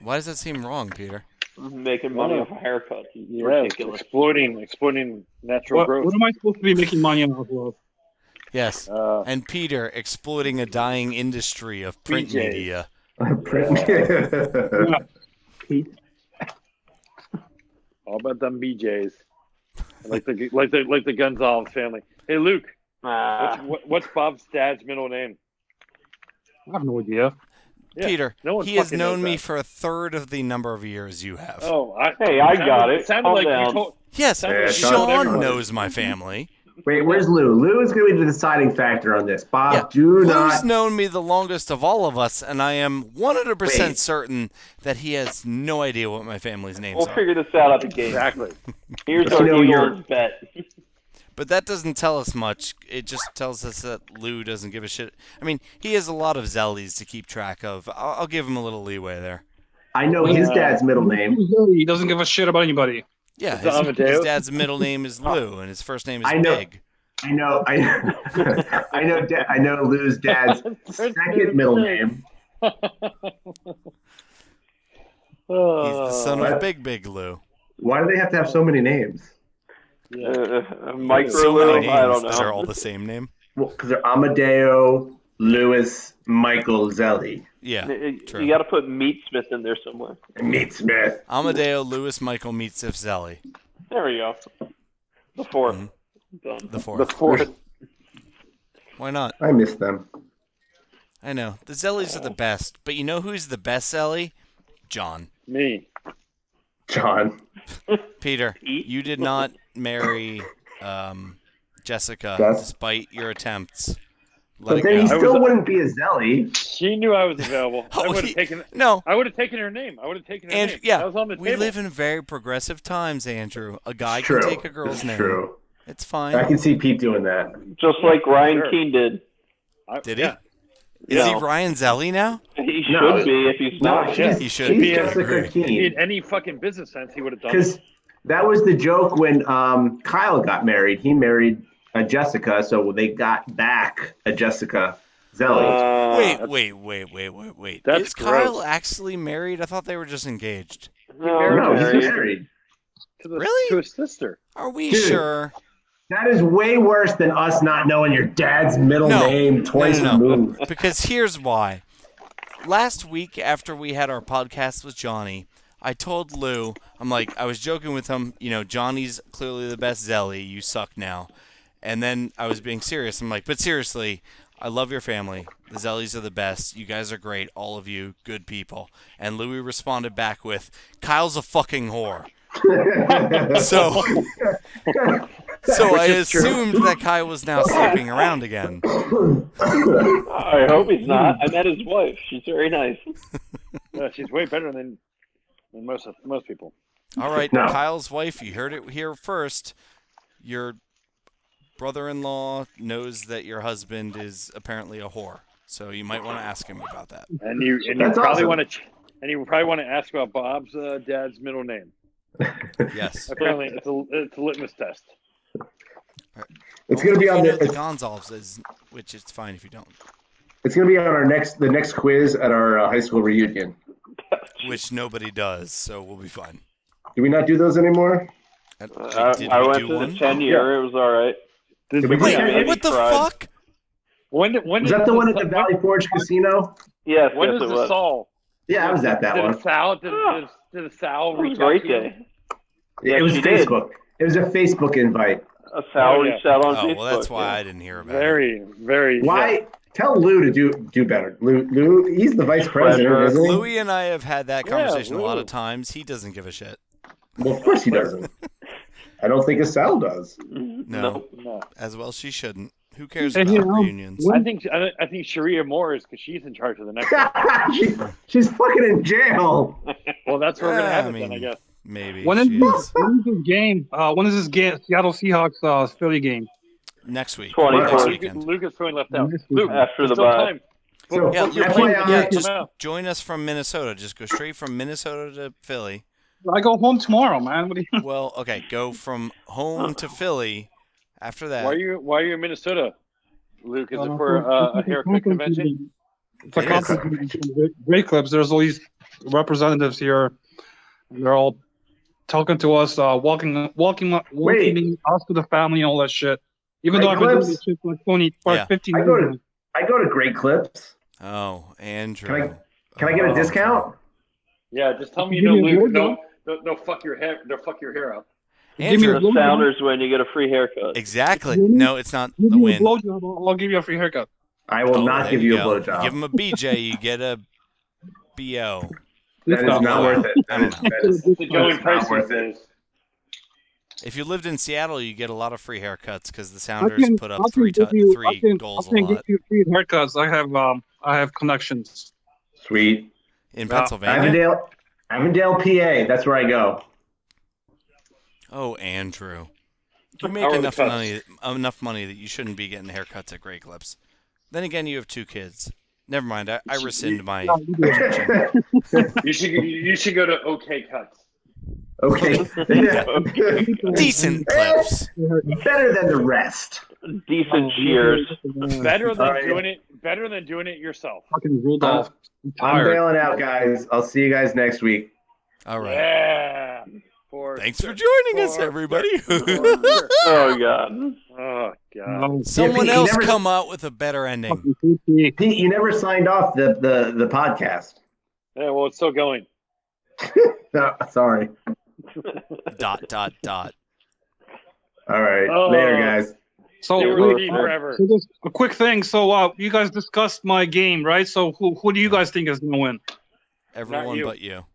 Speaker 1: Why does that seem wrong, Peter?
Speaker 6: Making money off a haircut.
Speaker 3: Yeah,
Speaker 6: Ridiculous.
Speaker 3: exploding, exploding natural
Speaker 7: what,
Speaker 3: growth.
Speaker 7: what am I supposed to be making money off of?
Speaker 1: Yes.
Speaker 3: uh,
Speaker 1: And Peter exploiting a dying industry of print
Speaker 3: PJ.
Speaker 1: media.
Speaker 2: Print-
Speaker 3: all about them BJ's, like the like the like the Gonzalez family. Hey, Luke, what's,
Speaker 6: Nah.
Speaker 3: what, what's Bob's dad's middle name?
Speaker 7: I have no idea.
Speaker 3: Yeah,
Speaker 1: Peter,
Speaker 3: no one
Speaker 1: he has
Speaker 3: fucking knows
Speaker 1: known me
Speaker 3: that.
Speaker 1: for a third of the number of years you have.
Speaker 3: Oh, I,
Speaker 6: Hey, I got
Speaker 3: sounded-
Speaker 6: it.
Speaker 3: Sounded
Speaker 6: Calm
Speaker 3: like you
Speaker 6: down.
Speaker 3: told.
Speaker 1: yes,
Speaker 3: Yeah,
Speaker 2: Sean-
Speaker 1: Sean
Speaker 3: everyone.
Speaker 1: knows my family.
Speaker 2: Wait, where's Lou? Lou is going to be the deciding factor on this. Bob,
Speaker 1: Yeah.
Speaker 2: do
Speaker 1: Lou's
Speaker 2: not.
Speaker 1: known me the longest of all of us, and I am 100%
Speaker 2: Wait.
Speaker 1: certain that he has no idea what my family's names
Speaker 6: We'll
Speaker 1: are.
Speaker 6: figure this out at the game.
Speaker 3: Exactly.
Speaker 6: Here's
Speaker 2: Just
Speaker 6: our
Speaker 2: know
Speaker 6: Eagles
Speaker 2: your-
Speaker 6: bet.
Speaker 1: But that doesn't tell us much. It just tells us that Lou doesn't give a shit. I mean, he has a lot of Zellies to keep track of. I'll, I'll give him a little leeway there.
Speaker 2: I know his
Speaker 3: Uh,
Speaker 2: dad's middle name.
Speaker 7: He doesn't give a shit about anybody.
Speaker 1: Yeah,
Speaker 3: It's
Speaker 1: his,
Speaker 3: Amadeo.
Speaker 1: his dad's middle name is Lou, and his first name is
Speaker 2: I know.
Speaker 1: Big.
Speaker 2: I know. I, I know. Da- I know Lou's dad's second middle name.
Speaker 1: He's the son
Speaker 2: Uh,
Speaker 1: of Big Big Lou.
Speaker 2: Why do they have to have so many names?
Speaker 3: Yeah.
Speaker 6: Uh, micro
Speaker 1: So many names.
Speaker 6: I don't know.
Speaker 1: They're all the same name.
Speaker 2: Well, because they're Amadeo, Lewis, Michael, Zelli,
Speaker 1: Yeah.
Speaker 6: You- you-
Speaker 1: True.
Speaker 6: You got to put Meat Smith in there somewhere.
Speaker 2: and Meat Smith.
Speaker 1: Amadeo Lewis Michael meets if Zelli.
Speaker 6: There we go. The 4th
Speaker 1: Mhm.
Speaker 6: Done.
Speaker 1: The
Speaker 6: The
Speaker 1: fourth.
Speaker 6: fourth.
Speaker 1: Why not?
Speaker 2: I miss them.
Speaker 1: I know. The Zellies are the best. But you know who's the best Zelly? John.
Speaker 3: Me.
Speaker 2: John.
Speaker 1: Peter,
Speaker 6: Eat.
Speaker 1: you did not marry um, Jessica
Speaker 2: Jess?
Speaker 1: despite your attempts. Let
Speaker 2: But
Speaker 1: it
Speaker 2: then he
Speaker 1: go.
Speaker 3: I
Speaker 2: still
Speaker 3: was-
Speaker 2: wouldn't be a Zelli.
Speaker 3: She knew I was available.
Speaker 1: Oh,
Speaker 3: I would
Speaker 1: he-
Speaker 3: have taken.
Speaker 1: No,
Speaker 3: I would have taken her name. I would have taken her
Speaker 1: and
Speaker 3: name.
Speaker 1: yeah,
Speaker 3: I was on the
Speaker 1: we
Speaker 3: table.
Speaker 1: live in very progressive times, Andrew. A guy
Speaker 2: It's true.
Speaker 1: can take a girl's
Speaker 2: it's
Speaker 1: name.
Speaker 2: True.
Speaker 1: It's
Speaker 2: I
Speaker 1: fine.
Speaker 2: can see Pete doing that.
Speaker 6: Just like Ryan
Speaker 3: Sure.
Speaker 6: Keene did.
Speaker 3: I-
Speaker 1: Did he?
Speaker 3: yeah.
Speaker 1: Is
Speaker 6: Yeah.
Speaker 1: he Ryan Zelli now?
Speaker 6: He should
Speaker 2: No.
Speaker 6: be if he's
Speaker 2: No,
Speaker 6: not.
Speaker 2: she's,
Speaker 1: he should
Speaker 2: she's
Speaker 1: be.
Speaker 2: Jessica
Speaker 1: Agree.
Speaker 3: If he had
Speaker 2: Keene.
Speaker 3: any fucking business sense, he would have done it.
Speaker 2: Because that was the joke when um, Kyle got married. He married a Jessica, so they got back a Jessica Zelli.
Speaker 6: Uh,
Speaker 1: wait, wait, wait, wait, wait, wait.
Speaker 3: That's
Speaker 1: Is Kyle
Speaker 3: gross.
Speaker 1: actually married? I thought they were just engaged.
Speaker 6: no,
Speaker 2: no, he's
Speaker 6: Mary.
Speaker 2: married.
Speaker 3: To, the,
Speaker 1: Really?
Speaker 3: to his sister.
Speaker 1: Are we
Speaker 2: Dude,
Speaker 1: sure?
Speaker 2: That is way worse than us not knowing your dad's middle
Speaker 1: No.
Speaker 2: name twice
Speaker 1: no, no.
Speaker 2: removed.
Speaker 1: Because here's why. Last week, after we had our podcast with Johnny, I told Lou, I'm like, I was joking with him, you know, Johnny's clearly the best Zelly. You suck now. And then I was being serious. I'm like, but seriously, I love your family. The Zellies are the best. You guys are great. All of you, good people. And Louis responded back with, Kyle's a fucking whore. so, so I assumed that Kyle was now sleeping around again.
Speaker 6: I hope he's
Speaker 2: Hmm.
Speaker 6: not. I met his wife. She's very nice.
Speaker 3: Uh, she's way better than than most of, most people.
Speaker 1: All right,
Speaker 2: No.
Speaker 1: Kyle's wife, you heard it here first. Your brother in law knows that your husband is apparently a whore. So you might want to ask him about that.
Speaker 3: And you and you
Speaker 2: That's
Speaker 3: probably
Speaker 2: awesome.
Speaker 3: want to and you probably want to ask about Bob's uh, dad's middle name.
Speaker 1: Yes.
Speaker 3: Apparently, it's a it's a litmus test.
Speaker 2: It's gonna
Speaker 1: Only
Speaker 2: be
Speaker 1: if
Speaker 2: on
Speaker 1: you
Speaker 2: the
Speaker 1: know
Speaker 2: it's,
Speaker 1: the Gonzalves is which it's fine if you don't.
Speaker 2: it's gonna be on our next the next quiz at our uh, high school reunion.
Speaker 1: Which nobody does, so we'll be fine.
Speaker 2: Do we not do those anymore?
Speaker 1: I,
Speaker 6: Uh,
Speaker 1: did
Speaker 6: I
Speaker 1: we
Speaker 6: went
Speaker 1: do
Speaker 6: to
Speaker 1: one?
Speaker 6: the ten year. It was all right.
Speaker 3: This-
Speaker 2: Did we-
Speaker 1: Wait,
Speaker 2: Yeah,
Speaker 6: Eddie
Speaker 1: what the
Speaker 6: Fry.
Speaker 1: fuck?
Speaker 3: when did, when
Speaker 2: Is
Speaker 3: did
Speaker 2: that the one at the
Speaker 3: when-
Speaker 2: Valley Forge Casino?
Speaker 6: Yes,
Speaker 3: When
Speaker 6: yes,
Speaker 3: is
Speaker 6: it
Speaker 3: the
Speaker 6: was.
Speaker 3: Saul?
Speaker 2: Yeah, I was at that
Speaker 3: did
Speaker 2: one.
Speaker 3: the Sal? Did,
Speaker 1: Ah.
Speaker 3: did, did the Sal
Speaker 6: It was
Speaker 3: reach
Speaker 6: a
Speaker 3: out
Speaker 6: great
Speaker 3: to you?
Speaker 6: day.
Speaker 2: It was
Speaker 6: Yes, you did.
Speaker 2: Facebook. It was a Facebook invite.
Speaker 6: A salary
Speaker 3: Oh, yeah.
Speaker 6: set on
Speaker 1: Oh
Speaker 6: Facebook.
Speaker 1: well that's why
Speaker 6: yeah.
Speaker 1: I didn't hear about it.
Speaker 3: Very very.
Speaker 2: Why? Tell Lou to do do better. Lou, Lou, he's the vice president, isn't he?
Speaker 1: Louis and I have had that
Speaker 3: Yeah,
Speaker 1: conversation a lot
Speaker 3: Lou.
Speaker 1: of times. He doesn't give a shit.
Speaker 2: Well, of course he doesn't. I don't think Estelle does.
Speaker 1: No.
Speaker 3: No.
Speaker 1: As well she shouldn't. Who cares
Speaker 7: And
Speaker 1: about
Speaker 7: you know,
Speaker 1: reunions?
Speaker 7: what-
Speaker 3: I think I I think Sharia Moore is because she's in charge of the next. one.
Speaker 2: she, she's fucking in jail.
Speaker 3: Well, that's where we're gonna
Speaker 1: Yeah,
Speaker 3: have
Speaker 1: I
Speaker 3: it then, I
Speaker 1: mean-
Speaker 3: guess.
Speaker 1: Maybe
Speaker 7: When is,
Speaker 1: she is.
Speaker 7: this, when is this game? Uh, when is this game? Seattle Seahawks uh, Philly game.
Speaker 1: next week.
Speaker 6: 24.
Speaker 1: Next
Speaker 6: Wow.
Speaker 3: Lucas,
Speaker 1: weekend.
Speaker 3: Lucas throwing left out.
Speaker 7: Next
Speaker 3: Luke,
Speaker 7: weekend.
Speaker 6: After
Speaker 3: there's
Speaker 6: the
Speaker 3: still
Speaker 6: bye.
Speaker 3: time.
Speaker 2: So,
Speaker 1: Yeah,
Speaker 2: FYI,
Speaker 1: Luke, wait, yeah,
Speaker 3: Come
Speaker 1: just
Speaker 3: out.
Speaker 1: join us from Minnesota. Just go straight from Minnesota to Philly.
Speaker 7: I go home tomorrow, man. What do you?
Speaker 1: Well, okay, go from home to Philly. After that,
Speaker 3: Why are you Why are you in Minnesota, Luke? Is it for uh, a haircut convention?
Speaker 7: It's a
Speaker 1: It is.
Speaker 7: conference convention. Great- Great clips. There's all these representatives here. They're all talking to us, uh, walking, walking, walking us to the family and all that shit. Even
Speaker 2: Great
Speaker 7: though I've been doing
Speaker 2: clips.
Speaker 7: this shit for like 20, for like
Speaker 1: Yeah.
Speaker 7: 15
Speaker 2: I go to-
Speaker 7: years.
Speaker 2: I go to Great Clips.
Speaker 1: oh, Andrew,
Speaker 2: Can Can I get
Speaker 1: Oh,
Speaker 2: a discount?
Speaker 3: Yeah, just tell me you
Speaker 7: Give
Speaker 3: know
Speaker 7: me a
Speaker 3: Luke.
Speaker 7: blowjob.
Speaker 3: No, no, no, fuck your hair. No, fuck your hair up.
Speaker 7: Give me
Speaker 1: Andrew,
Speaker 7: a
Speaker 6: The
Speaker 7: blowjob.
Speaker 6: Sounders win, you get a free haircut.
Speaker 1: exactly.
Speaker 7: Give me-
Speaker 1: No, it's not
Speaker 7: Give
Speaker 1: the
Speaker 7: me a
Speaker 1: win.
Speaker 7: blowjob. I'll- I'll give you a free haircut.
Speaker 2: I will
Speaker 1: Oh,
Speaker 2: not
Speaker 1: there
Speaker 2: give you a
Speaker 1: go. You Give
Speaker 2: blowjob.
Speaker 1: him a BJ, you get a bo.
Speaker 2: That is
Speaker 7: Discount.
Speaker 2: not worth it. That is, that is,
Speaker 3: It's a going
Speaker 2: It's not
Speaker 3: price
Speaker 2: worth
Speaker 3: these days.
Speaker 1: If you lived in Seattle, you get a lot of free haircuts because the
Speaker 7: I
Speaker 1: Sounders
Speaker 7: can,
Speaker 1: put up
Speaker 7: I can
Speaker 1: three
Speaker 7: give
Speaker 1: tu-
Speaker 7: you, I
Speaker 1: three
Speaker 7: can,
Speaker 1: goals
Speaker 7: I
Speaker 1: a
Speaker 7: can give
Speaker 1: lot
Speaker 7: you free haircuts. I have, um, I have connections.
Speaker 2: sweet.
Speaker 1: in
Speaker 7: Yeah.
Speaker 1: Pennsylvania.
Speaker 2: Avondale, Avondale, PA. That's where I go.
Speaker 1: Oh, Andrew, You
Speaker 6: How
Speaker 1: make
Speaker 6: are the
Speaker 1: enough
Speaker 6: cuts?
Speaker 1: money, enough money that you shouldn't be getting haircuts at Grey Clips. Then again, you have two kids. Never mind. I, I rescind my.
Speaker 3: You should you should go to OK Cuts.
Speaker 2: okay.
Speaker 1: Decent clips.
Speaker 2: Better than the rest.
Speaker 3: Oh,
Speaker 6: Decent cheers.
Speaker 3: Better than
Speaker 2: All right.
Speaker 3: doing it. Better than doing it yourself.
Speaker 7: Fucking Rudolph.
Speaker 2: I'm
Speaker 7: I'm tired.
Speaker 2: bailing out, guys. I'll see you guys next week.
Speaker 1: All right.
Speaker 3: Yeah. For
Speaker 1: Thanks for
Speaker 3: sure.
Speaker 1: joining us,
Speaker 3: For
Speaker 1: everybody.
Speaker 3: sure.
Speaker 6: Oh God.
Speaker 3: oh God.
Speaker 7: No,
Speaker 1: Someone
Speaker 2: Yeah, he
Speaker 1: else
Speaker 2: never-
Speaker 1: come out with a better ending.
Speaker 7: Uh, fucking Tootsie.
Speaker 2: Pete, you never signed off the the, the podcast.
Speaker 3: Yeah. Well, it's still going.
Speaker 2: No, sorry.
Speaker 1: dot dot dot.
Speaker 2: All right.
Speaker 3: Oh.
Speaker 2: Later, guys.
Speaker 7: So,
Speaker 3: They
Speaker 6: wait,
Speaker 3: were leaking
Speaker 6: uh,
Speaker 3: forever.
Speaker 7: so just a quick thing. So, uh, you guys discussed my game, right? So, who who do you guys think is gonna win?
Speaker 1: Everyone
Speaker 3: you.
Speaker 1: but you.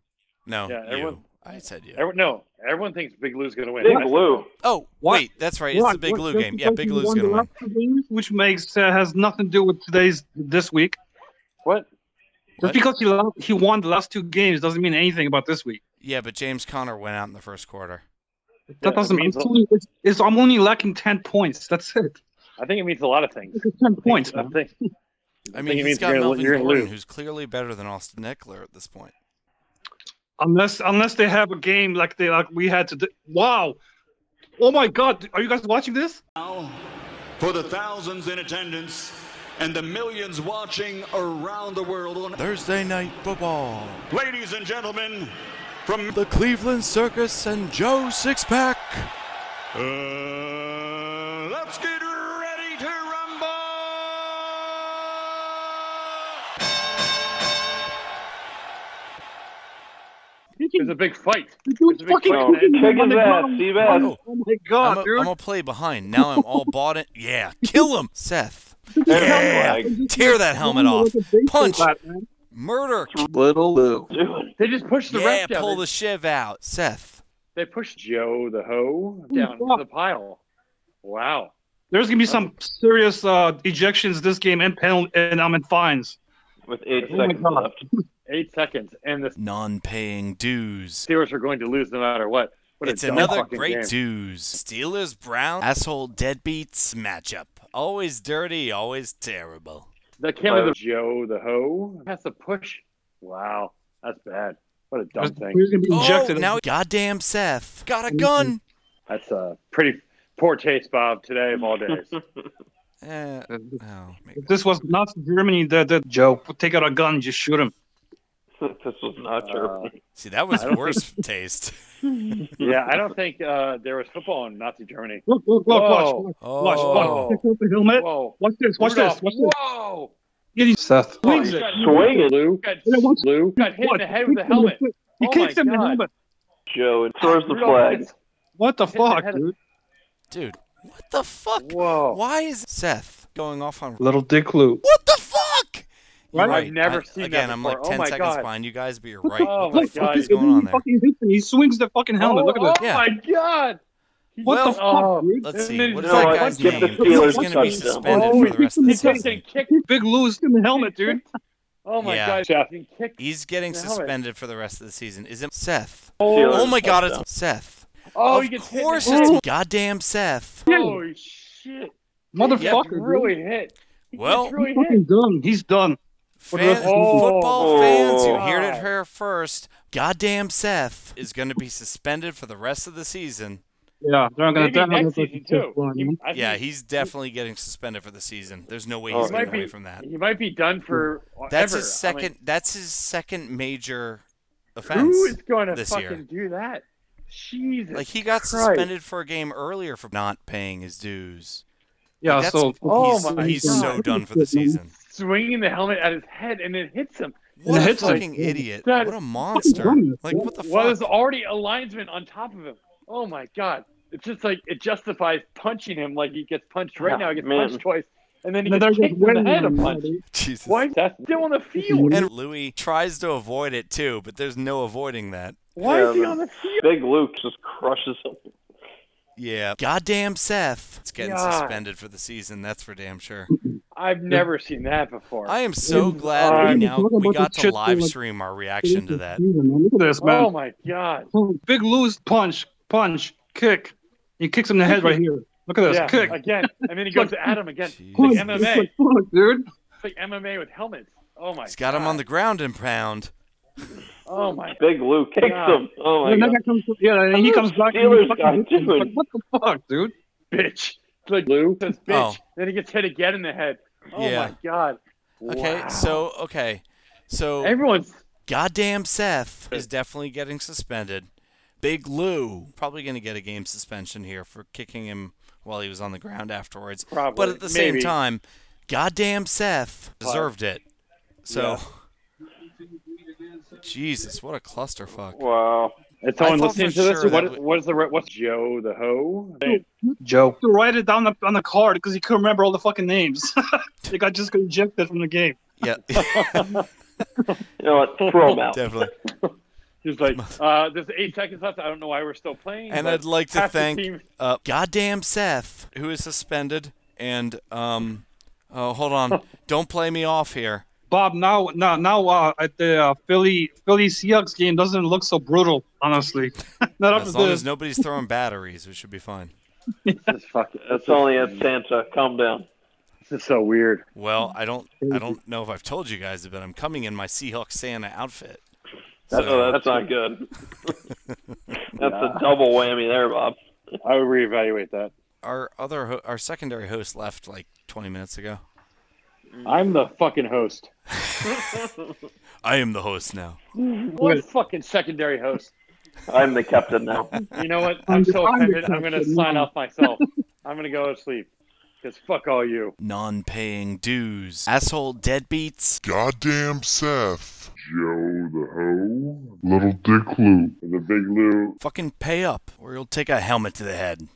Speaker 1: No,
Speaker 3: Yeah,
Speaker 1: you.
Speaker 3: everyone-
Speaker 1: I said you.
Speaker 3: Everyone, no, everyone thinks Big Lou's gonna win.
Speaker 6: Big Lou.
Speaker 1: oh,
Speaker 7: What?
Speaker 1: wait, that's right. It's
Speaker 7: Why?
Speaker 1: the Big
Speaker 7: What-
Speaker 1: Lou
Speaker 7: just
Speaker 1: game. Yeah,
Speaker 7: because
Speaker 1: Big
Speaker 7: you
Speaker 1: Lou's
Speaker 7: won the
Speaker 1: gonna win.
Speaker 7: last game, which makes uh, has nothing to do with today's this week.
Speaker 1: What?
Speaker 3: What?
Speaker 7: Just because he lo- he won the last two games doesn't mean anything about this week.
Speaker 1: Yeah, but James Conner went out in the first quarter.
Speaker 3: Yeah,
Speaker 7: That
Speaker 3: it
Speaker 7: doesn't mean
Speaker 3: means
Speaker 7: it's
Speaker 3: a-
Speaker 7: only, it's, it's, I'm only lacking ten points. That's it.
Speaker 3: I think it means a lot of things.
Speaker 7: Look at ten points,
Speaker 3: I
Speaker 7: man.
Speaker 3: think,
Speaker 1: I mean,
Speaker 3: it
Speaker 1: he's
Speaker 3: means
Speaker 1: got
Speaker 3: you're gonna-
Speaker 1: Melvin
Speaker 3: you're gonna
Speaker 1: Gordon,
Speaker 3: lose.
Speaker 1: who's clearly better than Austin Eckler at this point.
Speaker 7: Unless unless they have a game like they like we had today. Wow. Oh my God! Are you guys watching this?
Speaker 8: Now, for the thousands in attendance and the millions watching around the world, on-
Speaker 1: Thursday night football.
Speaker 8: ladies and gentlemen, from
Speaker 1: The Cleveland Circus and Joe Sixpack.
Speaker 8: uh, let's get ready to rumble.
Speaker 3: there's a big fight.
Speaker 7: Dude,
Speaker 3: It's a big
Speaker 7: fucking
Speaker 3: clown.
Speaker 7: kicking
Speaker 6: Check
Speaker 7: him on
Speaker 6: his
Speaker 7: the
Speaker 6: ass.
Speaker 7: ground.
Speaker 6: Steve ass.
Speaker 1: Oh,
Speaker 7: Oh my
Speaker 1: I'm
Speaker 7: God, dude!
Speaker 1: going to play behind. Now I'm all bought in. Yeah, kill him, Seth.
Speaker 6: Yeah.
Speaker 1: Tear that helmet off. Punch.
Speaker 7: That, man.
Speaker 1: Murder.
Speaker 9: Little Lou.
Speaker 6: Dude.
Speaker 3: They just pushed the
Speaker 1: Yeah,
Speaker 3: ref down.
Speaker 1: pull
Speaker 3: They-
Speaker 1: the shiv out, Seth.
Speaker 3: They pushed Joe the hoe down into the pile. Wow.
Speaker 7: There's gonna be some serious uh, ejections this game and penalty and um, and fines.
Speaker 6: With eight
Speaker 7: Oh my
Speaker 6: seconds
Speaker 7: God.
Speaker 6: left.
Speaker 3: Eight seconds, and the
Speaker 1: Non-paying dues.
Speaker 3: Steelers are going to lose no matter what. what a
Speaker 1: it's
Speaker 3: dumb
Speaker 1: another
Speaker 3: fucking
Speaker 1: great
Speaker 3: game.
Speaker 1: dues. Steelers Brown asshole deadbeats matchup. Always dirty, always terrible.
Speaker 3: That can't
Speaker 1: Oh.
Speaker 3: be the Joe the hoe. That's a push. Wow, that's bad. What a dumb thing.
Speaker 7: There's gonna be
Speaker 1: Oh,
Speaker 7: ejected.
Speaker 1: now goddamn Seth got
Speaker 3: Mm-hmm.
Speaker 1: a gun.
Speaker 3: That's a pretty poor taste, Bob. Today of all days. Uh,
Speaker 1: Eh, oh, maybe
Speaker 7: If this was not Germany, that that Joe would take out a gun, and just shoot him.
Speaker 6: this was not Germany.
Speaker 1: not. See, that was
Speaker 3: I don't
Speaker 1: worse taste.
Speaker 3: Uh, yeah, I don't think uh, there was football in Nazi Germany.
Speaker 7: Look, look, look!
Speaker 3: Whoa.
Speaker 7: Watch,
Speaker 1: Oh,
Speaker 7: watch, watch! Watch the helmet.
Speaker 3: Whoa.
Speaker 7: Watch this! Watch
Speaker 3: Rudolph,
Speaker 7: this! Watch this!
Speaker 3: Whoa.
Speaker 7: Get his- Seth. Wings it.
Speaker 6: Swing it,
Speaker 3: Lou got,
Speaker 7: Yeah, watch-
Speaker 3: Lou got hit in
Speaker 7: What?
Speaker 3: the head with a
Speaker 7: Kicks him in
Speaker 3: helmet.
Speaker 7: foot. He
Speaker 3: Oh
Speaker 7: kicks
Speaker 3: my
Speaker 7: him in the
Speaker 3: God.
Speaker 7: helmet.
Speaker 6: Joe, and throws the flag.
Speaker 7: What the
Speaker 3: Hit the
Speaker 7: fuck,
Speaker 3: head.
Speaker 7: dude?
Speaker 1: dude, what the fuck?
Speaker 3: Whoa.
Speaker 1: Why is Seth going off on?
Speaker 7: Little dick Lou.
Speaker 1: What the fuck? You're
Speaker 3: I've never
Speaker 1: I-
Speaker 3: seen that
Speaker 1: again. I'm like
Speaker 3: before. Oh
Speaker 1: ten
Speaker 3: my
Speaker 1: seconds
Speaker 3: God.
Speaker 1: behind you guys, but you're right.
Speaker 3: Oh
Speaker 1: what the fuck
Speaker 3: my
Speaker 7: Look,
Speaker 3: God.
Speaker 1: is
Speaker 7: he-
Speaker 1: going on
Speaker 7: he
Speaker 1: there?
Speaker 7: fucking hits him. He swings the fucking helmet. Look at
Speaker 3: Oh,
Speaker 7: this.
Speaker 3: oh
Speaker 1: Yeah.
Speaker 3: my God.
Speaker 7: What
Speaker 1: well,
Speaker 7: the fuck,
Speaker 3: oh,
Speaker 7: dude?
Speaker 1: Let's
Speaker 3: Isn't
Speaker 1: see.
Speaker 3: it
Speaker 1: What is
Speaker 6: just
Speaker 1: that
Speaker 6: like-
Speaker 1: guy's
Speaker 6: Give the
Speaker 1: name? He's
Speaker 6: Steelers
Speaker 1: going to be
Speaker 6: something.
Speaker 1: suspended
Speaker 7: Oh,
Speaker 1: for the rest of the
Speaker 3: He
Speaker 7: he takes
Speaker 3: kicked
Speaker 1: season.
Speaker 3: and kicked.
Speaker 7: Big Lou's in the helmet, dude.
Speaker 3: Oh my
Speaker 1: Yeah.
Speaker 3: God, Jeff. He kicked.
Speaker 1: He's getting
Speaker 3: Now it-
Speaker 1: suspended for the rest of the season. Is it Seth?
Speaker 6: Steelers
Speaker 1: Oh my god,
Speaker 6: touchdown.
Speaker 1: it's Seth.
Speaker 3: Oh, he
Speaker 1: of
Speaker 3: gets
Speaker 1: course
Speaker 3: hit. in the
Speaker 1: it's goddamn Seth.
Speaker 3: head. Holy shit. He gets
Speaker 7: Motherfucker,
Speaker 3: really hit. He gets
Speaker 1: Well-
Speaker 7: dude.
Speaker 3: really
Speaker 7: Fucking
Speaker 3: hit.
Speaker 7: done. He's done.
Speaker 1: Fan,
Speaker 3: Oh,
Speaker 1: football fans, you heard it
Speaker 3: God.
Speaker 1: here first. Goddamn Seth is going to be suspended for the rest of the season.
Speaker 7: Yeah, they're not gonna
Speaker 3: Maybe
Speaker 7: die.
Speaker 3: next season too. He, I
Speaker 1: Yeah,
Speaker 3: think
Speaker 1: he's definitely getting suspended for the season. There's no way
Speaker 6: Oh,
Speaker 1: he's
Speaker 6: it
Speaker 1: getting
Speaker 3: might be-
Speaker 1: away from that.
Speaker 3: he might be done for.
Speaker 1: That's
Speaker 3: ever.
Speaker 1: his
Speaker 3: I mean,
Speaker 1: second. that's his second major
Speaker 3: Who
Speaker 1: offense.
Speaker 3: is going to
Speaker 1: this
Speaker 3: fucking
Speaker 1: year.
Speaker 3: do that? Jesus.
Speaker 1: Like he got
Speaker 3: Christ.
Speaker 1: suspended for a game earlier for not paying his dues.
Speaker 7: Yeah,
Speaker 1: Like, that's-
Speaker 7: so
Speaker 3: Oh
Speaker 1: he's,
Speaker 3: my
Speaker 1: he's
Speaker 3: God.
Speaker 1: so done for the season.
Speaker 3: Swinging the helmet at his head and it hits him.
Speaker 1: What a
Speaker 7: hits like-
Speaker 1: fucking idiot!
Speaker 3: That-
Speaker 1: What a monster!
Speaker 7: dumbass.
Speaker 1: Like what the
Speaker 3: Was
Speaker 1: fuck?
Speaker 3: already a linesman on top of him. Oh my god! It's just like it justifies punching him like he gets punched right
Speaker 6: Yeah,
Speaker 3: now. He gets
Speaker 6: man.
Speaker 3: punched twice, and then he
Speaker 7: they're
Speaker 3: gets
Speaker 7: just
Speaker 3: kicked in the
Speaker 7: winning.
Speaker 3: head a
Speaker 7: now,
Speaker 3: punch.
Speaker 7: dude.
Speaker 1: Jesus.
Speaker 3: Why is that still on the field?
Speaker 1: And Louis tries to avoid it too, but there's no avoiding that.
Speaker 3: Why is he
Speaker 6: Yeah,
Speaker 3: on the field?
Speaker 6: Big Luke just crushes him.
Speaker 1: Yeah. Goddamn Seth. It's getting
Speaker 3: God.
Speaker 1: suspended for the season, that's for damn sure.
Speaker 3: I've never seen that before.
Speaker 1: I am so
Speaker 7: And,
Speaker 1: glad
Speaker 3: uh,
Speaker 1: we
Speaker 3: you
Speaker 1: now
Speaker 7: talk
Speaker 1: we got
Speaker 7: about that
Speaker 1: to
Speaker 7: shit for,
Speaker 1: live
Speaker 7: like,
Speaker 1: stream our reaction to that.
Speaker 7: Look at this,
Speaker 3: oh
Speaker 7: man.
Speaker 3: my god!
Speaker 7: Big Lou's punch, punch, kick. He kicks him in the head right here. Look at this
Speaker 3: yeah,
Speaker 7: kick.
Speaker 3: again, and then he goes to Adam again. It's
Speaker 1: Jeez.
Speaker 3: Like
Speaker 1: Who's-
Speaker 7: It's
Speaker 3: MMA,
Speaker 7: like, fuck, dude.
Speaker 3: It's like MMA with helmets. Oh my.
Speaker 1: He's got him on the ground and pound.
Speaker 3: Oh my.
Speaker 6: Big Lou kicks
Speaker 3: God.
Speaker 6: him. Oh my
Speaker 7: And that
Speaker 6: god.
Speaker 7: guy comes, yeah, and he comes back. And he
Speaker 6: Steelers
Speaker 7: fucking
Speaker 6: got
Speaker 7: hits him.
Speaker 6: dude.
Speaker 7: Like, what the fuck, dude?
Speaker 3: bitch. It's like Lou says bitch.
Speaker 1: Oh.
Speaker 3: Then he gets hit again in the head. Oh
Speaker 1: Yeah.
Speaker 3: my god.
Speaker 1: Okay,
Speaker 3: Wow.
Speaker 1: so okay, so
Speaker 3: everyone's
Speaker 1: goddamn Seth is definitely getting suspended. Big Lou probably going to get a game suspension here for kicking him while he was on the ground afterwards.
Speaker 3: probably
Speaker 1: But at the same
Speaker 3: maybe.
Speaker 1: time, goddamn Seth deserved it. So, Jesus, what a clusterfuck!
Speaker 6: Wow.
Speaker 3: And
Speaker 1: I
Speaker 3: someone
Speaker 1: thought
Speaker 3: listening
Speaker 1: for
Speaker 3: to this,
Speaker 1: sure
Speaker 3: what,
Speaker 1: that we-
Speaker 3: what is the re- what's Joe the Ho?
Speaker 7: Joe. To write it down the, on the card because he couldn't remember all the fucking names. they got just got ejected from the game.
Speaker 1: Yeah,
Speaker 6: You know what? Throw him out.
Speaker 1: definitely.
Speaker 3: He's like, uh, there's eight seconds left. I don't know why we're still playing.
Speaker 1: And
Speaker 3: but
Speaker 1: I'd like to
Speaker 3: half the
Speaker 1: thank
Speaker 3: team-
Speaker 1: uh, goddamn Seth, who is suspended, and um, oh, hold on, don't play me off here.
Speaker 7: Bob, now, now, now, uh, at the uh, Philly, Philly Seahawks game doesn't look so brutal, honestly. Not up
Speaker 1: As
Speaker 7: to
Speaker 1: long
Speaker 7: the-
Speaker 1: as nobody's throwing batteries, we should be fine.
Speaker 3: This is fucking.
Speaker 6: That's only at Santa. Calm down.
Speaker 3: This is so weird.
Speaker 1: Well, I don't, I don't know if I've told you guys, but I'm coming in my Seahawk Santa outfit.
Speaker 6: That's,
Speaker 1: So-
Speaker 6: oh, that's not good. that's a double whammy there, Bob.
Speaker 3: I would reevaluate that.
Speaker 1: Our other, ho- our secondary host left like 20 minutes ago.
Speaker 3: I'm the fucking host.
Speaker 1: I am the host now.
Speaker 3: What fucking secondary host?
Speaker 6: I'm the captain now.
Speaker 3: You know what? I'm so offended. I'm gonna sign off myself. I'm gonna go to sleep. Cause fuck all you.
Speaker 1: Non-paying dues, asshole deadbeats.
Speaker 9: Goddamn Seth.
Speaker 10: Joe the Ho,
Speaker 9: Little Dick Lou.
Speaker 10: the Big Lou.
Speaker 1: Fucking pay up, or you'll take a helmet to the head.